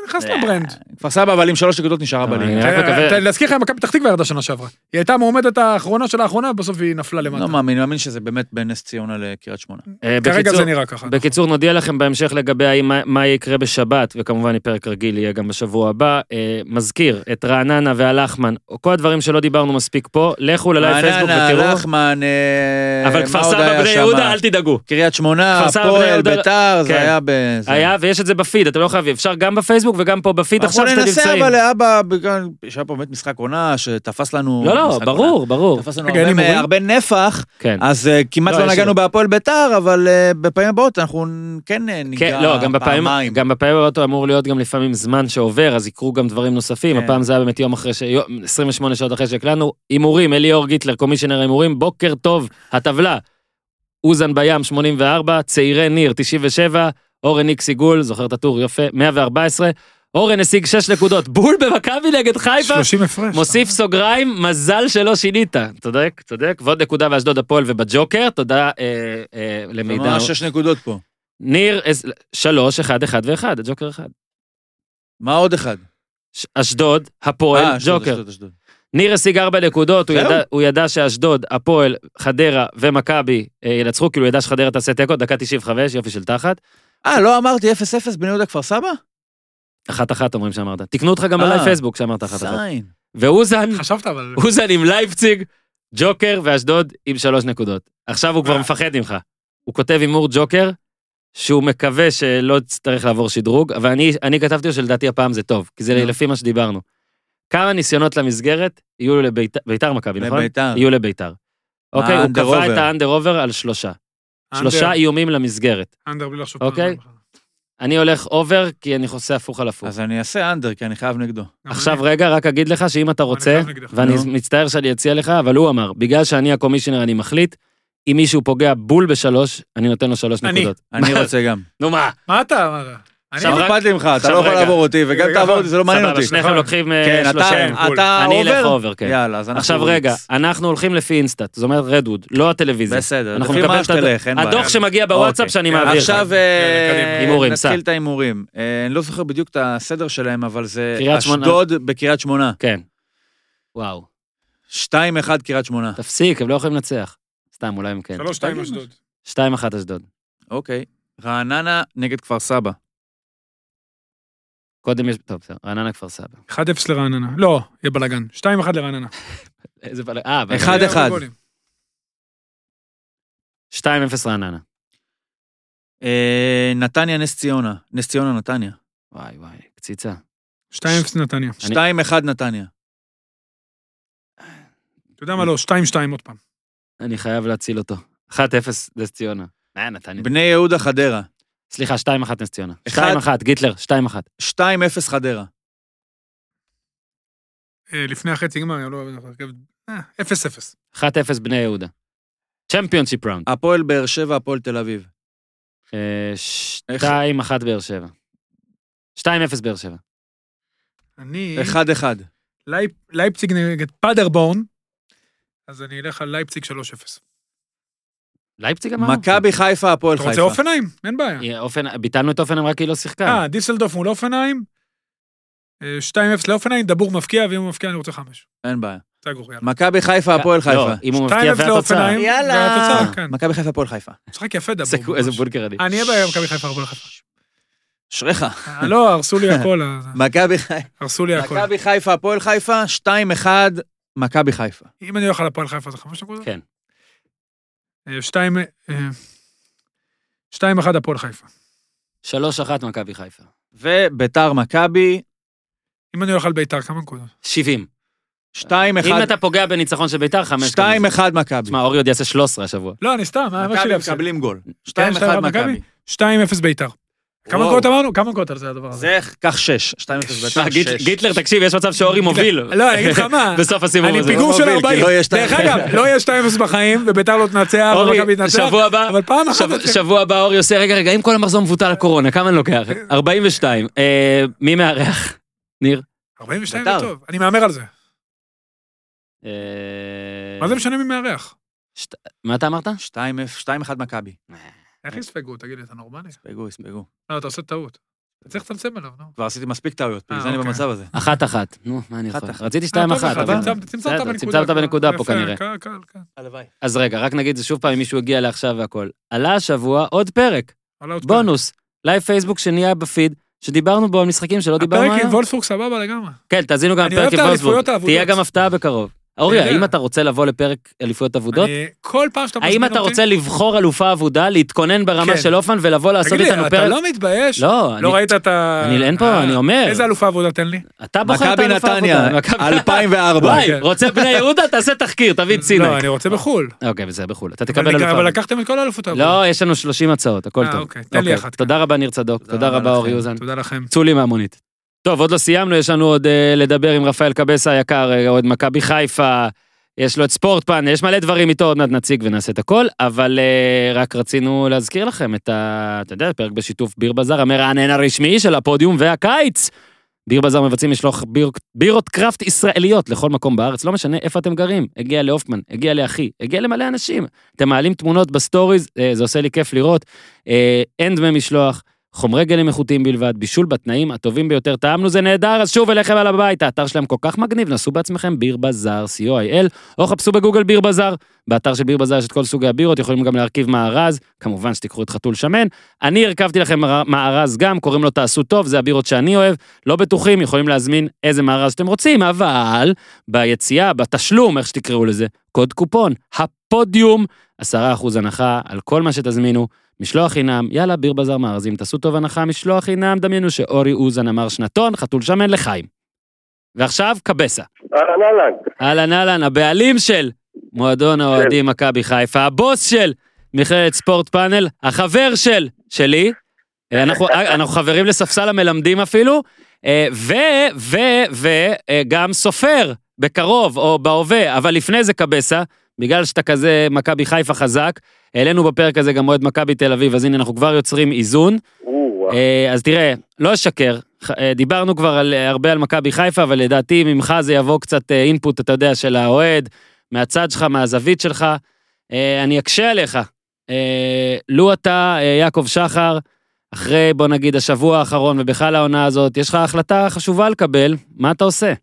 Speaker 3: נכנס לברנד.
Speaker 4: כפר סבא אבל עם שלוש נקודות נשארה
Speaker 1: אבל
Speaker 4: בליגה.
Speaker 1: אני רק מקווה-
Speaker 3: אתה- להזכיר לך, מכבי פתח תקווה ירדה שנה שעברה. היא הייתה המועמדת האחרונה של האחרונה, בסוף היא נפלה למטה.
Speaker 4: לא מאמין, מאמין שזה באמת בין נס ציונה לקריית שמונה.
Speaker 1: אה,
Speaker 3: כרגע
Speaker 1: בקיצור-
Speaker 3: זה נראה ככה.
Speaker 1: בקיצור, נודיע לכם בהמשך לגבי האם- מה- מה יקרה בשבת, וכמובן פרק רגיל יהיה גם בשבוע הבא. אה, מזכיר את רעננה והלחמן, כל הדברים שלא דיברנו מספיק פה, לכו ללייב פייסבוק
Speaker 4: רעננה,
Speaker 1: ותראו.
Speaker 4: לחמן, אה,
Speaker 1: אבל
Speaker 4: מה
Speaker 1: כפר
Speaker 4: עוד
Speaker 1: סבא
Speaker 4: היה
Speaker 1: בני
Speaker 4: שם?
Speaker 1: יהודה, אל תדאגו.
Speaker 4: קריית שמונה,
Speaker 1: כפר סבא, בני
Speaker 4: הפועל,
Speaker 1: יהודה-
Speaker 4: ביתר,
Speaker 1: כן.
Speaker 4: זה היה ב... זה-
Speaker 1: היה, ויש את זה בפיד, אתם לא חייבים, אפשר גם בפייסבוק וגם פה בפיד,
Speaker 4: אנחנו
Speaker 1: עכשיו שאתם
Speaker 4: נכון, ננסה
Speaker 1: נכון, נמצאים.
Speaker 4: אבל לאבא, בגלל שהיה פה באמת משחק עונה, שתפס לנו...
Speaker 1: לא, לא,
Speaker 4: משחק עונה.
Speaker 1: ברור, ברור.
Speaker 4: תפס לנו
Speaker 3: רגע,
Speaker 4: הרבה-
Speaker 3: אין הימורים?
Speaker 4: הרבה נפח,
Speaker 1: כן.
Speaker 4: אז אה, כמעט
Speaker 1: לא,
Speaker 4: לא
Speaker 1: יש לנו.
Speaker 4: נגענו בהפועל ביתר, אבל אה, בפעמים הבאות אנחנו כן אה, ניגע
Speaker 1: כן,
Speaker 4: פעמיים.
Speaker 1: לא, גם בפעמים, גם בפעמים הבאות אמור להיות גם לפעמים זמן שעובר, אז יקרו גם דברים נוספים.
Speaker 4: כן.
Speaker 1: הפעם זה היה באמת יום אחרי, ש... יום- 28 שעות אחרי שהקלטנו. הימורים, אליאור גיטלר, קומישיונר הימורים, בוקר טוב, הטבלה. אוזן בים, 84, צעירי ניר, 97, אורן איקס עיגול, זוכר את הטור, יפה, 114. אורן השיג 6 נקודות, בול במכבי נגד חיפה.
Speaker 3: 30 הפרש.
Speaker 1: מוסיף סוגריים, מזל שלא שינית. צודק, צודק. ועוד נקודה באשדוד הפועל ובג'וקר, תודה אה, אה,
Speaker 4: זה
Speaker 1: למידע.
Speaker 4: ממש שש נקודות פה.
Speaker 1: ניר, אז- שלוש, אחד, אחד ואחד, הג'וקר אחד.
Speaker 4: מה עוד אחד?
Speaker 1: ש- אשדוד,
Speaker 4: אה,
Speaker 1: הפועל,
Speaker 4: אשדוד,
Speaker 1: ג'וקר.
Speaker 4: אשדוד, אשדוד.
Speaker 1: ניר השיג ארבע נקודות, הוא
Speaker 4: זהו.
Speaker 1: ידע- הוא ידע שאשדוד, הפועל, חדרה ומכבי אה, ינצחו, כאילו הוא ידע שחדרה תעשה תיקו, דקה 95, יופי של תחת.
Speaker 4: אה, לא אמרתי 0-0 בני יהודה כפר סבא?
Speaker 1: אחת אחת אומרים שאמרת. תקנו אותך גם
Speaker 4: אה.
Speaker 1: עליי פייסבוק שאמרת אחת אחת.
Speaker 4: זין.
Speaker 1: ואוזן,
Speaker 3: חשבת אבל...
Speaker 1: אוזן עם לייפציג, ג'וקר ואשדוד עם שלוש נקודות. עכשיו הוא
Speaker 4: אה.
Speaker 1: כבר מפחד ממך. הוא כותב הימור ג'וקר, שהוא מקווה שלא תצטרך לעבור שדרוג, אבל אני, אני כתבתי לו שלדעתי הפעם זה טוב, כי זה
Speaker 4: נו.
Speaker 1: לפי מה שדיברנו. כמה ניסיונות למסגרת יהיו לביתר, ביתר מכבי, נכון?
Speaker 4: לביתר.
Speaker 1: יהיו לביתר. אוקיי, הוא
Speaker 4: האנדר
Speaker 1: קבע
Speaker 4: אובר.
Speaker 1: את האנדר אובר על שלושה.
Speaker 3: אנדר-
Speaker 1: שלושה איומים למסגרת.
Speaker 3: אנדר בלי לחשוב.
Speaker 1: אוקיי.
Speaker 3: פעמיים בכלל.
Speaker 1: אני הולך אובר, כי אני חוסה הפוך על הפוך.
Speaker 4: אז אני אעשה אנדר, כי אני חייב נגדו.
Speaker 3: גם
Speaker 1: עכשיו
Speaker 3: אני.
Speaker 1: רגע, רק אגיד לך שאם אתה רוצה,
Speaker 3: חייב נגדך.
Speaker 1: ואני
Speaker 4: נו.
Speaker 1: מצטער שאני אציע לך, אבל הוא אמר, בגלל שאני הקומישיונר אני מחליט, אם מישהו פוגע בול בשלוש, אני נותן לו שלוש
Speaker 3: אני.
Speaker 1: נקודות.
Speaker 4: אני רוצה גם.
Speaker 1: נו מה,
Speaker 3: מה אתה? מה אתה?
Speaker 1: עכשיו
Speaker 3: אני-
Speaker 4: לא
Speaker 1: נכון. רק-
Speaker 4: אכפת לי ממך, אתה
Speaker 1: עכשיו
Speaker 4: לא יכול
Speaker 1: רגע.
Speaker 4: לעבור אותי, וגם
Speaker 3: רגע,
Speaker 4: תעבור
Speaker 3: אבל-
Speaker 4: אותי, זה לא מעניין
Speaker 1: סבבה,
Speaker 4: אותי.
Speaker 1: שניכם לוקחים אה,
Speaker 4: כן, אתה-
Speaker 1: שלושה.
Speaker 3: כן, בול.
Speaker 4: אתה
Speaker 1: אני אלך
Speaker 4: עובר?
Speaker 1: אובר, כן.
Speaker 4: יאללה, אז אנחנו...
Speaker 1: עכשיו רגע,
Speaker 4: איקס.
Speaker 1: אנחנו הולכים לפי אינסטאט, זאת אומרת רדווד, לא הטלוויזיה.
Speaker 4: בסדר,
Speaker 1: אנחנו
Speaker 4: לפי
Speaker 1: נקבל
Speaker 4: מה
Speaker 1: את הדוח-
Speaker 4: שתלך, אין בעיה.
Speaker 1: הדוח שמגיע בוואטסאפ
Speaker 4: אוקיי.
Speaker 1: שאני
Speaker 3: יאללה,
Speaker 1: מעביר.
Speaker 4: עכשיו
Speaker 1: לך.
Speaker 4: אה,
Speaker 3: יאללה, קדימה.
Speaker 1: הימורים, סע.
Speaker 4: נתחיל את ההימורים. אה, אני לא זוכר בדיוק את הסדר שלהם, אבל זה
Speaker 1: קריית שמונה.
Speaker 4: אשדוד בקריית שמונה.
Speaker 1: כן. וואו,
Speaker 4: 2-1 קריית שמונה.
Speaker 1: תפסיק, הם לא יכולים לנצח. סתם, אולי הם כן.
Speaker 3: שלוש, שתיים, אשדוד.
Speaker 1: שתיים אחת אשדוד.
Speaker 4: אוקיי. רעננה נגד כפר סבא.
Speaker 1: קודם יש... טוב, בסדר, רעננה כפר סבא.
Speaker 3: 1-0 לרעננה. לא, יהיה בלאגן. 2-1 לרעננה.
Speaker 1: איזה בעל... אה, אבל...
Speaker 4: אחד-
Speaker 3: יהיה הרבה גולים.
Speaker 1: 2-0 רעננה.
Speaker 4: אה, נתניה, נס ציונה. נס ציונה, נתניה.
Speaker 1: וואי וואי, קציצה.
Speaker 3: 2-0 נתניה.
Speaker 4: 2-1 נתניה.
Speaker 3: אתה יודע מה לא, 2-2 עוד פעם.
Speaker 1: אני חייב להציל אותו. 1-0 נס ציונה. אה, נתניה.
Speaker 4: בני יהודה, חדרה.
Speaker 1: סליחה, 2-1 נס ציונה.
Speaker 4: אחד-
Speaker 1: 2-1, גיטלר, 2-1.
Speaker 4: 2-0 חדרה.
Speaker 3: אה, לפני החצי גמר, לא... אה, 0-0.
Speaker 1: 1-0 בני יהודה. צ'מפיונשיפ ראונד.
Speaker 4: הפועל באר שבע, הפועל תל אביב.
Speaker 1: אה, 2-1 באר שבע. 2-0 באר שבע.
Speaker 3: אני...
Speaker 4: 1-1.
Speaker 3: לייפ- לייפציג נגד פדרבורן, אז אני אלך על לייפציג 3-0.
Speaker 1: לייפציג אמרנו?
Speaker 4: מכבי חיפה, הפועל
Speaker 3: אתה רוצה
Speaker 4: חיפה.
Speaker 3: אופנהיים? אין בעיה.
Speaker 1: אה, אופן, ביטלנו את אופנהיים רק כי היא לא שיחקה.
Speaker 3: אה, דיסלדוף מול אופנהיים, אה, 2-0 לאופנהיים, דבור מפקיע, ואם הוא מפקיע אני רוצה 5.
Speaker 4: אין בעיה.
Speaker 3: סגור, יאללה.
Speaker 4: מכבי חיפה, הפועל חיפה.
Speaker 1: לא, אה, אם הוא
Speaker 3: 2-0
Speaker 1: מבקיע והתוצאה.
Speaker 3: לאופנהיים,
Speaker 4: יאללה.
Speaker 3: והתוצאה כאן.
Speaker 4: מכבי חיפה, הפועל חיפה.
Speaker 3: משחק יפה
Speaker 1: איזה-
Speaker 3: דבור.
Speaker 1: איזה
Speaker 3: ממש.
Speaker 1: בונקר אני.
Speaker 3: אני אהיה בעיה במכבי חיפה, הרבה חיפה.
Speaker 4: אשריך.
Speaker 3: אה, לא, הרסו לי הכל, אה,
Speaker 4: מכבי חיפה-
Speaker 3: הרסו לי הכל.
Speaker 4: מכבי חיפה, הפועל חיפה, 2-1, מכבי חיפה.
Speaker 3: אם אני הולך על הפועל חיפה זה 5 נקודות?
Speaker 1: כן.
Speaker 3: אה, שתיים, אה, 2-1 הפועל חיפה.
Speaker 1: 3-1 מכבי חיפה.
Speaker 4: וביתר מכבי,
Speaker 3: אם אני הולך על ביתר, כמה נקודות?
Speaker 1: 70.
Speaker 4: 2-1,
Speaker 1: אם אתה פוגע בניצחון של ביתר, 5
Speaker 4: 2-1 מכבי.
Speaker 1: תשמע, אורי עוד יעשה 13 השבוע.
Speaker 3: לא, אני סתם, מה מה
Speaker 4: מכבי
Speaker 3: שלי הפסד?
Speaker 4: מקבלים
Speaker 1: כן,
Speaker 4: גול.
Speaker 3: 2-1
Speaker 4: 2-1
Speaker 3: מכבי?
Speaker 4: מכבי.
Speaker 3: 2-0 ביתר. כמה
Speaker 4: וואו.
Speaker 3: נקודות אמרנו? כמה נקודות על זה הדבר הזה?
Speaker 4: זה, קח 6. 2-0
Speaker 1: שמע,
Speaker 4: ביתר,
Speaker 1: גיט-
Speaker 4: 6.
Speaker 1: גיטלר, תקשיב, יש מצב שאורי מוביל.
Speaker 3: לא, אני אגיד לך מה.
Speaker 1: בסוף הסיבוב
Speaker 3: אני
Speaker 1: הזה.
Speaker 3: פיגור
Speaker 4: לא
Speaker 3: של
Speaker 4: מוביל, כי
Speaker 3: 40.
Speaker 4: לא יהיה שתיים.
Speaker 3: דרך אגב, לא יהיה 2-0 בחיים, וביתר לא תנצח, ומכבי
Speaker 1: אורי,
Speaker 3: תנצח.
Speaker 1: שבוע הבא,
Speaker 3: אבל פעם אחת...
Speaker 1: שב-
Speaker 3: אתם-
Speaker 1: שבוע הבא אורי עושה, רגע, רגע, אם כל המחזור מבוטל לקורונה, כמה אני לוקח?
Speaker 3: כן.
Speaker 1: 42. אה, מי מארח? ניר?
Speaker 3: 42 זה
Speaker 4: ביתר. כן.
Speaker 3: טוב, אני מהמר על זה.
Speaker 1: אה,
Speaker 3: מה זה משנה מי מארח?
Speaker 1: מה אתה אמרת?
Speaker 4: 2-1 מכבי.
Speaker 3: איך יספגו? תגיד לי, אתה נורמלי?
Speaker 4: ספגו, ספגו.
Speaker 3: לא, אתה עושה טעות. אתה צריך לצמצם עליו, נו.
Speaker 4: כבר עשיתי מספיק
Speaker 1: אה,
Speaker 4: טעויות, בגלל זה אני
Speaker 3: אוקיי.
Speaker 4: במצב הזה.
Speaker 1: אחת אחת. נו, מה אני יכול?
Speaker 4: אחת אחת.
Speaker 1: רציתי שתיים
Speaker 3: אה, טוב
Speaker 1: אחת.
Speaker 3: לך,
Speaker 1: אבל-
Speaker 3: צמצמת- צמצמת
Speaker 1: בסדר,
Speaker 3: בנקודה.
Speaker 1: צמצמת בנקודה פה
Speaker 3: יפה, כן.
Speaker 1: כנראה.
Speaker 3: קל, קל, קל.
Speaker 4: הלוואי.
Speaker 1: אז רגע, רק נגיד את זה שוב פעם, אם מישהו הגיע לעכשיו והכל. עלה השבוע עוד פרק,
Speaker 3: עלה עוד פרק.
Speaker 1: בונוס, לייב פייסבוק שנהיה בפיד, שדיברנו בו על משחקים שלא דיברנו
Speaker 3: הפרק עם
Speaker 1: עליהם.
Speaker 3: וולפסורג סבבה לגמרי.
Speaker 1: כן, תאזינו גם
Speaker 3: אני אוהב
Speaker 1: לפרק
Speaker 3: את
Speaker 1: עם וולסבורג.
Speaker 3: האליפויות האבודות.
Speaker 1: תהיה גם הפתעה בקרוב. אורי,
Speaker 3: יודע.
Speaker 1: האם אתה רוצה לבוא לפרק אליפויות אבודות?
Speaker 3: אני- כל פעם שאתה מזמין
Speaker 1: האם אתה
Speaker 3: אותי-
Speaker 1: רוצה לבחור אלופה אבודה, להתכונן ברמה
Speaker 3: כן.
Speaker 1: של אופן ולבוא לעשות
Speaker 3: תגיד לי,
Speaker 1: איתנו
Speaker 3: אתה
Speaker 1: פרק?
Speaker 3: לא מתבייש?
Speaker 1: לא, אני-
Speaker 3: לא ראית את ה...
Speaker 1: אני- אין פה,
Speaker 3: אה,
Speaker 1: אני אומר.
Speaker 3: איזה אלופה עבודה תן לי?
Speaker 1: אתה בוחר את אוקיי.
Speaker 4: מכבי
Speaker 1: האלופה
Speaker 4: נתניה,
Speaker 1: אבודה. מכבי-
Speaker 4: 2004.
Speaker 1: וואי, רוצה בני יהודה? תעשה תחקיר, תביא את
Speaker 3: לא,
Speaker 1: סיני.
Speaker 3: אני רוצה בחו"ל.
Speaker 1: אוקיי, בסדר, בחו"ל. אתה
Speaker 3: אבל
Speaker 1: תקבל אלופה.
Speaker 3: אבל
Speaker 1: אבודה.
Speaker 3: לקחתם את כל האלופות העבודה.
Speaker 1: לא, יש לנו 30 הצעות, הכל
Speaker 3: אה,
Speaker 1: טוב.
Speaker 3: אוקיי, תן לי אחת, כן.
Speaker 1: תודה רבה, ניר צדוק. תודה
Speaker 4: רבה
Speaker 1: רבה, אורי
Speaker 4: לכם.
Speaker 1: אוזן.
Speaker 3: תודה לכם.
Speaker 1: צאו לי מהמונית. טוב, עוד לא סיימנו, יש לנו עוד אה, לדבר עם רפאל קבסה היקר, אה, עוד מכבי חיפה, יש לו את ספורטפן, יש מלא דברים איתו, עוד מעט נציג ונעשה את הכל, אבל אה, רק רצינו להזכיר לכם את ה... אתה יודע, פרק בשיתוף ביר בזאר, המרענן הרשמי של הפודיום והקיץ. ביר בזאר מבצעים משלוח ביר, בירות קראפט ישראליות לכל מקום בארץ, לא משנה איפה אתם גרים. הגיע להופמן, הגיע לאחי, הגיע למלא אנשים. אתם מעלים תמונות בסטוריז, אה, זה עושה לי כיף לראות. אה, אין דמי משלוח, חומרי גלם איכותיים בלבד, בישול בתנאים הטובים ביותר, טעמנו זה נהדר, אז שוב אליכם על הבית, האתר שלהם כל כך מגניב, נסו בעצמכם ביר בזאר, co.il, או חפשו בגוגל ביר בזאר. באתר של ביר בזאר יש את כל סוגי הבירות, יכולים גם להרכיב מארז, כמובן שתיקחו את חתול שמן. אני הרכבתי לכם מר- מארז גם, קוראים לו תעשו טוב, זה הבירות שאני אוהב, לא בטוחים, יכולים להזמין איזה מארז שאתם רוצים, אבל ביציאה, בתשלום, איך שתקראו לזה, קוד קופון, הפודיום, 10% הנחה על כל מה שתזמינו. משלוח חינם, יאללה, ביר בזאר מארזים, תעשו טוב הנחה, משלוח חינם, דמיינו שאורי אוזן אמר שנתון, חתול שמן לחיים. ועכשיו, קבסה.
Speaker 5: אהלן אהלן.
Speaker 1: אהלן אהלן, הבעלים של מועדון האוהדים מכבי חיפה, הבוס של מכללת ספורט פאנל, החבר של, שלי, אה, אנחנו, אה, אנחנו חברים לספסל המלמדים אפילו, אה, ו, ו, ו, אה, גם סופר, בקרוב או בהווה, אבל לפני זה קבסה, בגלל שאתה כזה מכבי חיפה חזק, העלינו בפרק הזה גם אוהד מכבי תל אביב, אז הנה אנחנו כבר יוצרים איזון.
Speaker 5: או,
Speaker 1: אה, אז תראה, לא אשקר, ח- אה, דיברנו כבר על, אה, הרבה על מכבי חיפה, אבל לדעתי ממך זה יבוא קצת אה, אינפוט, אתה יודע, של האוהד, מהצד שלך, מהזווית שלך. אה, אני אקשה עליך. אה, לו אתה, אה, יעקב שחר, אחרי, בוא נגיד, השבוע האחרון ובכלל העונה הזאת, יש לך החלטה חשובה לקבל, מה אתה עושה?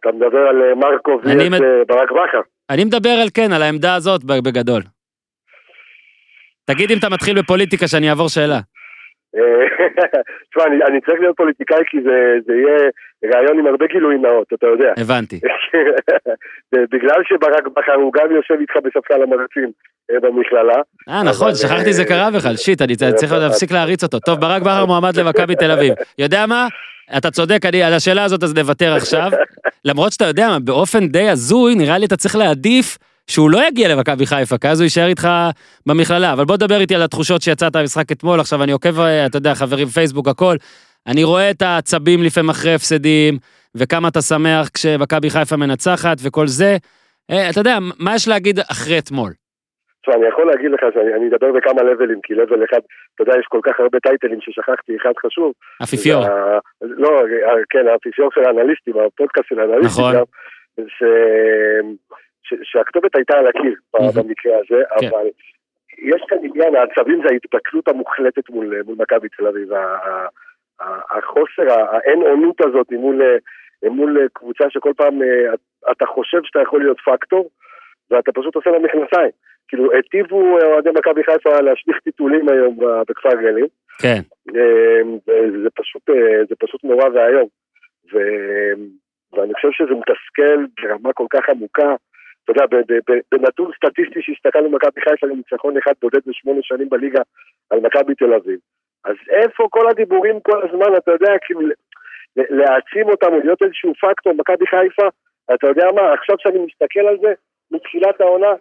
Speaker 5: אתה מדבר על אה, מרקו
Speaker 1: אני
Speaker 5: ויש
Speaker 1: מד-
Speaker 5: אה, ברק בכר.
Speaker 1: אני מדבר על כן, על העמדה הזאת בגדול. תגיד אם אתה מתחיל בפוליטיקה, שאני אעבור שאלה.
Speaker 6: אה, תשמע, אני, אני צריך להיות פוליטיקאי כי זה, זה יהיה ראיון עם הרבה גילוי נאות, אתה יודע.
Speaker 1: הבנתי.
Speaker 6: בגלל שברק בכר הוא גם יושב איתך בספסל המרצים אה, במכללה.
Speaker 1: אה, נכון,
Speaker 6: אבל,
Speaker 1: שכחתי
Speaker 6: אה,
Speaker 1: זה קרה בכלל, שיט, אני אני צריך להפסיק להריץ אותו. טוב, ברק בכר מועמד למכבי תל אביב. יודע מה? אתה צודק, אני, על השאלה הזאת אז נוותר עכשיו. למרות שאתה יודע מה, באופן די הזוי, נראה לי אתה צריך להעדיף שהוא לא יגיע למכבי חיפה, כי אז הוא יישאר איתך במכללה. אבל בוא דבר איתי על התחושות שיצאת מהמשחק אתמול, עכשיו אני עוקב, אה, אתה יודע, חברים, פייסבוק, הכל. אני רואה את העצבים לפעמים אחרי הפסדים, וכמה אתה שמח כשמכבי חיפה מנצחת וכל זה. אה, אתה יודע, מה יש להגיד אחרי אתמול?
Speaker 6: תשמע, אני יכול להגיד לך שאני אני אדבר בכמה לבלים, כי לבל אחד, אתה יודע, יש כל כך הרבה טייטלים ששכחתי, אחד חשוב.
Speaker 1: אפיפיור.
Speaker 6: זה ה- לא, ה- כן, האפיפיור של האנליסטים, הפודקאסט של האנליסטים
Speaker 1: נכון.
Speaker 6: גם, ש... ש... שהכתובת הייתה על הקיר
Speaker 1: מהמם.
Speaker 6: ב- במקרה הזה,
Speaker 1: כן.
Speaker 6: אבל יש כאן עניין, העצבים זה ההתפתלות המוחלטת מול, מול מכבי תל אביב, ה- ה- ה- החוסר, ה- האין אונות הזאת מול, אה, מול קבוצה שכל פעם אה, אתה חושב שאתה יכול להיות פקטור, ואתה פשוט עושה לה מכנסיים. כאילו, היטיבו אוהדי מכבי חיפה להשליך טיטולים היום ב- בכפר גלים.
Speaker 1: כן.
Speaker 6: אה, זה זה פשוט, אה, זה פשוט נורא ואיום. ו... ואני חושב שזה מתסכל ברמה כל כך עמוקה. אתה יודע, ב- ב- ב- בנתון סטטיסטי שהסתכלנו במכבי חיפה לניצחון אחד בודד בשמונה שנים בליגה על מכבי תל אביב. אז איפה כל הדיבורים כל הזמן, אתה יודע, כאילו ל- להעצים אותם או להיות איזשהו פקטור, מכבי חיפה, אתה יודע מה, עכשיו שאני מסתכל על זה, מתחילת העונה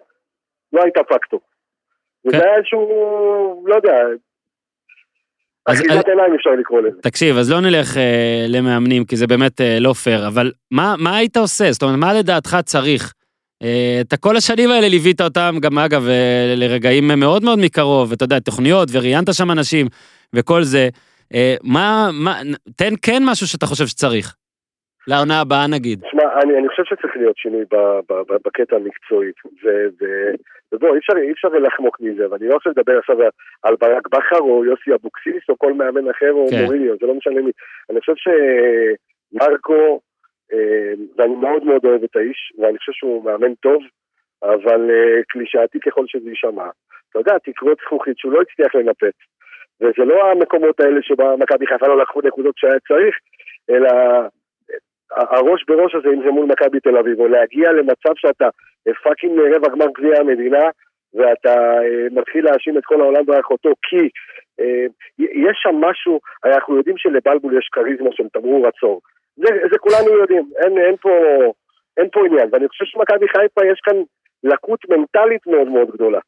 Speaker 6: לא הייתה פקטור.
Speaker 1: כן.
Speaker 6: וזה היה איזשהו, לא יודע,
Speaker 1: אז-
Speaker 6: אחיזת עיניים אפשר לקרוא לזה.
Speaker 1: תקשיב, אז לא נלך אה, למאמנים, כי זה באמת אה, לא פייר, אבל מה, מה היית עושה? זאת אומרת, מה לדעתך צריך? אה, אתה כל השנים האלה ליווית אותם, גם אגב, אה, לרגעים מאוד מאוד מקרוב, אתה יודע, תוכניות, וראיינת שם אנשים, וכל זה. אה, מה, מה, תן כן משהו שאתה חושב שצריך. לעונה הבאה נגיד.
Speaker 6: תשמע, אני, אני חושב שצריך להיות שינוי ב, ב, ב, בקטע המקצועי. ו, ו, ובוא, אי אפשר, אי אפשר לחמוק מזה, ואני לא רוצה לדבר עכשיו על- על ברק בכר או יוסי אבוקסיס או כל מאמן אחר או
Speaker 1: כן.
Speaker 6: כן. מוריניו, זה לא משנה מי. אני חושב שמרקו, אה, ואני מאוד מאוד אוהב את האיש, ואני חושב שהוא מאמן טוב, אבל אה, קלישאתי ככל שזה יישמע. אתה יודע, תקרות זכוכית שהוא לא הצליח לנפץ. וזה לא המקומות האלה שבה מכבי חיפה לא לקחו נקודות שהיה צריך, אלא ה- הראש בראש הזה, אם זה מול מכבי תל אביב, או להגיע למצב שאתה אה, פאקינג רבע גמר גביע המדינה, ואתה אה, מתחיל להאשים את כל העולם ואחותו, כי אה, י- יש שם משהו, אנחנו יודעים שלבלבול יש כריזמה של תמרור עצור. זה, זה כולנו יודעים, אין, אין, פה, אין פה עניין. ואני חושב שמכבי חיפה יש כאן לקות מנטלית מאוד מאוד גדולה.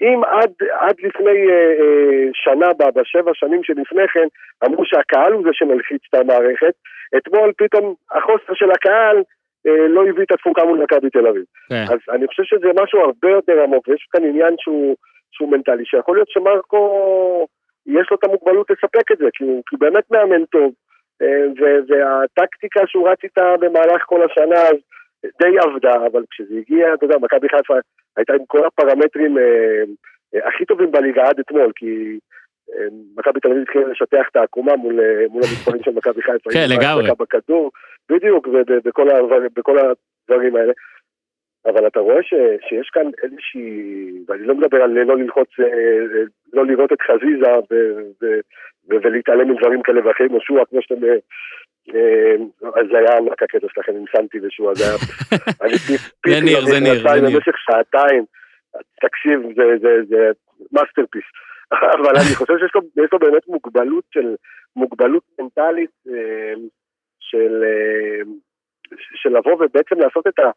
Speaker 6: אם עד, עד לפני אה, אה, שנה, ב- בשבע שנים שלפני כן, אמרו שהקהל הוא זה שמלחיץ את המערכת, אתמול פתאום החוסר של הקהל אה, לא הביא את התפוקה מול מכבי תל אביב.
Speaker 1: כן.
Speaker 6: אז אני חושב שזה משהו הרבה יותר עמוק, ויש כאן עניין שהוא, שהוא מנטלי, שיכול להיות שמרקו, יש לו את המוגבלות לספק את זה, כי הוא, כי הוא באמת מאמן טוב, אה, ו- והטקטיקה שהוא רץ איתה במהלך כל השנה, אז די עבדה, אבל כשזה הגיע, אתה יודע, מכבי חיפה הייתה עם כל הפרמטרים אה, אה, הכי טובים בליגה עד אתמול, כי... אה, מכבי תל אביב התחילה לשטח את העקומה מול, אה, מול המספרים של מכבי חיפה.
Speaker 1: כן,
Speaker 6: עם
Speaker 1: לגמרי.
Speaker 6: ההחזקה בכדור, בדיוק, ובכל הדברים, בכל הדברים האלה. אבל אתה רואה ש, שיש כאן איזושהי, ואני לא מדבר על לא ללחוץ, אה, אה, לא לראות את חזיזה ו, ו, ו, ולהתעלם מדברים כאלה ואחרים, או שועה, כמו שאתם... אה, אה, אז זה היה ענק הקטע שלכם עם סנטי ושועה, זה היה... אני פי- פיתי
Speaker 1: ניר, זה ניר, זה
Speaker 6: במכנסיים
Speaker 1: ניר.
Speaker 6: במשך שעתיים, תקשיב, זה, זה, זה מאסטרפיס. אבל אני חושב שיש לו, יש לו באמת מוגבלות של, מוגבלות מנטלית אה, של, אה, של לבוא ובעצם לעשות את ה...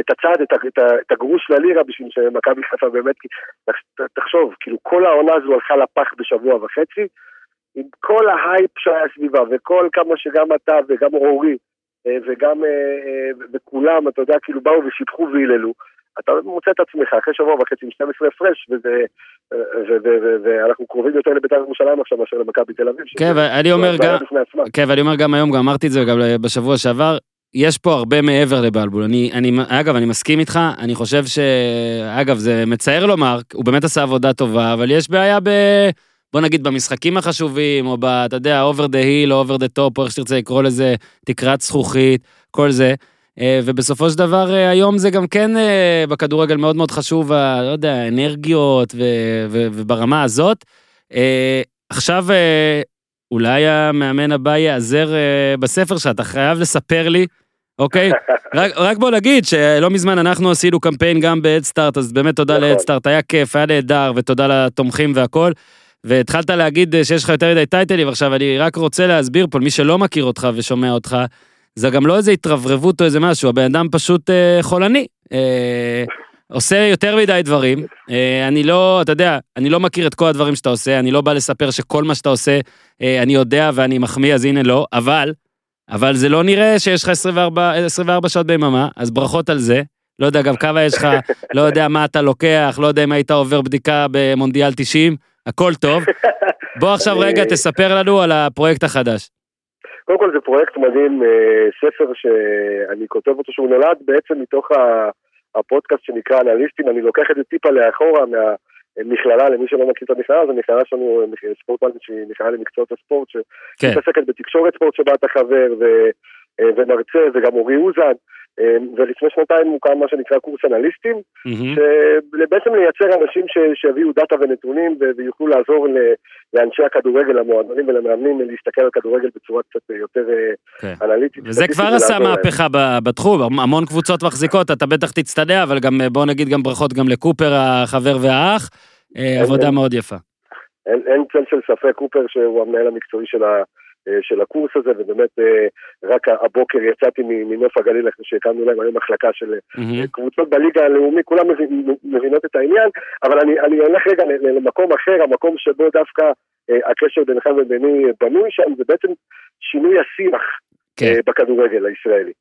Speaker 6: את הצעד, את, ה- את, ה- את הגרוש ללירה בשביל שמכבי חיפה באמת, כי תח- תחשוב, כאילו כל העונה הזו הלכה לפח בשבוע וחצי, עם כל ההייפ שהיה סביבה, וכל כמה שגם אתה וגם אורי, אה, וגם, אה, אה, ו- וכולם, אתה יודע, כאילו באו ושיבחו והיללו, אתה מוצא את עצמך אחרי שבוע וחצי עם 12 הפרש, וזה, אה, ו- ו- ו- ואנחנו קרובים יותר לבית"ר ירושלים עכשיו מאשר למכבי תל אביב.
Speaker 1: כן,
Speaker 6: שזה-
Speaker 1: ואני אומר
Speaker 6: זה
Speaker 1: גם,
Speaker 6: בעיה בפני עצמה.
Speaker 1: כן, ואני אומר גם היום, גם אמרתי את זה גם בשבוע שעבר, יש פה הרבה מעבר לבלבול. אני, אני, אגב, אני מסכים איתך, אני חושב ש... אגב, זה מצער לומר, הוא באמת עשה עבודה טובה, אבל יש בעיה ב... בוא נגיד במשחקים החשובים, או ב... אתה יודע, over the hill, או over the top, או איך שתרצה לקרוא לזה, תקרת זכוכית, כל זה. אה, ובסופו של דבר, אה, היום זה גם כן אה, בכדורגל מאוד מאוד חשוב, ה- לא יודע, האנרגיות, ו- ו- וברמה הזאת. אה, עכשיו אה, אולי המאמן הבא ייעזר אה, בספר שאתה חייב לספר לי, אוקיי? רק, רק בוא נגיד שלא מזמן אנחנו עשינו קמפיין גם ב-Headstart, אז באמת תודה
Speaker 6: נכון.
Speaker 1: ל-Headstart, היה כיף, היה נהדר, ותודה לתומכים והכל. והתחלת להגיד אה, שיש לך יותר מדי טייטלים, עכשיו אני רק רוצה להסביר פה, למי שלא מכיר אותך ושומע אותך, זה גם לא איזה התרברבות או איזה משהו, הבן אדם פשוט אה, חולני. אה, עושה יותר מדי דברים. אה, אני לא, אתה יודע, אני לא מכיר את כל הדברים שאתה עושה, אני לא בא לספר שכל מה שאתה עושה, אה, אני יודע ואני מחמיא, אז הנה לא, אבל, אבל זה לא נראה שיש לך 24, 24 שעות ביממה, אז ברכות על זה. לא יודע גם כמה יש לך, לא יודע מה אתה לוקח, לא יודע אם היית עובר בדיקה במונדיאל 90, הכל טוב. בוא עכשיו
Speaker 6: אני-
Speaker 1: רגע תספר לנו על הפרויקט החדש.
Speaker 6: קודם כל זה פרויקט מדהים, אה, ספר שאני כותב אותו, שהוא נולד בעצם מתוך ה- הפודקאסט שנקרא אנליסטים, אני לוקח את זה טיפה לאחורה מהמכללה, למי שלא מכיר את המכללה, אז המכללה שלנו, אה, ספורט מנג'נט, שהיא מכללה למקצועות הספורט,
Speaker 1: כן.
Speaker 6: שמתעסקת בתקשורת ספורט שבה אתה חבר ו, אה, ומרצה, וגם אורי אוזן, אה, ולפני שנתיים הוקם מה שנקרא קורס אנליסטים,
Speaker 1: מהמם.
Speaker 6: שבעצם לייצר אנשים ש, שיביאו דאטה ונתונים ו- ויוכלו לעזור ל- לאנשי הכדורגל, למועדונים ולמאמנים להסתכל על כדורגל בצורה קצת יותר אה,
Speaker 1: כן.
Speaker 6: אנליטית.
Speaker 1: וזה
Speaker 6: סטטיסטית,
Speaker 1: כבר עשה
Speaker 6: ולעזור להם.
Speaker 1: מהפכה ב- בתחום, המ- המון קבוצות מחזיקות, אתה בטח תצטנע, אבל גם אה, בוא נגיד גם ברכות גם לקופר החבר והאח,
Speaker 6: כן,
Speaker 1: אה, עבודה מאוד יפה.
Speaker 6: אין, אין צל של ספק, קופר שהוא המנהל המקצועי של, ה, אה, של הקורס הזה, ובאמת אה, רק ה- הבוקר יצאתי מ- מנוף הגליל אחרי שהקמנו להם היום מחלקה של
Speaker 1: מהמם.
Speaker 6: קבוצות בליגה הלאומית, כולם מבין- מבינות את העניין, אבל אני, אני הולך רגע ל- ל- למקום אחר, המקום שבו דווקא אה, הקשר בינך וביני בנוי שם, זה בעצם שינוי השיח
Speaker 1: כן.
Speaker 6: אה, בכדורגל הישראלי.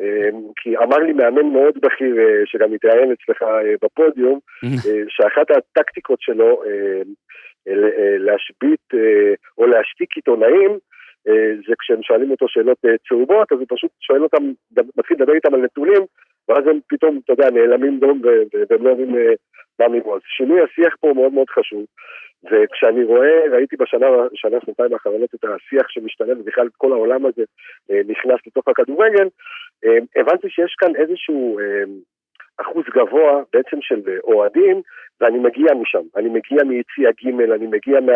Speaker 6: אה, כי אמר לי מאמן מאוד בכיר, אה, שגם התראיין אצלך אה, בפודיום, אה, שאחת הטקטיקות שלו אה, ל- אה, להשבית אה, או להשתיק עיתונאים, אה, זה כשהם שואלים אותו שאלות אה, צהובות, אז הוא פשוט שואל אותם, ד- מתחיל לדבר איתם על נתונים, ואז הם פתאום, אתה יודע, נעלמים דום ו- ו- והם לא יודעים אה, מה מפה. אז שינוי השיח פה הוא מאוד מאוד חשוב, וכשאני רואה, ראיתי בשנה, שנה, שנתיים האחרונות את השיח שמשתנה, ובכלל כל העולם הזה אה, נכנס לתוך הכדורגל, אה, הבנתי שיש כאן איזשהו... אה, אחוז גבוה בעצם של אה, אוהדים, ואני מגיע משם. אני מגיע מיציע ג', אני מגיע מה,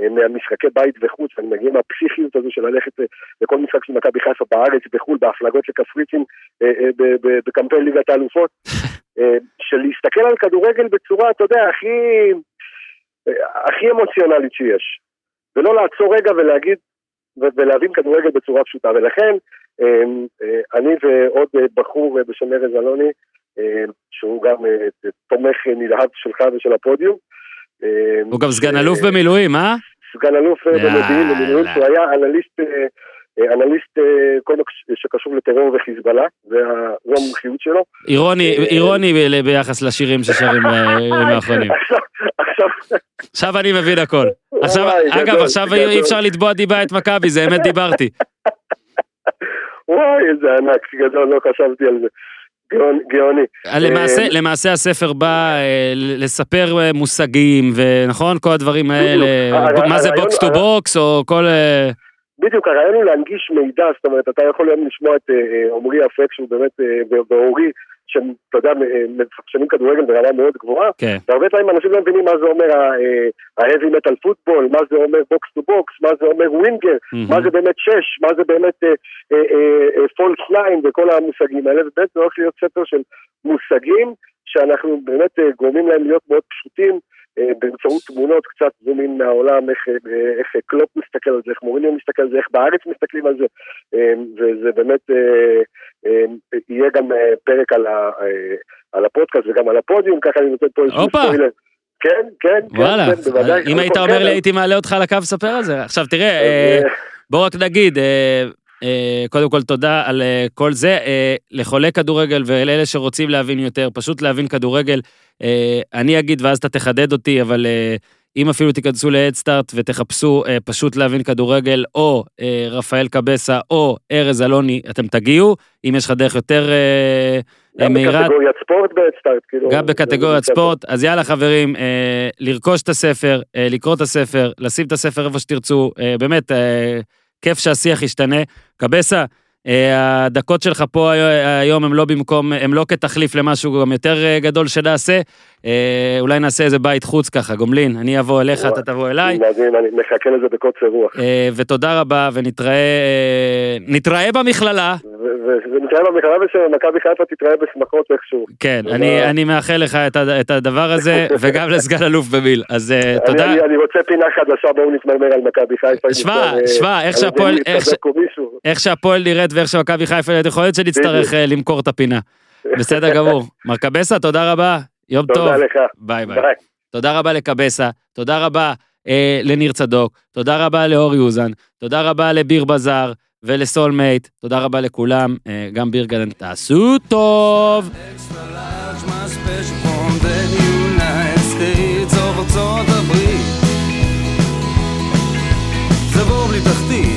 Speaker 6: אה, מהמשחקי בית וחוץ, אני מגיע מהפסיכיות הזו של ללכת אה, לכל משחק של מכבי חיפה בארץ, בחו"ל, בהפלגות לקפריצים, אה, אה, ב- ב- בקמפיין ליגת האלופות, אה, של להסתכל על כדורגל בצורה, אתה יודע, הכי, אה, הכי אמוציונלית שיש. ולא לעצור רגע ולהגיד, ו- ולהבין כדורגל בצורה פשוטה. ולכן, אה, אה, אני ועוד אה, בחור אה, בשם ארז אלוני, אה, שהוא גם אה, תומך אה, נלהב שלך ושל הפודיום. אה,
Speaker 1: הוא גם סגן
Speaker 6: אה,
Speaker 1: אלוף במילואים, אה?
Speaker 6: סגן אלוף אה,
Speaker 1: יאללה.
Speaker 6: במודיעין במילואים, שהוא היה אנליסט, אה, אה, אנליסט אה, כל מה ש- שקשור לטרור וחיזבאללה, זה ה- זו המומחיות שלו.
Speaker 1: אירוני,
Speaker 6: אה,
Speaker 1: אירוני ב- ביחס לשירים ששרים אה, בימים האחרונים.
Speaker 6: עכשיו, עכשיו, אה,
Speaker 1: עכשיו אני מבין הכל. עכשיו,
Speaker 6: וואי,
Speaker 1: אגב,
Speaker 6: גדול,
Speaker 1: עכשיו
Speaker 6: גדול.
Speaker 1: אי אפשר לתבוע דיבה את מכבי, זה אמת דיברתי.
Speaker 6: וואי, איזה ענק גדול, לא חשבתי על זה. גאון- גאוני.
Speaker 1: אה,
Speaker 6: אה,
Speaker 1: למעשה, למעשה הספר בא אה, ל- לספר אה, מושגים, ונכון? כל הדברים האלה, אה,
Speaker 6: הרעיון-
Speaker 1: מה זה בוקס טו
Speaker 6: הרעיון-
Speaker 1: בוקס, או כל... אה,
Speaker 6: בדיוק, הרעיון הוא להנגיש מידע, זאת אומרת, אתה יכול היום לשמוע את אה, אה, עמרי אפק, שהוא באמת, אה, ו- ואורי, שהם, אתה יודע, אה, מפרשנים כדורגל ברמה מאוד גבוהה,
Speaker 1: כן.
Speaker 6: והרבה פעמים אנשים לא מבינים מה זה אומר אה, ה-heavy metal פוטבול, מה זה אומר בוקס טו בוקס, מה זה אומר ווינגר, מה זה באמת שש, מה זה באמת אה, פולט ליין אה, וכל המושגים האלה, ובאמת זה הולך להיות ספר של מושגים שאנחנו באמת אה, גורמים להם להיות מאוד פשוטים אה, באמצעות תמונות קצת זומים מהעולם, איך, אה, איך קלופ מסתכל על זה, איך מוריניו מסתכל על זה, איך בארץ מסתכלים על זה, אה, וזה באמת אה, אה, יהיה גם אה, פרק על, ה, אה, על הפודקאסט וגם על הפודיום, ככה אני נותן פה איזשהו
Speaker 1: הופה.
Speaker 6: ספוילר. כן, כן, כן,
Speaker 1: וואלה,
Speaker 6: כן, בוודאי.
Speaker 1: אם היית אומר לי הייתי מעלה אותך על הקו, ספר על זה. עכשיו תראה, אה, בוא רק נגיד, אה, אה, קודם כל תודה על אה, כל זה. אה, לחולי כדורגל ולאלה שרוצים להבין יותר, פשוט להבין כדורגל, אה, אני אגיד ואז אתה תחדד אותי, אבל אה, אם אפילו תיכנסו ל-Headstart ותחפשו אה, פשוט להבין כדורגל, או אה, רפאל קבסה או ארז אלוני, אתם תגיעו. אם יש לך דרך יותר אה, אה,
Speaker 6: גם
Speaker 1: מהירה,
Speaker 6: בקטגוריית ספורט בעצם, כאילו.
Speaker 1: גם בקטגוריית
Speaker 6: זה- זה-
Speaker 1: ספורט. אז יאללה חברים, אה, לרכוש את הספר, אה, לקרוא את הספר, לשים את הספר איפה שתרצו, אה, באמת, אה, כיף שהשיח ישתנה. קבסה, אה, הדקות שלך פה היו- היום הם לא במקום, הם לא כתחליף למשהו גם יותר אה, גדול שנעשה. אה, אולי נעשה איזה בית חוץ ככה, גומלין, אני אבוא אליך, אתה תבוא אליי.
Speaker 6: מדהים, אני מחכה לזה בקוצר רוח.
Speaker 1: אה, ותודה רבה, ונתראה אה, נתראה במכללה.
Speaker 6: ונתראה במקרה ושמכבי חיפה תתראה בשמחות איכשהו.
Speaker 1: כן,
Speaker 6: תודה.
Speaker 1: אני, אני מאחל לך את, ה- את הדבר הזה, וגם לסגן אלוף במיל. אז אה, תודה.
Speaker 6: אני, אני רוצה פינה חדשה, בואו נתמרמר על מכבי חיפה. אם
Speaker 1: שמע,
Speaker 6: אפשר, אה,
Speaker 1: שמע, איך
Speaker 6: על ידי
Speaker 1: שהפועל-
Speaker 6: מי
Speaker 1: איך ש-
Speaker 6: יסתפק או מישהו.
Speaker 1: איך שהפועל נראית ואיך שמכבי חיפה נראית, יכול להיות שנצטרך אה, למכור את הפינה. בסדר גמור. מר קבסה, תודה רבה, יום טוב.
Speaker 6: תודה לך.
Speaker 1: ביי ביי.
Speaker 6: ביי.
Speaker 1: תודה רבה לקבסה, תודה רבה אה, לניר צדוק, תודה רבה לאור יוזן, תודה רבה לביר בזאר ולסולמייט, תודה רבה לכולם, אה, גם ביר גלן, תעשו טוב!
Speaker 2: Extra large, my special from the United States of ארצות הברית. זה בור בלי תחתית. כן,